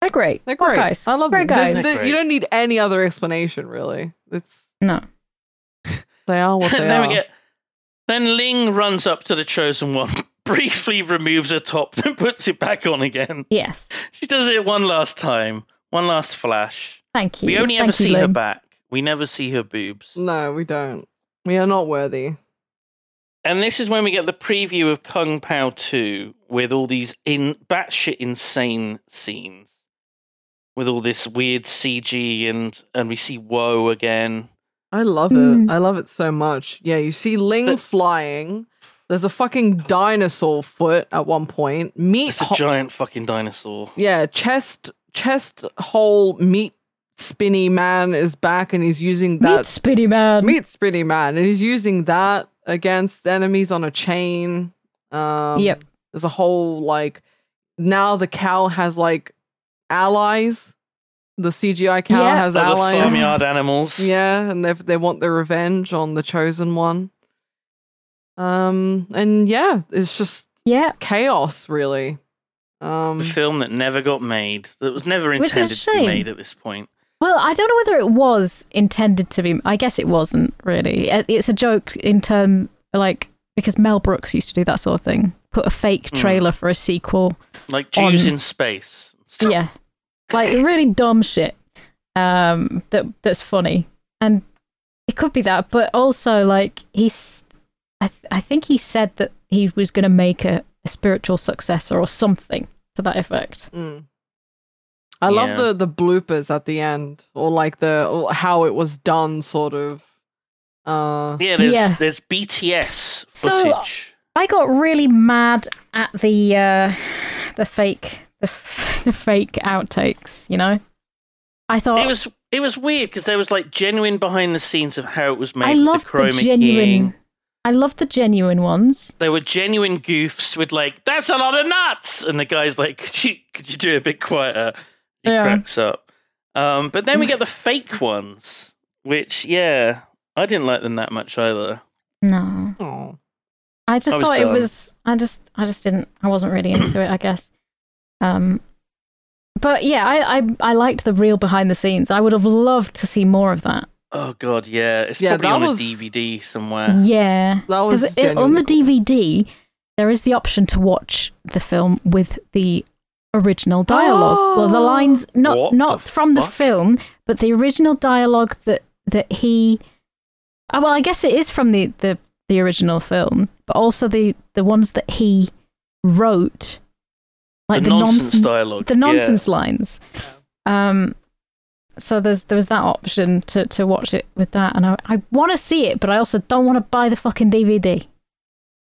[SPEAKER 4] They're great.
[SPEAKER 3] They're
[SPEAKER 4] What
[SPEAKER 3] great.
[SPEAKER 4] guys.
[SPEAKER 3] I love
[SPEAKER 4] Great
[SPEAKER 3] them. There's-
[SPEAKER 4] guys.
[SPEAKER 2] They're
[SPEAKER 3] there-
[SPEAKER 2] great.
[SPEAKER 3] You don't need any other explanation, really. It's
[SPEAKER 4] No.
[SPEAKER 3] they are what they
[SPEAKER 2] then
[SPEAKER 3] are.
[SPEAKER 2] we get then Ling runs up to the chosen one, briefly removes her top, and puts it back on again.
[SPEAKER 4] Yes.
[SPEAKER 2] She does it one last time, one last flash.
[SPEAKER 4] Thank you.
[SPEAKER 2] We only ever
[SPEAKER 4] Thank you,
[SPEAKER 2] see her
[SPEAKER 4] Lynn.
[SPEAKER 2] back. We never see her boobs.
[SPEAKER 3] no, we don't. We are not worthy.
[SPEAKER 2] And this is when we get the preview of Kung Pao 2 with all these in batshit insane scenes. With all this weird CG and and we see Woe again.
[SPEAKER 3] I love it.
[SPEAKER 4] Mm.
[SPEAKER 3] I love it so much. Yeah, you see Ling
[SPEAKER 2] But-
[SPEAKER 3] flying. There's a fucking dinosaur foot at one point. Meat.
[SPEAKER 2] It's a
[SPEAKER 4] Oh.
[SPEAKER 3] ho-
[SPEAKER 2] giant fucking dinosaur.
[SPEAKER 3] yeah, chest chest hole meat spinny man is back and he's using
[SPEAKER 4] Meet
[SPEAKER 3] that
[SPEAKER 4] Spitty Man.
[SPEAKER 3] meat spinny man and he's using that against enemies on a chain. Um,
[SPEAKER 4] Yep.
[SPEAKER 3] There's a whole like now the cow has like allies. The CGI cow
[SPEAKER 4] Yeah.
[SPEAKER 3] has
[SPEAKER 2] Other
[SPEAKER 3] allies.
[SPEAKER 2] farmyard animals.
[SPEAKER 3] Yeah, and they they want their revenge on the chosen one. Um, and yeah, it's just
[SPEAKER 4] Yeah.
[SPEAKER 3] chaos, really. Um,
[SPEAKER 2] The film that never got made, that was never
[SPEAKER 4] Which is a
[SPEAKER 2] intended to be
[SPEAKER 4] shame.
[SPEAKER 2] made at this point.
[SPEAKER 4] Well, I don't know whether it was intended to be. I guess it wasn't really. It- It's a joke in term like because Mel Brooks used to do that sort of thing. Put a fake trailer for a sequel.
[SPEAKER 2] Like Jews
[SPEAKER 4] On-
[SPEAKER 2] in space.
[SPEAKER 4] yeah, like really dumb shit. Um, that that's funny, and it could be that, but also like he's. I th- I think he said that he was going to make a, a spiritual successor or something to that effect.
[SPEAKER 3] mm. I love
[SPEAKER 2] Yeah.
[SPEAKER 3] the the bloopers at the end, or like the or how it was done, sort of. Uh,
[SPEAKER 2] Yeah, there's
[SPEAKER 4] Yeah.
[SPEAKER 2] there's BTS
[SPEAKER 4] So-
[SPEAKER 2] footage.
[SPEAKER 4] I got really mad at the uh, the fake the, f- the fake outtakes. You know, I thought
[SPEAKER 2] it was it was weird because there was like genuine behind the scenes of how it was made.
[SPEAKER 4] I
[SPEAKER 2] with
[SPEAKER 4] loved
[SPEAKER 2] the,
[SPEAKER 4] the,
[SPEAKER 2] chroma
[SPEAKER 4] genuine.
[SPEAKER 2] keying.
[SPEAKER 4] I loved the genuine ones.
[SPEAKER 2] There were genuine goofs with like, "That's a lot of nuts," and the guy's like, "Could you could you do it a bit quieter?" He
[SPEAKER 4] Yeah.
[SPEAKER 2] cracks up. Um, but then we get the fake ones, which yeah, I didn't like them that much either.
[SPEAKER 4] No,
[SPEAKER 3] aw.
[SPEAKER 4] I just
[SPEAKER 2] I was
[SPEAKER 4] thought
[SPEAKER 2] done.
[SPEAKER 4] it was. I just, I just didn't. I wasn't really into it. I guess. Um, but yeah, I, I, I liked the real behind the scenes. I would have loved to see more of that.
[SPEAKER 2] Oh god, yeah, it's
[SPEAKER 3] Yeah,
[SPEAKER 2] probably
[SPEAKER 3] that
[SPEAKER 2] on
[SPEAKER 3] was-
[SPEAKER 2] a DVD somewhere.
[SPEAKER 4] Yeah,
[SPEAKER 3] That was
[SPEAKER 4] because it- on
[SPEAKER 3] genuinely
[SPEAKER 4] the
[SPEAKER 3] cool.
[SPEAKER 4] DVD, there is the option to watch the film with the original dialogue, well, the lines not
[SPEAKER 2] What
[SPEAKER 4] not
[SPEAKER 2] the
[SPEAKER 4] from the
[SPEAKER 2] fuck?
[SPEAKER 4] film, but the original dialogue that that he. Oh, well, I guess it is from the the the original film, but also the the ones that he wrote, like
[SPEAKER 2] the,
[SPEAKER 4] the,
[SPEAKER 2] nonsense,
[SPEAKER 4] nonsense
[SPEAKER 2] dialogue,
[SPEAKER 4] the
[SPEAKER 2] yeah.
[SPEAKER 4] nonsense lines. Um, so there's there was that option to, to watch it with that, and I, I want to see it, but I also don't want to buy the fucking DVD.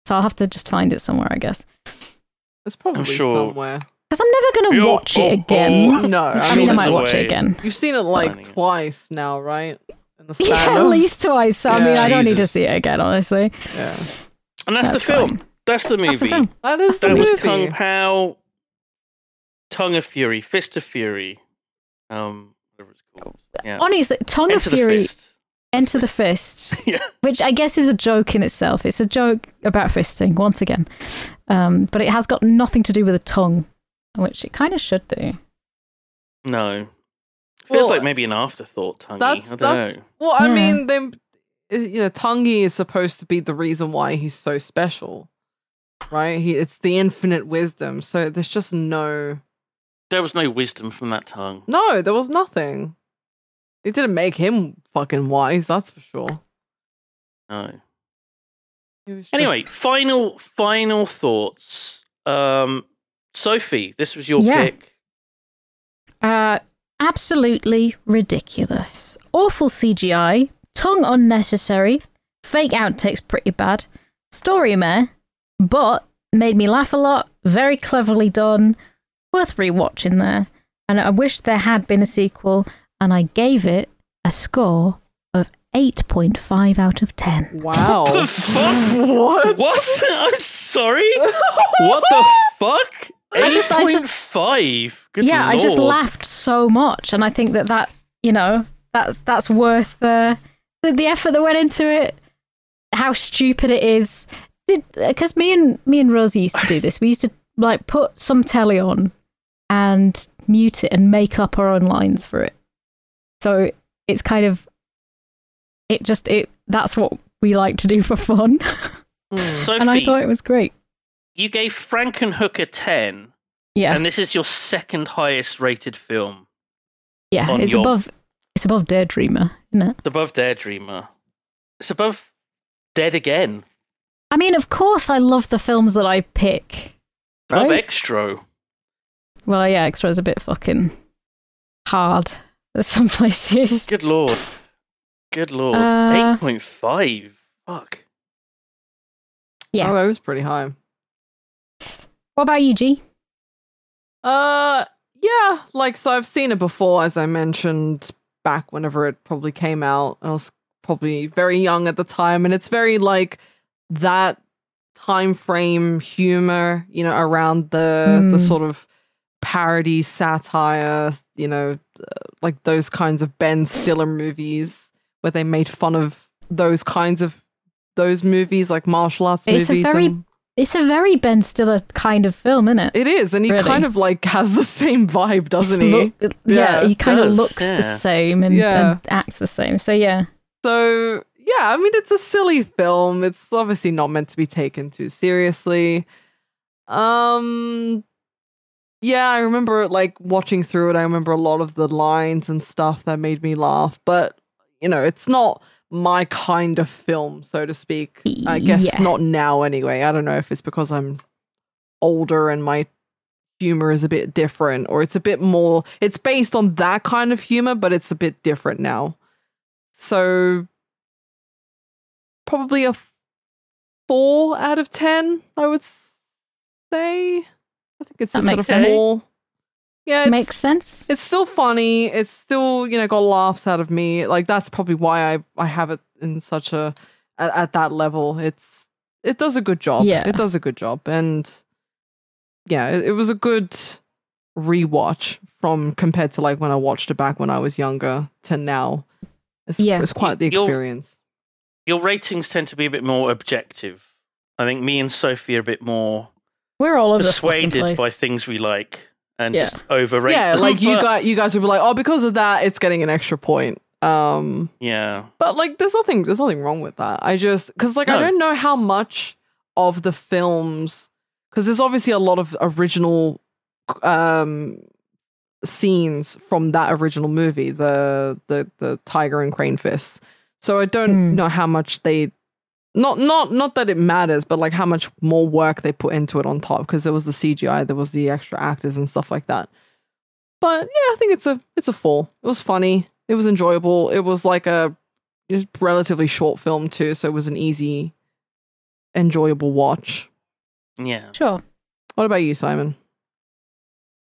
[SPEAKER 4] So I'll have to just find it somewhere, I guess,
[SPEAKER 3] It's probably
[SPEAKER 2] sure.
[SPEAKER 3] somewhere.
[SPEAKER 4] because I'm never gonna
[SPEAKER 2] Yo,
[SPEAKER 4] watch it
[SPEAKER 2] ho,
[SPEAKER 4] again.
[SPEAKER 2] ho.
[SPEAKER 3] No,
[SPEAKER 4] I
[SPEAKER 3] I
[SPEAKER 4] mean, I
[SPEAKER 2] there's
[SPEAKER 4] might
[SPEAKER 2] a
[SPEAKER 4] watch
[SPEAKER 2] way.
[SPEAKER 4] it again.
[SPEAKER 3] You've seen it like
[SPEAKER 2] Finding it.
[SPEAKER 3] twice now, right? In the
[SPEAKER 4] Yeah,
[SPEAKER 3] span
[SPEAKER 4] at
[SPEAKER 3] of-
[SPEAKER 4] least twice. So, I mean, I don't need to
[SPEAKER 2] Jesus.
[SPEAKER 4] see it again, honestly.
[SPEAKER 3] Yeah.
[SPEAKER 2] and that's,
[SPEAKER 4] That's
[SPEAKER 2] the film.
[SPEAKER 4] fine.
[SPEAKER 2] That's the movie.
[SPEAKER 4] That's the film.
[SPEAKER 3] That is the
[SPEAKER 2] That was
[SPEAKER 3] movie.
[SPEAKER 2] Kung Pao, Tongue of Fury, Fist of Fury, um, whatever it's called. Yeah.
[SPEAKER 4] Honestly, Tongue
[SPEAKER 2] Enter
[SPEAKER 4] of
[SPEAKER 2] the
[SPEAKER 4] Fury,
[SPEAKER 2] Fist.
[SPEAKER 4] Enter the Fist,
[SPEAKER 2] Yeah.
[SPEAKER 4] which I guess is a joke in itself. It's a joke about fisting once again, um, but it has got nothing to do with a tongue, which it kind of should do.
[SPEAKER 2] No, feels
[SPEAKER 3] Well,
[SPEAKER 2] like maybe an afterthought. Tonguey.
[SPEAKER 3] that's
[SPEAKER 2] I don't
[SPEAKER 3] that's
[SPEAKER 2] know.
[SPEAKER 3] well i
[SPEAKER 4] Yeah.
[SPEAKER 3] mean then you know tangi is supposed to be the reason why he's so special right he it's the infinite wisdom so there's just no
[SPEAKER 2] There was no wisdom from that tongue.
[SPEAKER 3] no there was nothing it didn't make him fucking wise that's for sure
[SPEAKER 2] No.
[SPEAKER 3] He was just-
[SPEAKER 2] Anyway, final final thoughts. Um, Sophie, this was your
[SPEAKER 4] Yeah.
[SPEAKER 2] pick.
[SPEAKER 4] Uh, absolutely ridiculous. Awful CGI, tongue unnecessary, fake outtakes pretty bad, story meh, but made me laugh a lot, very cleverly done, worth rewatching there. And I wish there had been a sequel, and I gave it a score of 8.5 out of 10.
[SPEAKER 3] Wow.
[SPEAKER 2] The fuck?
[SPEAKER 3] what?
[SPEAKER 2] What? I'm sorry. What the fuck?
[SPEAKER 4] I just- I just-
[SPEAKER 2] 8.5. Good
[SPEAKER 4] yeah, I just
[SPEAKER 2] lord.
[SPEAKER 4] laughed so much, and I think that that, you know, that's, that's worth uh, the, the effort that went into it, how stupid it is. Because me and me and Rosie used to do this. We used to like put some telly on and mute it and make up our own lines for it. So it's kind of it just it that's what we like to do for fun.
[SPEAKER 2] Sophie,
[SPEAKER 4] and I thought it was great.
[SPEAKER 2] you gave Frankenhook a 10,
[SPEAKER 4] Yeah.
[SPEAKER 2] and this is your second highest rated film.
[SPEAKER 4] yeah.
[SPEAKER 2] on
[SPEAKER 4] It's
[SPEAKER 2] your-
[SPEAKER 4] above it's above Daredreamer, isn't it?
[SPEAKER 2] It's above Daredreamer. It's above Dead Again.
[SPEAKER 4] I mean, of course I love the films that I pick.
[SPEAKER 2] Above
[SPEAKER 4] Right?
[SPEAKER 2] Extro.
[SPEAKER 4] Well, yeah, extra's a bit fucking hard at some places.
[SPEAKER 2] Good lord. Good lord.
[SPEAKER 4] Uh,
[SPEAKER 2] 8.5. Fuck.
[SPEAKER 4] Yeah.
[SPEAKER 3] Oh, that was pretty high.
[SPEAKER 4] What about you, G?
[SPEAKER 3] Uh, yeah. Like, so I've seen it before, as I mentioned back whenever it probably came out. I was probably very young at the time, and it's very like that time frame humor, you know, around the the
[SPEAKER 4] Mm.
[SPEAKER 3] sort of parody satire, you know, uh, like those kinds of Ben Stiller movies where they made fun of those kinds of those movies, like martial arts
[SPEAKER 4] It's a
[SPEAKER 3] movies.
[SPEAKER 4] very
[SPEAKER 3] and-
[SPEAKER 4] It's a very Ben Stiller kind of film, isn't it?
[SPEAKER 3] it is, and he
[SPEAKER 4] Really?
[SPEAKER 3] kind of like has the same vibe, doesn't he?
[SPEAKER 4] Look- yeah,
[SPEAKER 3] Yeah,
[SPEAKER 4] he kind
[SPEAKER 2] does,
[SPEAKER 4] of looks the
[SPEAKER 2] yeah.
[SPEAKER 4] same and,
[SPEAKER 3] Yeah.
[SPEAKER 4] and acts the same. So yeah,
[SPEAKER 3] So yeah, I mean it's a silly film. It's obviously not meant to be taken too seriously. Um yeah, I remember like watching through it. I remember a lot of the lines and stuff that made me laugh, but you know, it's not my kind of film, so to speak. I guess
[SPEAKER 4] Yeah.
[SPEAKER 3] not now anyway. I don't know if it's because I'm older and my humor is a bit different or it's a bit more it's based on that kind of humor, but it's a bit different now. So probably a f- four out of ten, I would s- say. I think it's
[SPEAKER 4] That
[SPEAKER 3] a sort
[SPEAKER 4] makes
[SPEAKER 3] of
[SPEAKER 4] sense.
[SPEAKER 3] four. Yeah, it's,
[SPEAKER 4] makes sense.
[SPEAKER 3] it's still funny. It's still you know got laughs out of me. Like that's probably why I I have it in such a at, at that level. It's it does a good job.
[SPEAKER 4] Yeah.
[SPEAKER 3] it does a good job, and yeah, it, it was a good rewatch from compared to like when I watched it back when I was younger to now. It's,
[SPEAKER 4] Yeah.
[SPEAKER 3] it's quite the
[SPEAKER 2] You'll-
[SPEAKER 3] experience.
[SPEAKER 2] Your ratings tend to be a bit more objective. I think me and Sophie are a bit more
[SPEAKER 4] We're all over the fucking
[SPEAKER 2] persuaded
[SPEAKER 4] place.
[SPEAKER 2] by things we like and
[SPEAKER 4] Yeah.
[SPEAKER 2] just overrate.
[SPEAKER 3] Yeah,
[SPEAKER 2] them,
[SPEAKER 3] like you
[SPEAKER 2] but-
[SPEAKER 3] guys, you guys would be like, oh, because of that, it's getting an extra point. Um,
[SPEAKER 2] Yeah.
[SPEAKER 3] But like, there's nothing, there's nothing wrong with that. I just because like I
[SPEAKER 2] No.
[SPEAKER 3] don't know how much of the films because there's obviously a lot of original um scenes from that original movie, the the the tiger and crane fists. So I don't
[SPEAKER 4] Hmm.
[SPEAKER 3] know how much they not not not that it matters, but like how much more work they put into it on top because there was the CGI, there was the extra actors and stuff like that. But yeah, I think it's a it's a full. It was funny. It was enjoyable. It was like a it was relatively short film too, so it was an easy, enjoyable watch.
[SPEAKER 2] Yeah.
[SPEAKER 4] Sure.
[SPEAKER 3] What about you, Simon?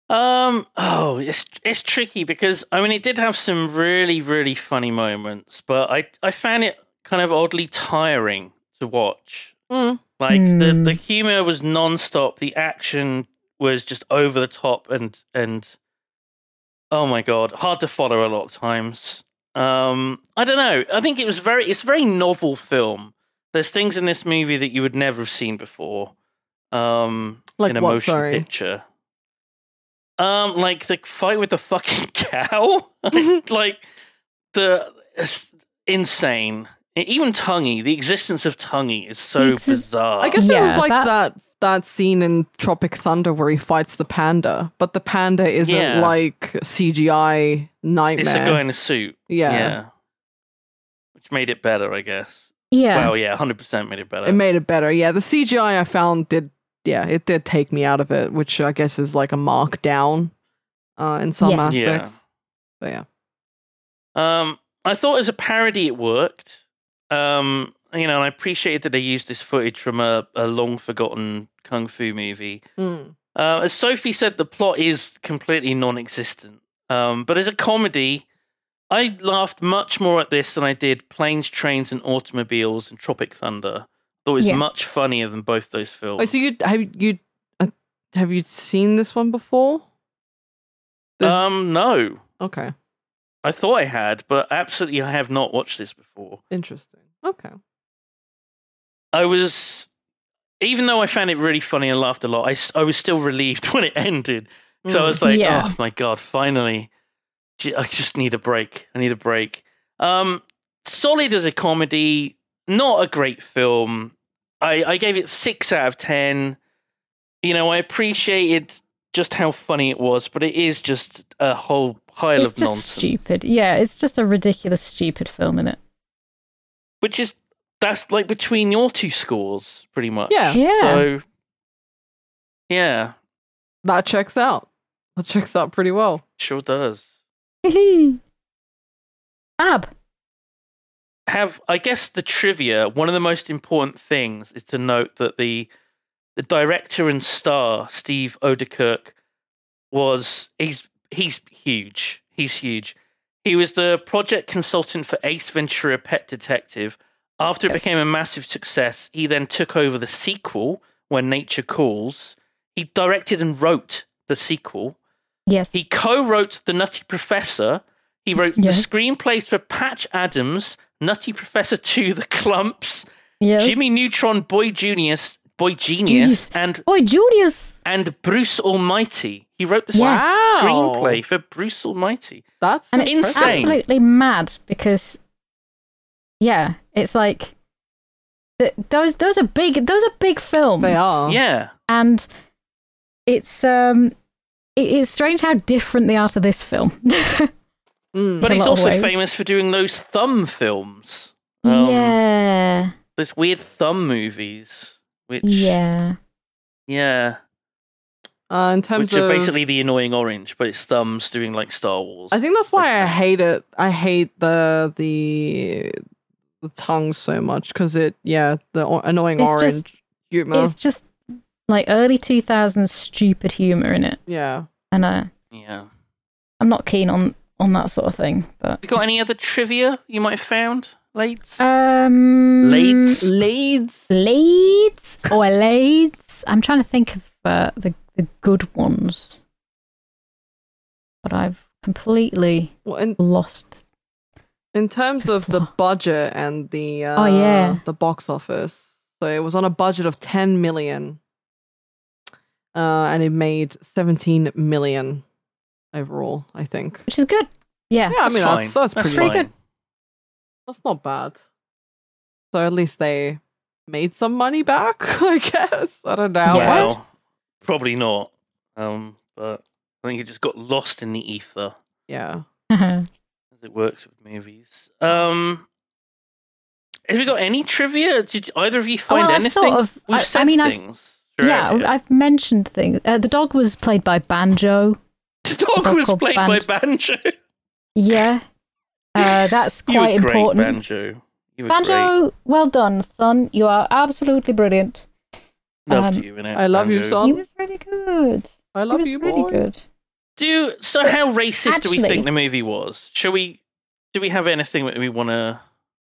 [SPEAKER 2] Um. Oh, it's it's tricky because I mean it did have some really really funny moments, but I I found it kind of oddly tiring to watch. Like
[SPEAKER 4] Hmm.
[SPEAKER 2] the the humor was nonstop, the action was just over the top, and and oh my god, hard to follow a lot of times. Um, I don't know. I think it was very it's a very novel film. There's things in this movie that you would never have seen before. Um,
[SPEAKER 3] Like
[SPEAKER 2] in a
[SPEAKER 3] what,
[SPEAKER 2] motion
[SPEAKER 3] sorry?
[SPEAKER 2] picture. Um, like the fight with the fucking cow, like, like the it's insane. E-, Even Tonguey, the existence of Tonguey is so
[SPEAKER 4] It's-
[SPEAKER 2] bizarre.
[SPEAKER 3] I guess it was
[SPEAKER 4] Yeah,
[SPEAKER 3] like
[SPEAKER 4] that-
[SPEAKER 3] that, that scene in Tropic Thunder where he fights the panda, but the panda isn't
[SPEAKER 2] Yeah.
[SPEAKER 3] like CGI nightmare.
[SPEAKER 2] it's a guy in a suit.
[SPEAKER 3] yeah.
[SPEAKER 2] which made it better, I guess.
[SPEAKER 4] Yeah.
[SPEAKER 2] Well, yeah, hundred percent made it better.
[SPEAKER 3] it made it better. Yeah, the CGI I found did yeah it did take me out of it, which I guess is like a mark down uh, in some
[SPEAKER 4] Yeah.
[SPEAKER 2] Yeah.
[SPEAKER 3] aspects. But yeah,
[SPEAKER 2] Um, I thought as a parody it worked. Um, you know, and I appreciated that they used this footage from a, a long forgotten kung fu movie.
[SPEAKER 3] Mm.
[SPEAKER 2] Uh, as Sophie said, the plot is completely non-existent. Um, but as a comedy, I laughed much more at this than I did Planes, Trains, and Automobiles and Tropic Thunder. Thought it was
[SPEAKER 4] Yeah.
[SPEAKER 2] much funnier than both those films.
[SPEAKER 3] Oh, so you have you uh, have you seen this one before? This-
[SPEAKER 2] um, no,
[SPEAKER 3] okay,
[SPEAKER 2] I thought I had, but absolutely, I have not watched this before.
[SPEAKER 3] interesting. Okay,
[SPEAKER 2] I was, even though I found it really funny and laughed a lot, I, s- I was still relieved when it ended. So I
[SPEAKER 3] Mm.
[SPEAKER 2] was like,
[SPEAKER 4] Yeah.
[SPEAKER 2] oh my God, finally. J- I just need a break. I need a break. Um, solid as a comedy, not a great film. I, I gave it six out of 10. You know, I appreciated just how funny it was, but it is just a whole pile
[SPEAKER 4] it's
[SPEAKER 2] of
[SPEAKER 4] just
[SPEAKER 2] nonsense.
[SPEAKER 4] stupid. Yeah, it's just a ridiculous, stupid film in it.
[SPEAKER 2] Which is, that's like between your two scores, pretty much.
[SPEAKER 3] Yeah.
[SPEAKER 4] Yeah.
[SPEAKER 2] So, yeah.
[SPEAKER 3] that checks out. That checks out pretty well.
[SPEAKER 2] Sure does.
[SPEAKER 4] Ab.
[SPEAKER 2] Have I guess the trivia, one of the most important things is to note that the the director and star, Steve Odekirk, was he's he's huge. He's huge. He was the project consultant for Ace Ventura Pet Detective. After it became a massive success, he then took over the sequel, When Nature Calls. He directed and wrote the sequel,
[SPEAKER 4] Yes.
[SPEAKER 2] He co-wrote The Nutty Professor. He wrote
[SPEAKER 4] Yes.
[SPEAKER 2] the screenplays for Patch Adams, Nutty Professor 2, The Clumps,
[SPEAKER 4] yes.
[SPEAKER 2] Jimmy Neutron, Boy Junius, Boy Genius,
[SPEAKER 4] Genius.
[SPEAKER 2] and
[SPEAKER 4] Boy, Julius.
[SPEAKER 2] and Bruce Almighty. He wrote the
[SPEAKER 4] Yes.
[SPEAKER 3] Wow.
[SPEAKER 2] screenplay for Bruce Almighty.
[SPEAKER 3] That's
[SPEAKER 4] And it's
[SPEAKER 2] Insane.
[SPEAKER 4] absolutely mad because, yeah, it's like th- those those are big those are big films.
[SPEAKER 3] they are.
[SPEAKER 2] Yeah.
[SPEAKER 4] and it's um, it is strange how different they are to this film.
[SPEAKER 3] Mm.
[SPEAKER 2] But
[SPEAKER 4] a
[SPEAKER 2] he's
[SPEAKER 4] lot of
[SPEAKER 2] also
[SPEAKER 4] ways.
[SPEAKER 2] famous for doing those thumb films. Um,
[SPEAKER 4] yeah,
[SPEAKER 2] Those weird thumb movies. Which
[SPEAKER 4] yeah,
[SPEAKER 2] yeah,
[SPEAKER 3] Uh, in terms
[SPEAKER 2] which are
[SPEAKER 3] of,
[SPEAKER 2] basically the annoying orange, but it's thumbs doing like Star Wars.
[SPEAKER 3] I think that's why I
[SPEAKER 2] That's-
[SPEAKER 3] hate it. I hate the the the tongue so much because it yeah the o- annoying
[SPEAKER 4] It's just-
[SPEAKER 3] orange humor.
[SPEAKER 4] it's just like early two thousands stupid humor in it,
[SPEAKER 3] Yeah.
[SPEAKER 4] and uh,
[SPEAKER 2] Yeah.
[SPEAKER 4] I'm not keen on on that sort of thing. But
[SPEAKER 2] You got any other trivia you might have found, Lades?
[SPEAKER 4] um,
[SPEAKER 2] Lades?
[SPEAKER 3] Leads.
[SPEAKER 4] Leeds or Leeds. I'm trying to think of uh, the the good ones, but I've completely
[SPEAKER 3] Well, in,
[SPEAKER 4] lost.
[SPEAKER 3] in terms of the budget and the uh,
[SPEAKER 4] Oh, yeah.
[SPEAKER 3] the box office, so it was on a budget of ten million, uh, and it made seventeen million overall. I think.
[SPEAKER 4] Which is good. Yeah,
[SPEAKER 3] Yeah, I mean that's that's, pretty
[SPEAKER 4] pretty
[SPEAKER 3] much-
[SPEAKER 4] good.
[SPEAKER 3] that's not bad. So at least they made some money back. I guess I don't know how
[SPEAKER 2] Well,
[SPEAKER 3] much.
[SPEAKER 2] probably not. Um, but I think it just got lost in the ether,
[SPEAKER 3] Yeah.
[SPEAKER 2] as it works with movies. Um, have we got any trivia? Did either of you find
[SPEAKER 4] Well, I've
[SPEAKER 2] anything?
[SPEAKER 4] sort of-
[SPEAKER 2] We've
[SPEAKER 4] I- I
[SPEAKER 2] said
[SPEAKER 4] mean, I've-
[SPEAKER 2] things.
[SPEAKER 4] yeah,
[SPEAKER 2] Right.
[SPEAKER 4] I've mentioned things. Uh, the dog was played by Banjo.
[SPEAKER 2] the dog
[SPEAKER 4] Dog
[SPEAKER 2] was
[SPEAKER 4] called
[SPEAKER 2] played by banjo.
[SPEAKER 4] Yeah, uh, that's
[SPEAKER 2] you
[SPEAKER 4] quite
[SPEAKER 2] were great,
[SPEAKER 4] important.
[SPEAKER 2] banjo. You were great.
[SPEAKER 4] Banjo, well done, son. You are absolutely brilliant.
[SPEAKER 2] Loved
[SPEAKER 4] um,
[SPEAKER 2] you in it.
[SPEAKER 3] I love you,
[SPEAKER 2] Banjo.
[SPEAKER 3] son.
[SPEAKER 4] He was really good.
[SPEAKER 3] Um, I love
[SPEAKER 4] he was
[SPEAKER 3] you,
[SPEAKER 4] really
[SPEAKER 3] boy.
[SPEAKER 4] good.
[SPEAKER 2] Do so. How racist do we
[SPEAKER 4] actually-
[SPEAKER 2] think the movie was? Shall we? Do we have anything that we want to?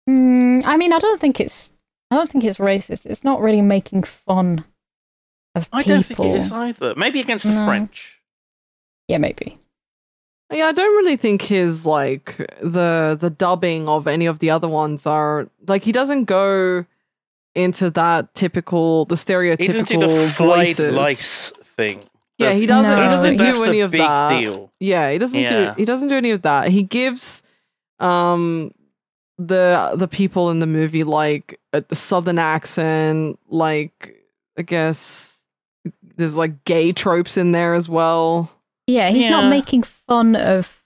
[SPEAKER 4] Mm, I mean, I don't think it's. I don't think it's racist. It's not really making fun of
[SPEAKER 2] I
[SPEAKER 4] people.
[SPEAKER 2] don't think it is either. Maybe against the
[SPEAKER 4] No.
[SPEAKER 2] French.
[SPEAKER 4] Yeah, maybe.
[SPEAKER 3] Yeah, I don't really think his like the the dubbing of any of the other ones are like he doesn't go into that typical the stereotypical
[SPEAKER 2] He doesn't do the flight
[SPEAKER 3] voices.
[SPEAKER 2] lice thing.
[SPEAKER 3] Yeah,
[SPEAKER 2] does
[SPEAKER 3] he doesn't,
[SPEAKER 4] No.
[SPEAKER 3] he
[SPEAKER 2] That's the-
[SPEAKER 3] doesn't
[SPEAKER 2] that's
[SPEAKER 3] do
[SPEAKER 2] the
[SPEAKER 3] any of
[SPEAKER 2] big
[SPEAKER 3] that.
[SPEAKER 2] deal.
[SPEAKER 3] Yeah, he doesn't
[SPEAKER 2] Yeah.
[SPEAKER 3] do he doesn't do any of that. He gives um the the people in the movie like a the southern accent, like I guess there's like gay tropes in there as well.
[SPEAKER 4] Yeah, he's not
[SPEAKER 2] Yeah.
[SPEAKER 4] making fun of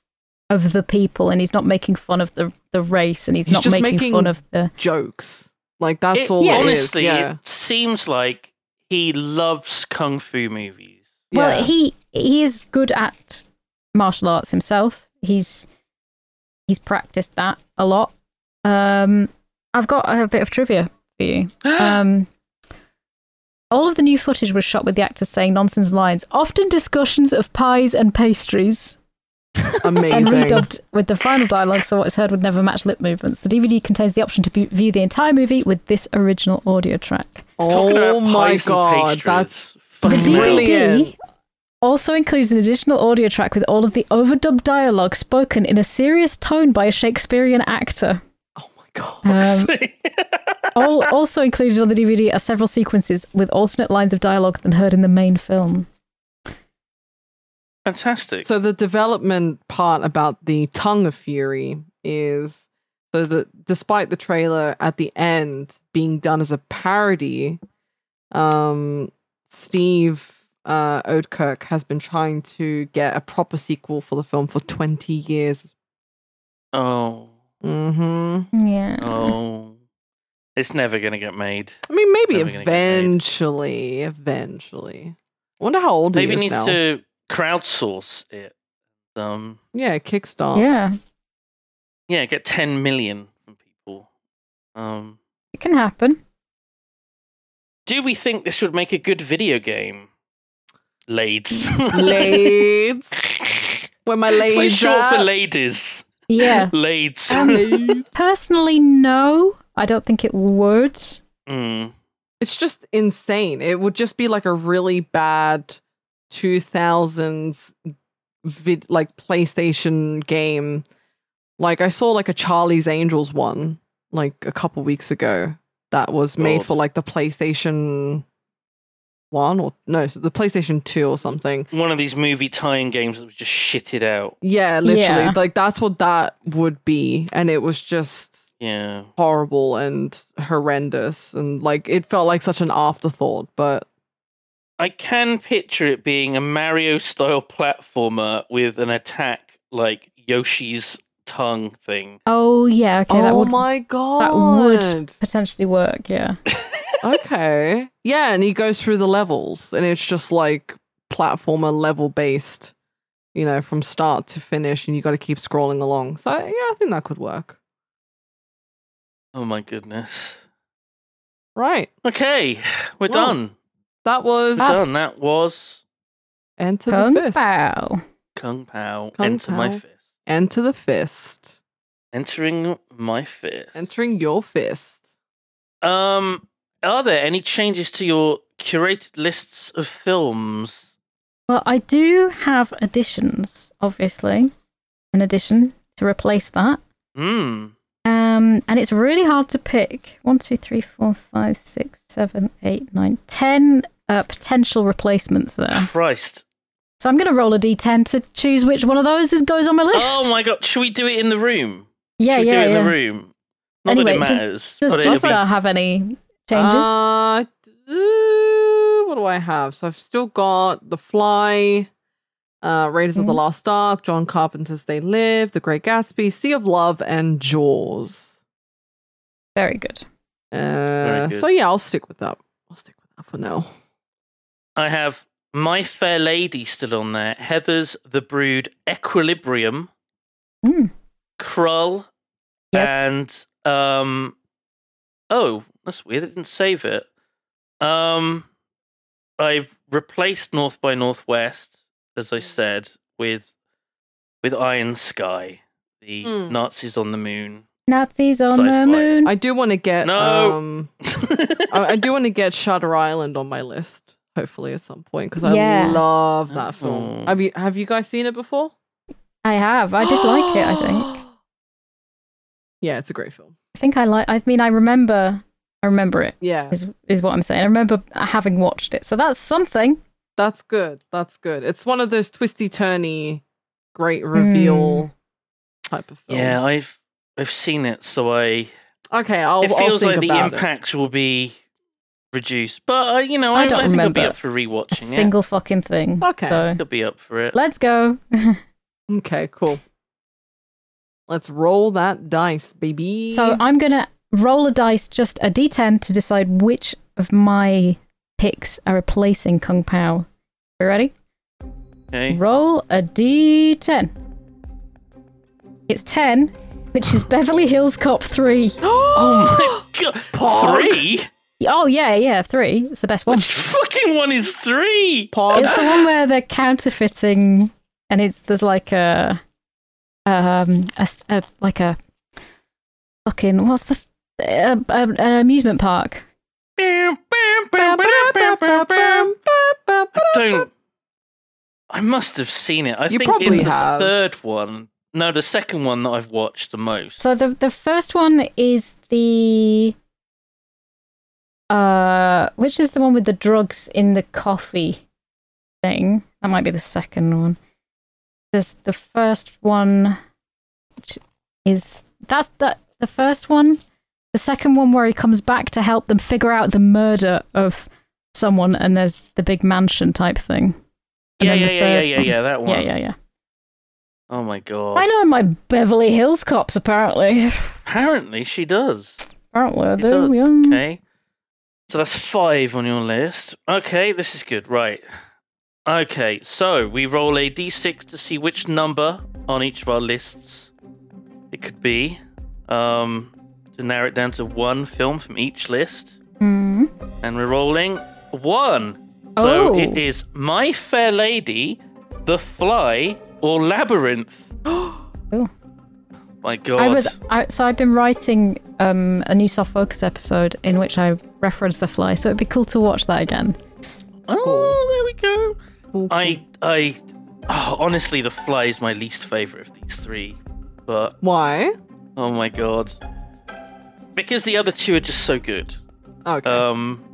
[SPEAKER 4] of the people, and he's not making fun of the the race, and he's,
[SPEAKER 3] He's
[SPEAKER 4] not
[SPEAKER 3] just
[SPEAKER 4] making,
[SPEAKER 3] making-
[SPEAKER 4] fun of the.
[SPEAKER 3] Jokes. Like that's
[SPEAKER 2] It-
[SPEAKER 3] all it is.
[SPEAKER 2] honestly,
[SPEAKER 3] Yeah.
[SPEAKER 2] it seems like he loves kung fu movies.
[SPEAKER 3] Yeah.
[SPEAKER 4] Well, he he is good at martial arts himself. He's he's practiced that a lot. Um, I've got a bit of trivia for you. Um, All of the new footage was shot with the actors saying nonsense lines, often discussions of pies and pastries. and
[SPEAKER 3] Amazing.
[SPEAKER 4] redubbed with the final dialogue, so what is heard would never match lip movements. The DVD contains the option to be- view the entire movie with this original audio track.
[SPEAKER 2] Talking
[SPEAKER 3] Oh
[SPEAKER 2] about
[SPEAKER 3] my
[SPEAKER 2] pies and
[SPEAKER 3] god,
[SPEAKER 2] pastries.
[SPEAKER 3] that's
[SPEAKER 4] The
[SPEAKER 2] fucking
[SPEAKER 4] DVD
[SPEAKER 2] brilliant.
[SPEAKER 3] Brilliant.
[SPEAKER 4] also includes an additional audio track with all of the overdubbed dialogue spoken in a serious tone by a Shakespearean actor.
[SPEAKER 3] oh my god.
[SPEAKER 4] Um, all, also included on the DVD are several sequences with alternate lines of dialogue than heard in the main film.
[SPEAKER 2] fantastic.
[SPEAKER 3] So the development part about the tongue of fury is so that despite the trailer at the end being done as a parody, um, Steve uh, Odekirk has been trying to get a proper sequel for the film for twenty years.
[SPEAKER 2] oh,
[SPEAKER 3] hmm
[SPEAKER 4] Yeah.
[SPEAKER 2] oh, it's never gonna get made.
[SPEAKER 3] I mean, maybe
[SPEAKER 2] Never gonna get made.
[SPEAKER 3] eventually, eventually. I wonder how old
[SPEAKER 2] Maybe it
[SPEAKER 3] he is
[SPEAKER 2] needs
[SPEAKER 3] now.
[SPEAKER 2] to crowdsource it. Um,
[SPEAKER 3] yeah, Kickstart.
[SPEAKER 4] Yeah.
[SPEAKER 2] yeah, get ten million from people. Um,
[SPEAKER 4] It can happen.
[SPEAKER 2] do we think this would make a good video game? Lades.
[SPEAKER 3] Mm. Lades. Where my
[SPEAKER 2] It's
[SPEAKER 3] lades
[SPEAKER 2] like short
[SPEAKER 3] at?
[SPEAKER 2] for ladies.
[SPEAKER 4] Yeah.
[SPEAKER 2] Lades.
[SPEAKER 4] Um, personally, no. I don't think it would.
[SPEAKER 2] Mm.
[SPEAKER 3] it's just insane. It would just be like a really bad 2000s vid- like PlayStation game. Like I saw like a Charlie's Angels one like a couple weeks ago that was made
[SPEAKER 2] God.
[SPEAKER 3] for like the PlayStation 1 or no, so the PlayStation 2 or something.
[SPEAKER 2] One of these movie tie-in games that was just shitted out.
[SPEAKER 3] Yeah, literally.
[SPEAKER 4] Yeah.
[SPEAKER 3] Like that's what that would be and it was just
[SPEAKER 2] Yeah.
[SPEAKER 3] horrible and horrendous and like it felt like such an afterthought, but
[SPEAKER 2] I can picture it being a Mario style platformer with an attack like Yoshi's tongue thing.
[SPEAKER 4] Oh yeah, okay, that
[SPEAKER 3] oh
[SPEAKER 4] would
[SPEAKER 3] my god.
[SPEAKER 4] that would potentially work. Yeah,
[SPEAKER 3] okay. Yeah, and he goes through the levels and it's just like platformer level based, you know, from start to finish and you got to keep scrolling along. So yeah, I think that could work.
[SPEAKER 2] Oh my goodness.
[SPEAKER 3] Right.
[SPEAKER 2] Okay, we're
[SPEAKER 3] Wow.
[SPEAKER 2] done.
[SPEAKER 3] That was
[SPEAKER 2] We're done. That was
[SPEAKER 3] Enter
[SPEAKER 4] Kung
[SPEAKER 3] the Fist.
[SPEAKER 4] Pao.
[SPEAKER 2] Kung Pao.
[SPEAKER 3] Kung
[SPEAKER 2] Enter my
[SPEAKER 3] Pao.
[SPEAKER 2] fist.
[SPEAKER 3] Enter the Fist.
[SPEAKER 2] Entering my fist.
[SPEAKER 3] Entering your fist.
[SPEAKER 2] Um, are there any changes to your curated lists of films?
[SPEAKER 4] Well, I do have additions, obviously, an addition to replace that.
[SPEAKER 2] Hmm.
[SPEAKER 4] Um, and it's really hard to pick one, two, three, four, five, six, seven, eight, nine, ten uh, potential replacements there.
[SPEAKER 2] Christ.
[SPEAKER 4] So I'm going to roll a d10 to choose which one of those is, goes on my list.
[SPEAKER 2] Oh my god, should we do it in the room?
[SPEAKER 4] yeah,
[SPEAKER 2] should we
[SPEAKER 4] yeah,
[SPEAKER 2] do it
[SPEAKER 4] yeah.
[SPEAKER 2] in the room? Not
[SPEAKER 4] anyway,
[SPEAKER 2] that it
[SPEAKER 4] does-
[SPEAKER 2] matters.
[SPEAKER 4] Does
[SPEAKER 2] but it'll be-
[SPEAKER 4] Jester have any changes?
[SPEAKER 3] Uh, d- what do I have? So I've still got The Fly, uh, Raiders of the
[SPEAKER 4] Mm-hmm.
[SPEAKER 3] Lost Ark, John Carpenter's They Live, The Great Gatsby, Sea of Love, and Jaws.
[SPEAKER 4] Very good.
[SPEAKER 3] Uh,
[SPEAKER 2] good.
[SPEAKER 3] so yeah, I'll stick with that. I'll stick with that for now.
[SPEAKER 2] I have My Fair Lady still on there. Heather's The Brood, Equilibrium,
[SPEAKER 4] Hmm.
[SPEAKER 2] Krull,
[SPEAKER 4] Yes.
[SPEAKER 2] and um, oh, that's weird. I didn't save it. Um, I've replaced North by Northwest, as
[SPEAKER 4] Hmm.
[SPEAKER 2] I said, with with Iron Sky, the
[SPEAKER 3] Hmm.
[SPEAKER 2] Nazis on the moon.
[SPEAKER 4] Nazis on
[SPEAKER 2] Sci-fi.
[SPEAKER 4] the moon.
[SPEAKER 3] I do want to get
[SPEAKER 2] No.
[SPEAKER 3] um,
[SPEAKER 4] Oh,
[SPEAKER 3] I, I do want to get Shutter Island on my list. Hopefully at some point because I
[SPEAKER 4] Yeah.
[SPEAKER 3] love that film.
[SPEAKER 2] Oh.
[SPEAKER 3] Have you have you guys seen it before?
[SPEAKER 4] I have. I did like it. I think.
[SPEAKER 3] Yeah, it's a great film.
[SPEAKER 4] I think I like. I mean, I remember. I remember it.
[SPEAKER 3] Yeah,
[SPEAKER 4] Is is what I'm saying. I remember having watched it. So that's something.
[SPEAKER 3] That's good. That's good. It's one of those twisty turny, great
[SPEAKER 4] Hmm.
[SPEAKER 3] reveal type of films.
[SPEAKER 2] Yeah, I've I've seen it, so I
[SPEAKER 3] okay. I'll.
[SPEAKER 2] it feels
[SPEAKER 3] I'll
[SPEAKER 2] like
[SPEAKER 3] think
[SPEAKER 2] the
[SPEAKER 3] about
[SPEAKER 2] impacts will be reduced. But uh, you know,
[SPEAKER 4] I
[SPEAKER 2] I, I,
[SPEAKER 4] don't
[SPEAKER 2] think I'll be
[SPEAKER 4] remember
[SPEAKER 2] up for
[SPEAKER 4] A
[SPEAKER 2] rewatching it.
[SPEAKER 4] single fucking thing.
[SPEAKER 3] Okay.
[SPEAKER 4] So
[SPEAKER 2] I'll be up for it.
[SPEAKER 4] let's go.
[SPEAKER 3] It. Okay. Cool. Let's roll that dice, baby.
[SPEAKER 4] so I'm gonna roll a dice, just a d10, to decide which of my picks are replacing Kung Pao. We ready?
[SPEAKER 2] Okay.
[SPEAKER 4] Roll a d10. It's 10, which is Beverly Hills Cop 3.
[SPEAKER 2] Oh my god, Oh three!
[SPEAKER 4] Oh yeah, yeah, three. It's the best one.
[SPEAKER 2] Which fucking one is three?
[SPEAKER 3] Pod.
[SPEAKER 4] It's the one where they're counterfeiting, and it's there's like a, um, a, s- a- like a fucking what's the a, a, an amusement park.
[SPEAKER 2] Don't. I must have seen it. I
[SPEAKER 3] You
[SPEAKER 2] think it's
[SPEAKER 3] probably
[SPEAKER 2] the
[SPEAKER 3] have.
[SPEAKER 2] third one. No, the second one that I've watched the most.
[SPEAKER 4] So the the first one is the uh, which is the one with the drugs in the coffee thing. That might be the second one. There's the first one, which is that's that the first one. The second one where he comes back to help them figure out the murder of someone, and there's the big mansion type thing. And
[SPEAKER 2] yeah,
[SPEAKER 4] then
[SPEAKER 2] yeah,
[SPEAKER 4] the
[SPEAKER 2] yeah, yeah,
[SPEAKER 4] third
[SPEAKER 2] yeah,
[SPEAKER 4] one.
[SPEAKER 2] yeah, that one.
[SPEAKER 4] Yeah, yeah, yeah.
[SPEAKER 2] Oh my god.
[SPEAKER 4] I know my Beverly Hills cops apparently.
[SPEAKER 2] Apparently she does.
[SPEAKER 4] apparently, I
[SPEAKER 2] She
[SPEAKER 4] do,
[SPEAKER 2] does.
[SPEAKER 4] yeah.
[SPEAKER 2] Okay. So that's five on your list. Okay, this is good. Right. Okay, so we roll a d6 to see which number on each of our lists it could be. Um, to narrow it down to one film from each list.
[SPEAKER 4] Hmm.
[SPEAKER 2] And we're rolling one. So
[SPEAKER 4] Oh.
[SPEAKER 2] it is My Fair Lady, The Fly, or Labyrinth.
[SPEAKER 4] Ooh.
[SPEAKER 2] My god.
[SPEAKER 4] Oh. I was I, so I've been writing um, a new soft focus episode in which I reference the fly. So it'd be cool to watch that again.
[SPEAKER 2] Oh, there we go. I, I, oh, honestly, the fly is my least favorite of these three. But
[SPEAKER 3] Why?
[SPEAKER 2] oh my god, because the other two are just so good.
[SPEAKER 3] Okay.
[SPEAKER 2] Um,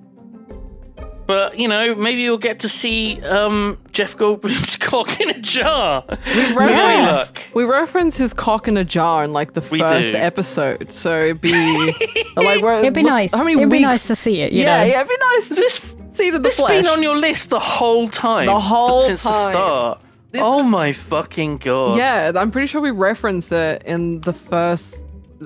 [SPEAKER 2] but you know, maybe you'll get to see um Jeff Goldblum's cock in a jar.
[SPEAKER 3] we
[SPEAKER 2] Yes.
[SPEAKER 3] reference
[SPEAKER 2] Look.
[SPEAKER 3] we reference his cock in a jar in like the
[SPEAKER 2] We
[SPEAKER 3] first
[SPEAKER 2] do.
[SPEAKER 3] episode, so it'd be like we're-
[SPEAKER 4] It'd be
[SPEAKER 3] look-
[SPEAKER 4] nice.
[SPEAKER 3] How many
[SPEAKER 4] it'd
[SPEAKER 3] weeks?
[SPEAKER 4] be nice to see it. You
[SPEAKER 3] yeah,
[SPEAKER 4] know?
[SPEAKER 3] yeah, it'd be nice to just see it in the
[SPEAKER 2] It's
[SPEAKER 3] flesh.
[SPEAKER 2] been on your list the whole time.
[SPEAKER 3] The whole
[SPEAKER 2] since the
[SPEAKER 3] time.
[SPEAKER 2] start.
[SPEAKER 3] This
[SPEAKER 2] oh
[SPEAKER 3] is-
[SPEAKER 2] my fucking god.
[SPEAKER 3] yeah, I'm pretty sure we reference it in the first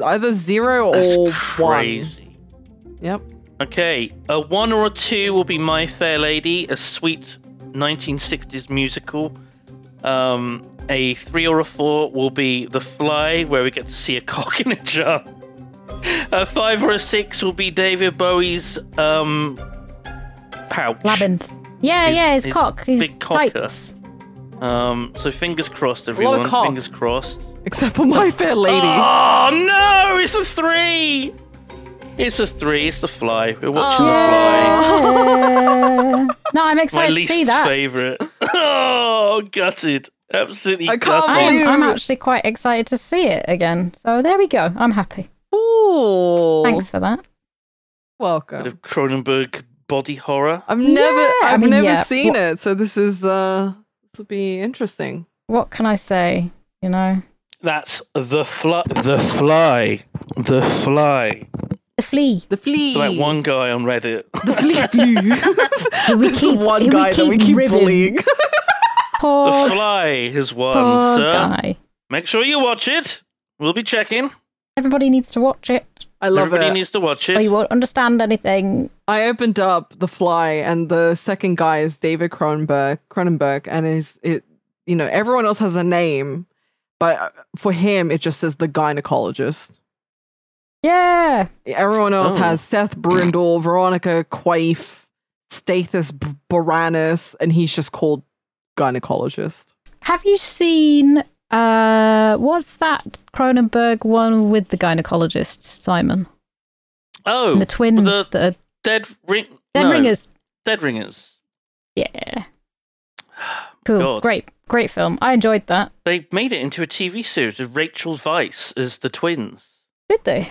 [SPEAKER 3] either zero
[SPEAKER 2] that's
[SPEAKER 3] or
[SPEAKER 2] crazy.
[SPEAKER 3] one. Yep.
[SPEAKER 2] Okay, a one or a two will be My Fair Lady, a sweet 1960s musical. Um, a three or a four will be The Fly, where we get to see a cock in a jar. A five or a six will be David Bowie's um, pouch.
[SPEAKER 4] Labyrinth. Yeah,
[SPEAKER 2] His-
[SPEAKER 4] yeah. His,
[SPEAKER 2] his
[SPEAKER 4] cock. His
[SPEAKER 2] big cocker.
[SPEAKER 4] bites.
[SPEAKER 2] Um, so fingers crossed,
[SPEAKER 3] of
[SPEAKER 2] everyone.
[SPEAKER 3] cock.
[SPEAKER 2] Fingers crossed.
[SPEAKER 3] Except for my fair lady.
[SPEAKER 2] Oh no! It's a three. It's a three. It's The Fly. We're watching The Fly.
[SPEAKER 4] Uh, no, I'm
[SPEAKER 2] my
[SPEAKER 4] excited to
[SPEAKER 2] least
[SPEAKER 4] see that.
[SPEAKER 2] favorite. Oh, gutted. Absolutely
[SPEAKER 3] I can't
[SPEAKER 4] I
[SPEAKER 2] gutted.
[SPEAKER 4] am, I'm
[SPEAKER 3] Dude.
[SPEAKER 4] actually quite excited to see it again. So there we go. I'm happy.
[SPEAKER 3] Cool.
[SPEAKER 4] Thanks for that.
[SPEAKER 2] Bit
[SPEAKER 3] Welcome.
[SPEAKER 2] of Cronenberg body horror.
[SPEAKER 3] I've never
[SPEAKER 4] Yeah, I
[SPEAKER 3] I've
[SPEAKER 4] mean,
[SPEAKER 3] never
[SPEAKER 4] yeah,
[SPEAKER 3] seen
[SPEAKER 4] what-
[SPEAKER 3] it, so this is uh this will be interesting.
[SPEAKER 4] What can I say? You know,
[SPEAKER 2] That's the fly. The fly. The fly.
[SPEAKER 4] the flea.
[SPEAKER 3] The flea.
[SPEAKER 2] Like one guy on Reddit.
[SPEAKER 4] Who we
[SPEAKER 3] It's the
[SPEAKER 4] keep,
[SPEAKER 3] one
[SPEAKER 4] who
[SPEAKER 3] guy
[SPEAKER 4] we keep
[SPEAKER 3] that we keep
[SPEAKER 4] ribbing.
[SPEAKER 3] bullying.
[SPEAKER 2] the
[SPEAKER 4] Poor,
[SPEAKER 2] fly has won,
[SPEAKER 4] poor
[SPEAKER 2] sir.
[SPEAKER 4] guy.
[SPEAKER 2] Make sure you watch it. We'll be checking.
[SPEAKER 4] Everybody needs to watch it.
[SPEAKER 3] I love
[SPEAKER 2] Everybody
[SPEAKER 3] it.
[SPEAKER 2] needs to watch
[SPEAKER 4] or
[SPEAKER 2] it.
[SPEAKER 4] Oh, you won't understand anything.
[SPEAKER 3] I opened up The Fly, and the second guy is David Cronenberg. Cronenberg, and is it? You know, everyone else has a name, but uh, for him, it just says the gynecologist.
[SPEAKER 4] Yeah.
[SPEAKER 3] Everyone else
[SPEAKER 2] Oh.
[SPEAKER 3] has Seth Brindle, Veronica Quaife, Stathis B- Baranis, and he's just called gynecologist.
[SPEAKER 4] Have you seen uh what's that Cronenberg one with the gynecologist Simon?
[SPEAKER 2] oh,
[SPEAKER 4] and the twins
[SPEAKER 2] The
[SPEAKER 4] that are
[SPEAKER 2] dead ring.
[SPEAKER 4] dead
[SPEAKER 2] no,
[SPEAKER 4] ringers.
[SPEAKER 2] Dead ringers.
[SPEAKER 4] Yeah. Cool.
[SPEAKER 2] God.
[SPEAKER 4] Great. Great film. I enjoyed that.
[SPEAKER 2] They made it into a TV series with Rachel Weisz as the twins.
[SPEAKER 4] Did they?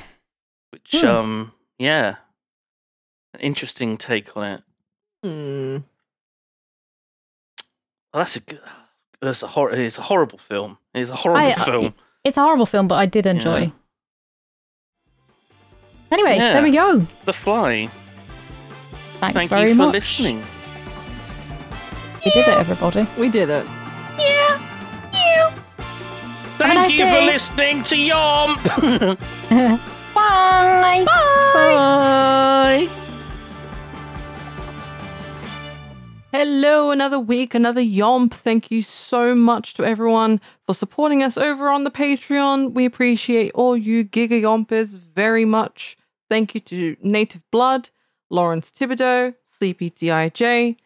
[SPEAKER 2] which
[SPEAKER 4] Hmm.
[SPEAKER 2] um yeah an interesting take on it
[SPEAKER 3] Hmm.
[SPEAKER 2] well, that's a good that's a hor- it's a horrible film it's a horrible
[SPEAKER 4] I- I-
[SPEAKER 2] film
[SPEAKER 4] It's a horrible film, but I did enjoy.
[SPEAKER 2] Yeah.
[SPEAKER 4] Anyway,
[SPEAKER 2] Yeah.
[SPEAKER 4] there we go.
[SPEAKER 2] the fly
[SPEAKER 4] Thanks
[SPEAKER 2] thank you
[SPEAKER 4] very
[SPEAKER 2] for
[SPEAKER 4] much.
[SPEAKER 2] listening
[SPEAKER 4] We did it, everybody.
[SPEAKER 3] We did it.
[SPEAKER 2] thank
[SPEAKER 4] nice
[SPEAKER 2] you for
[SPEAKER 4] day.
[SPEAKER 2] listening to yom
[SPEAKER 4] Bye.
[SPEAKER 2] bye
[SPEAKER 4] Bye.
[SPEAKER 3] Hello, another week, another yomp. Thank you so much to everyone for supporting us over on the Patreon. We appreciate all you giga yompers very much. Thank you to Native Blood, Lawrence Thibodeau, Sleepy DIJ,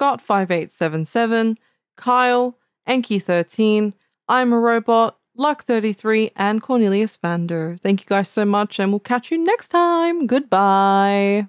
[SPEAKER 3] Scott5877, Kyle, Enki13, I'm a Robot, Luck33, and Cornelius Vander. Thank you guys so much, and we'll catch you next time. Goodbye.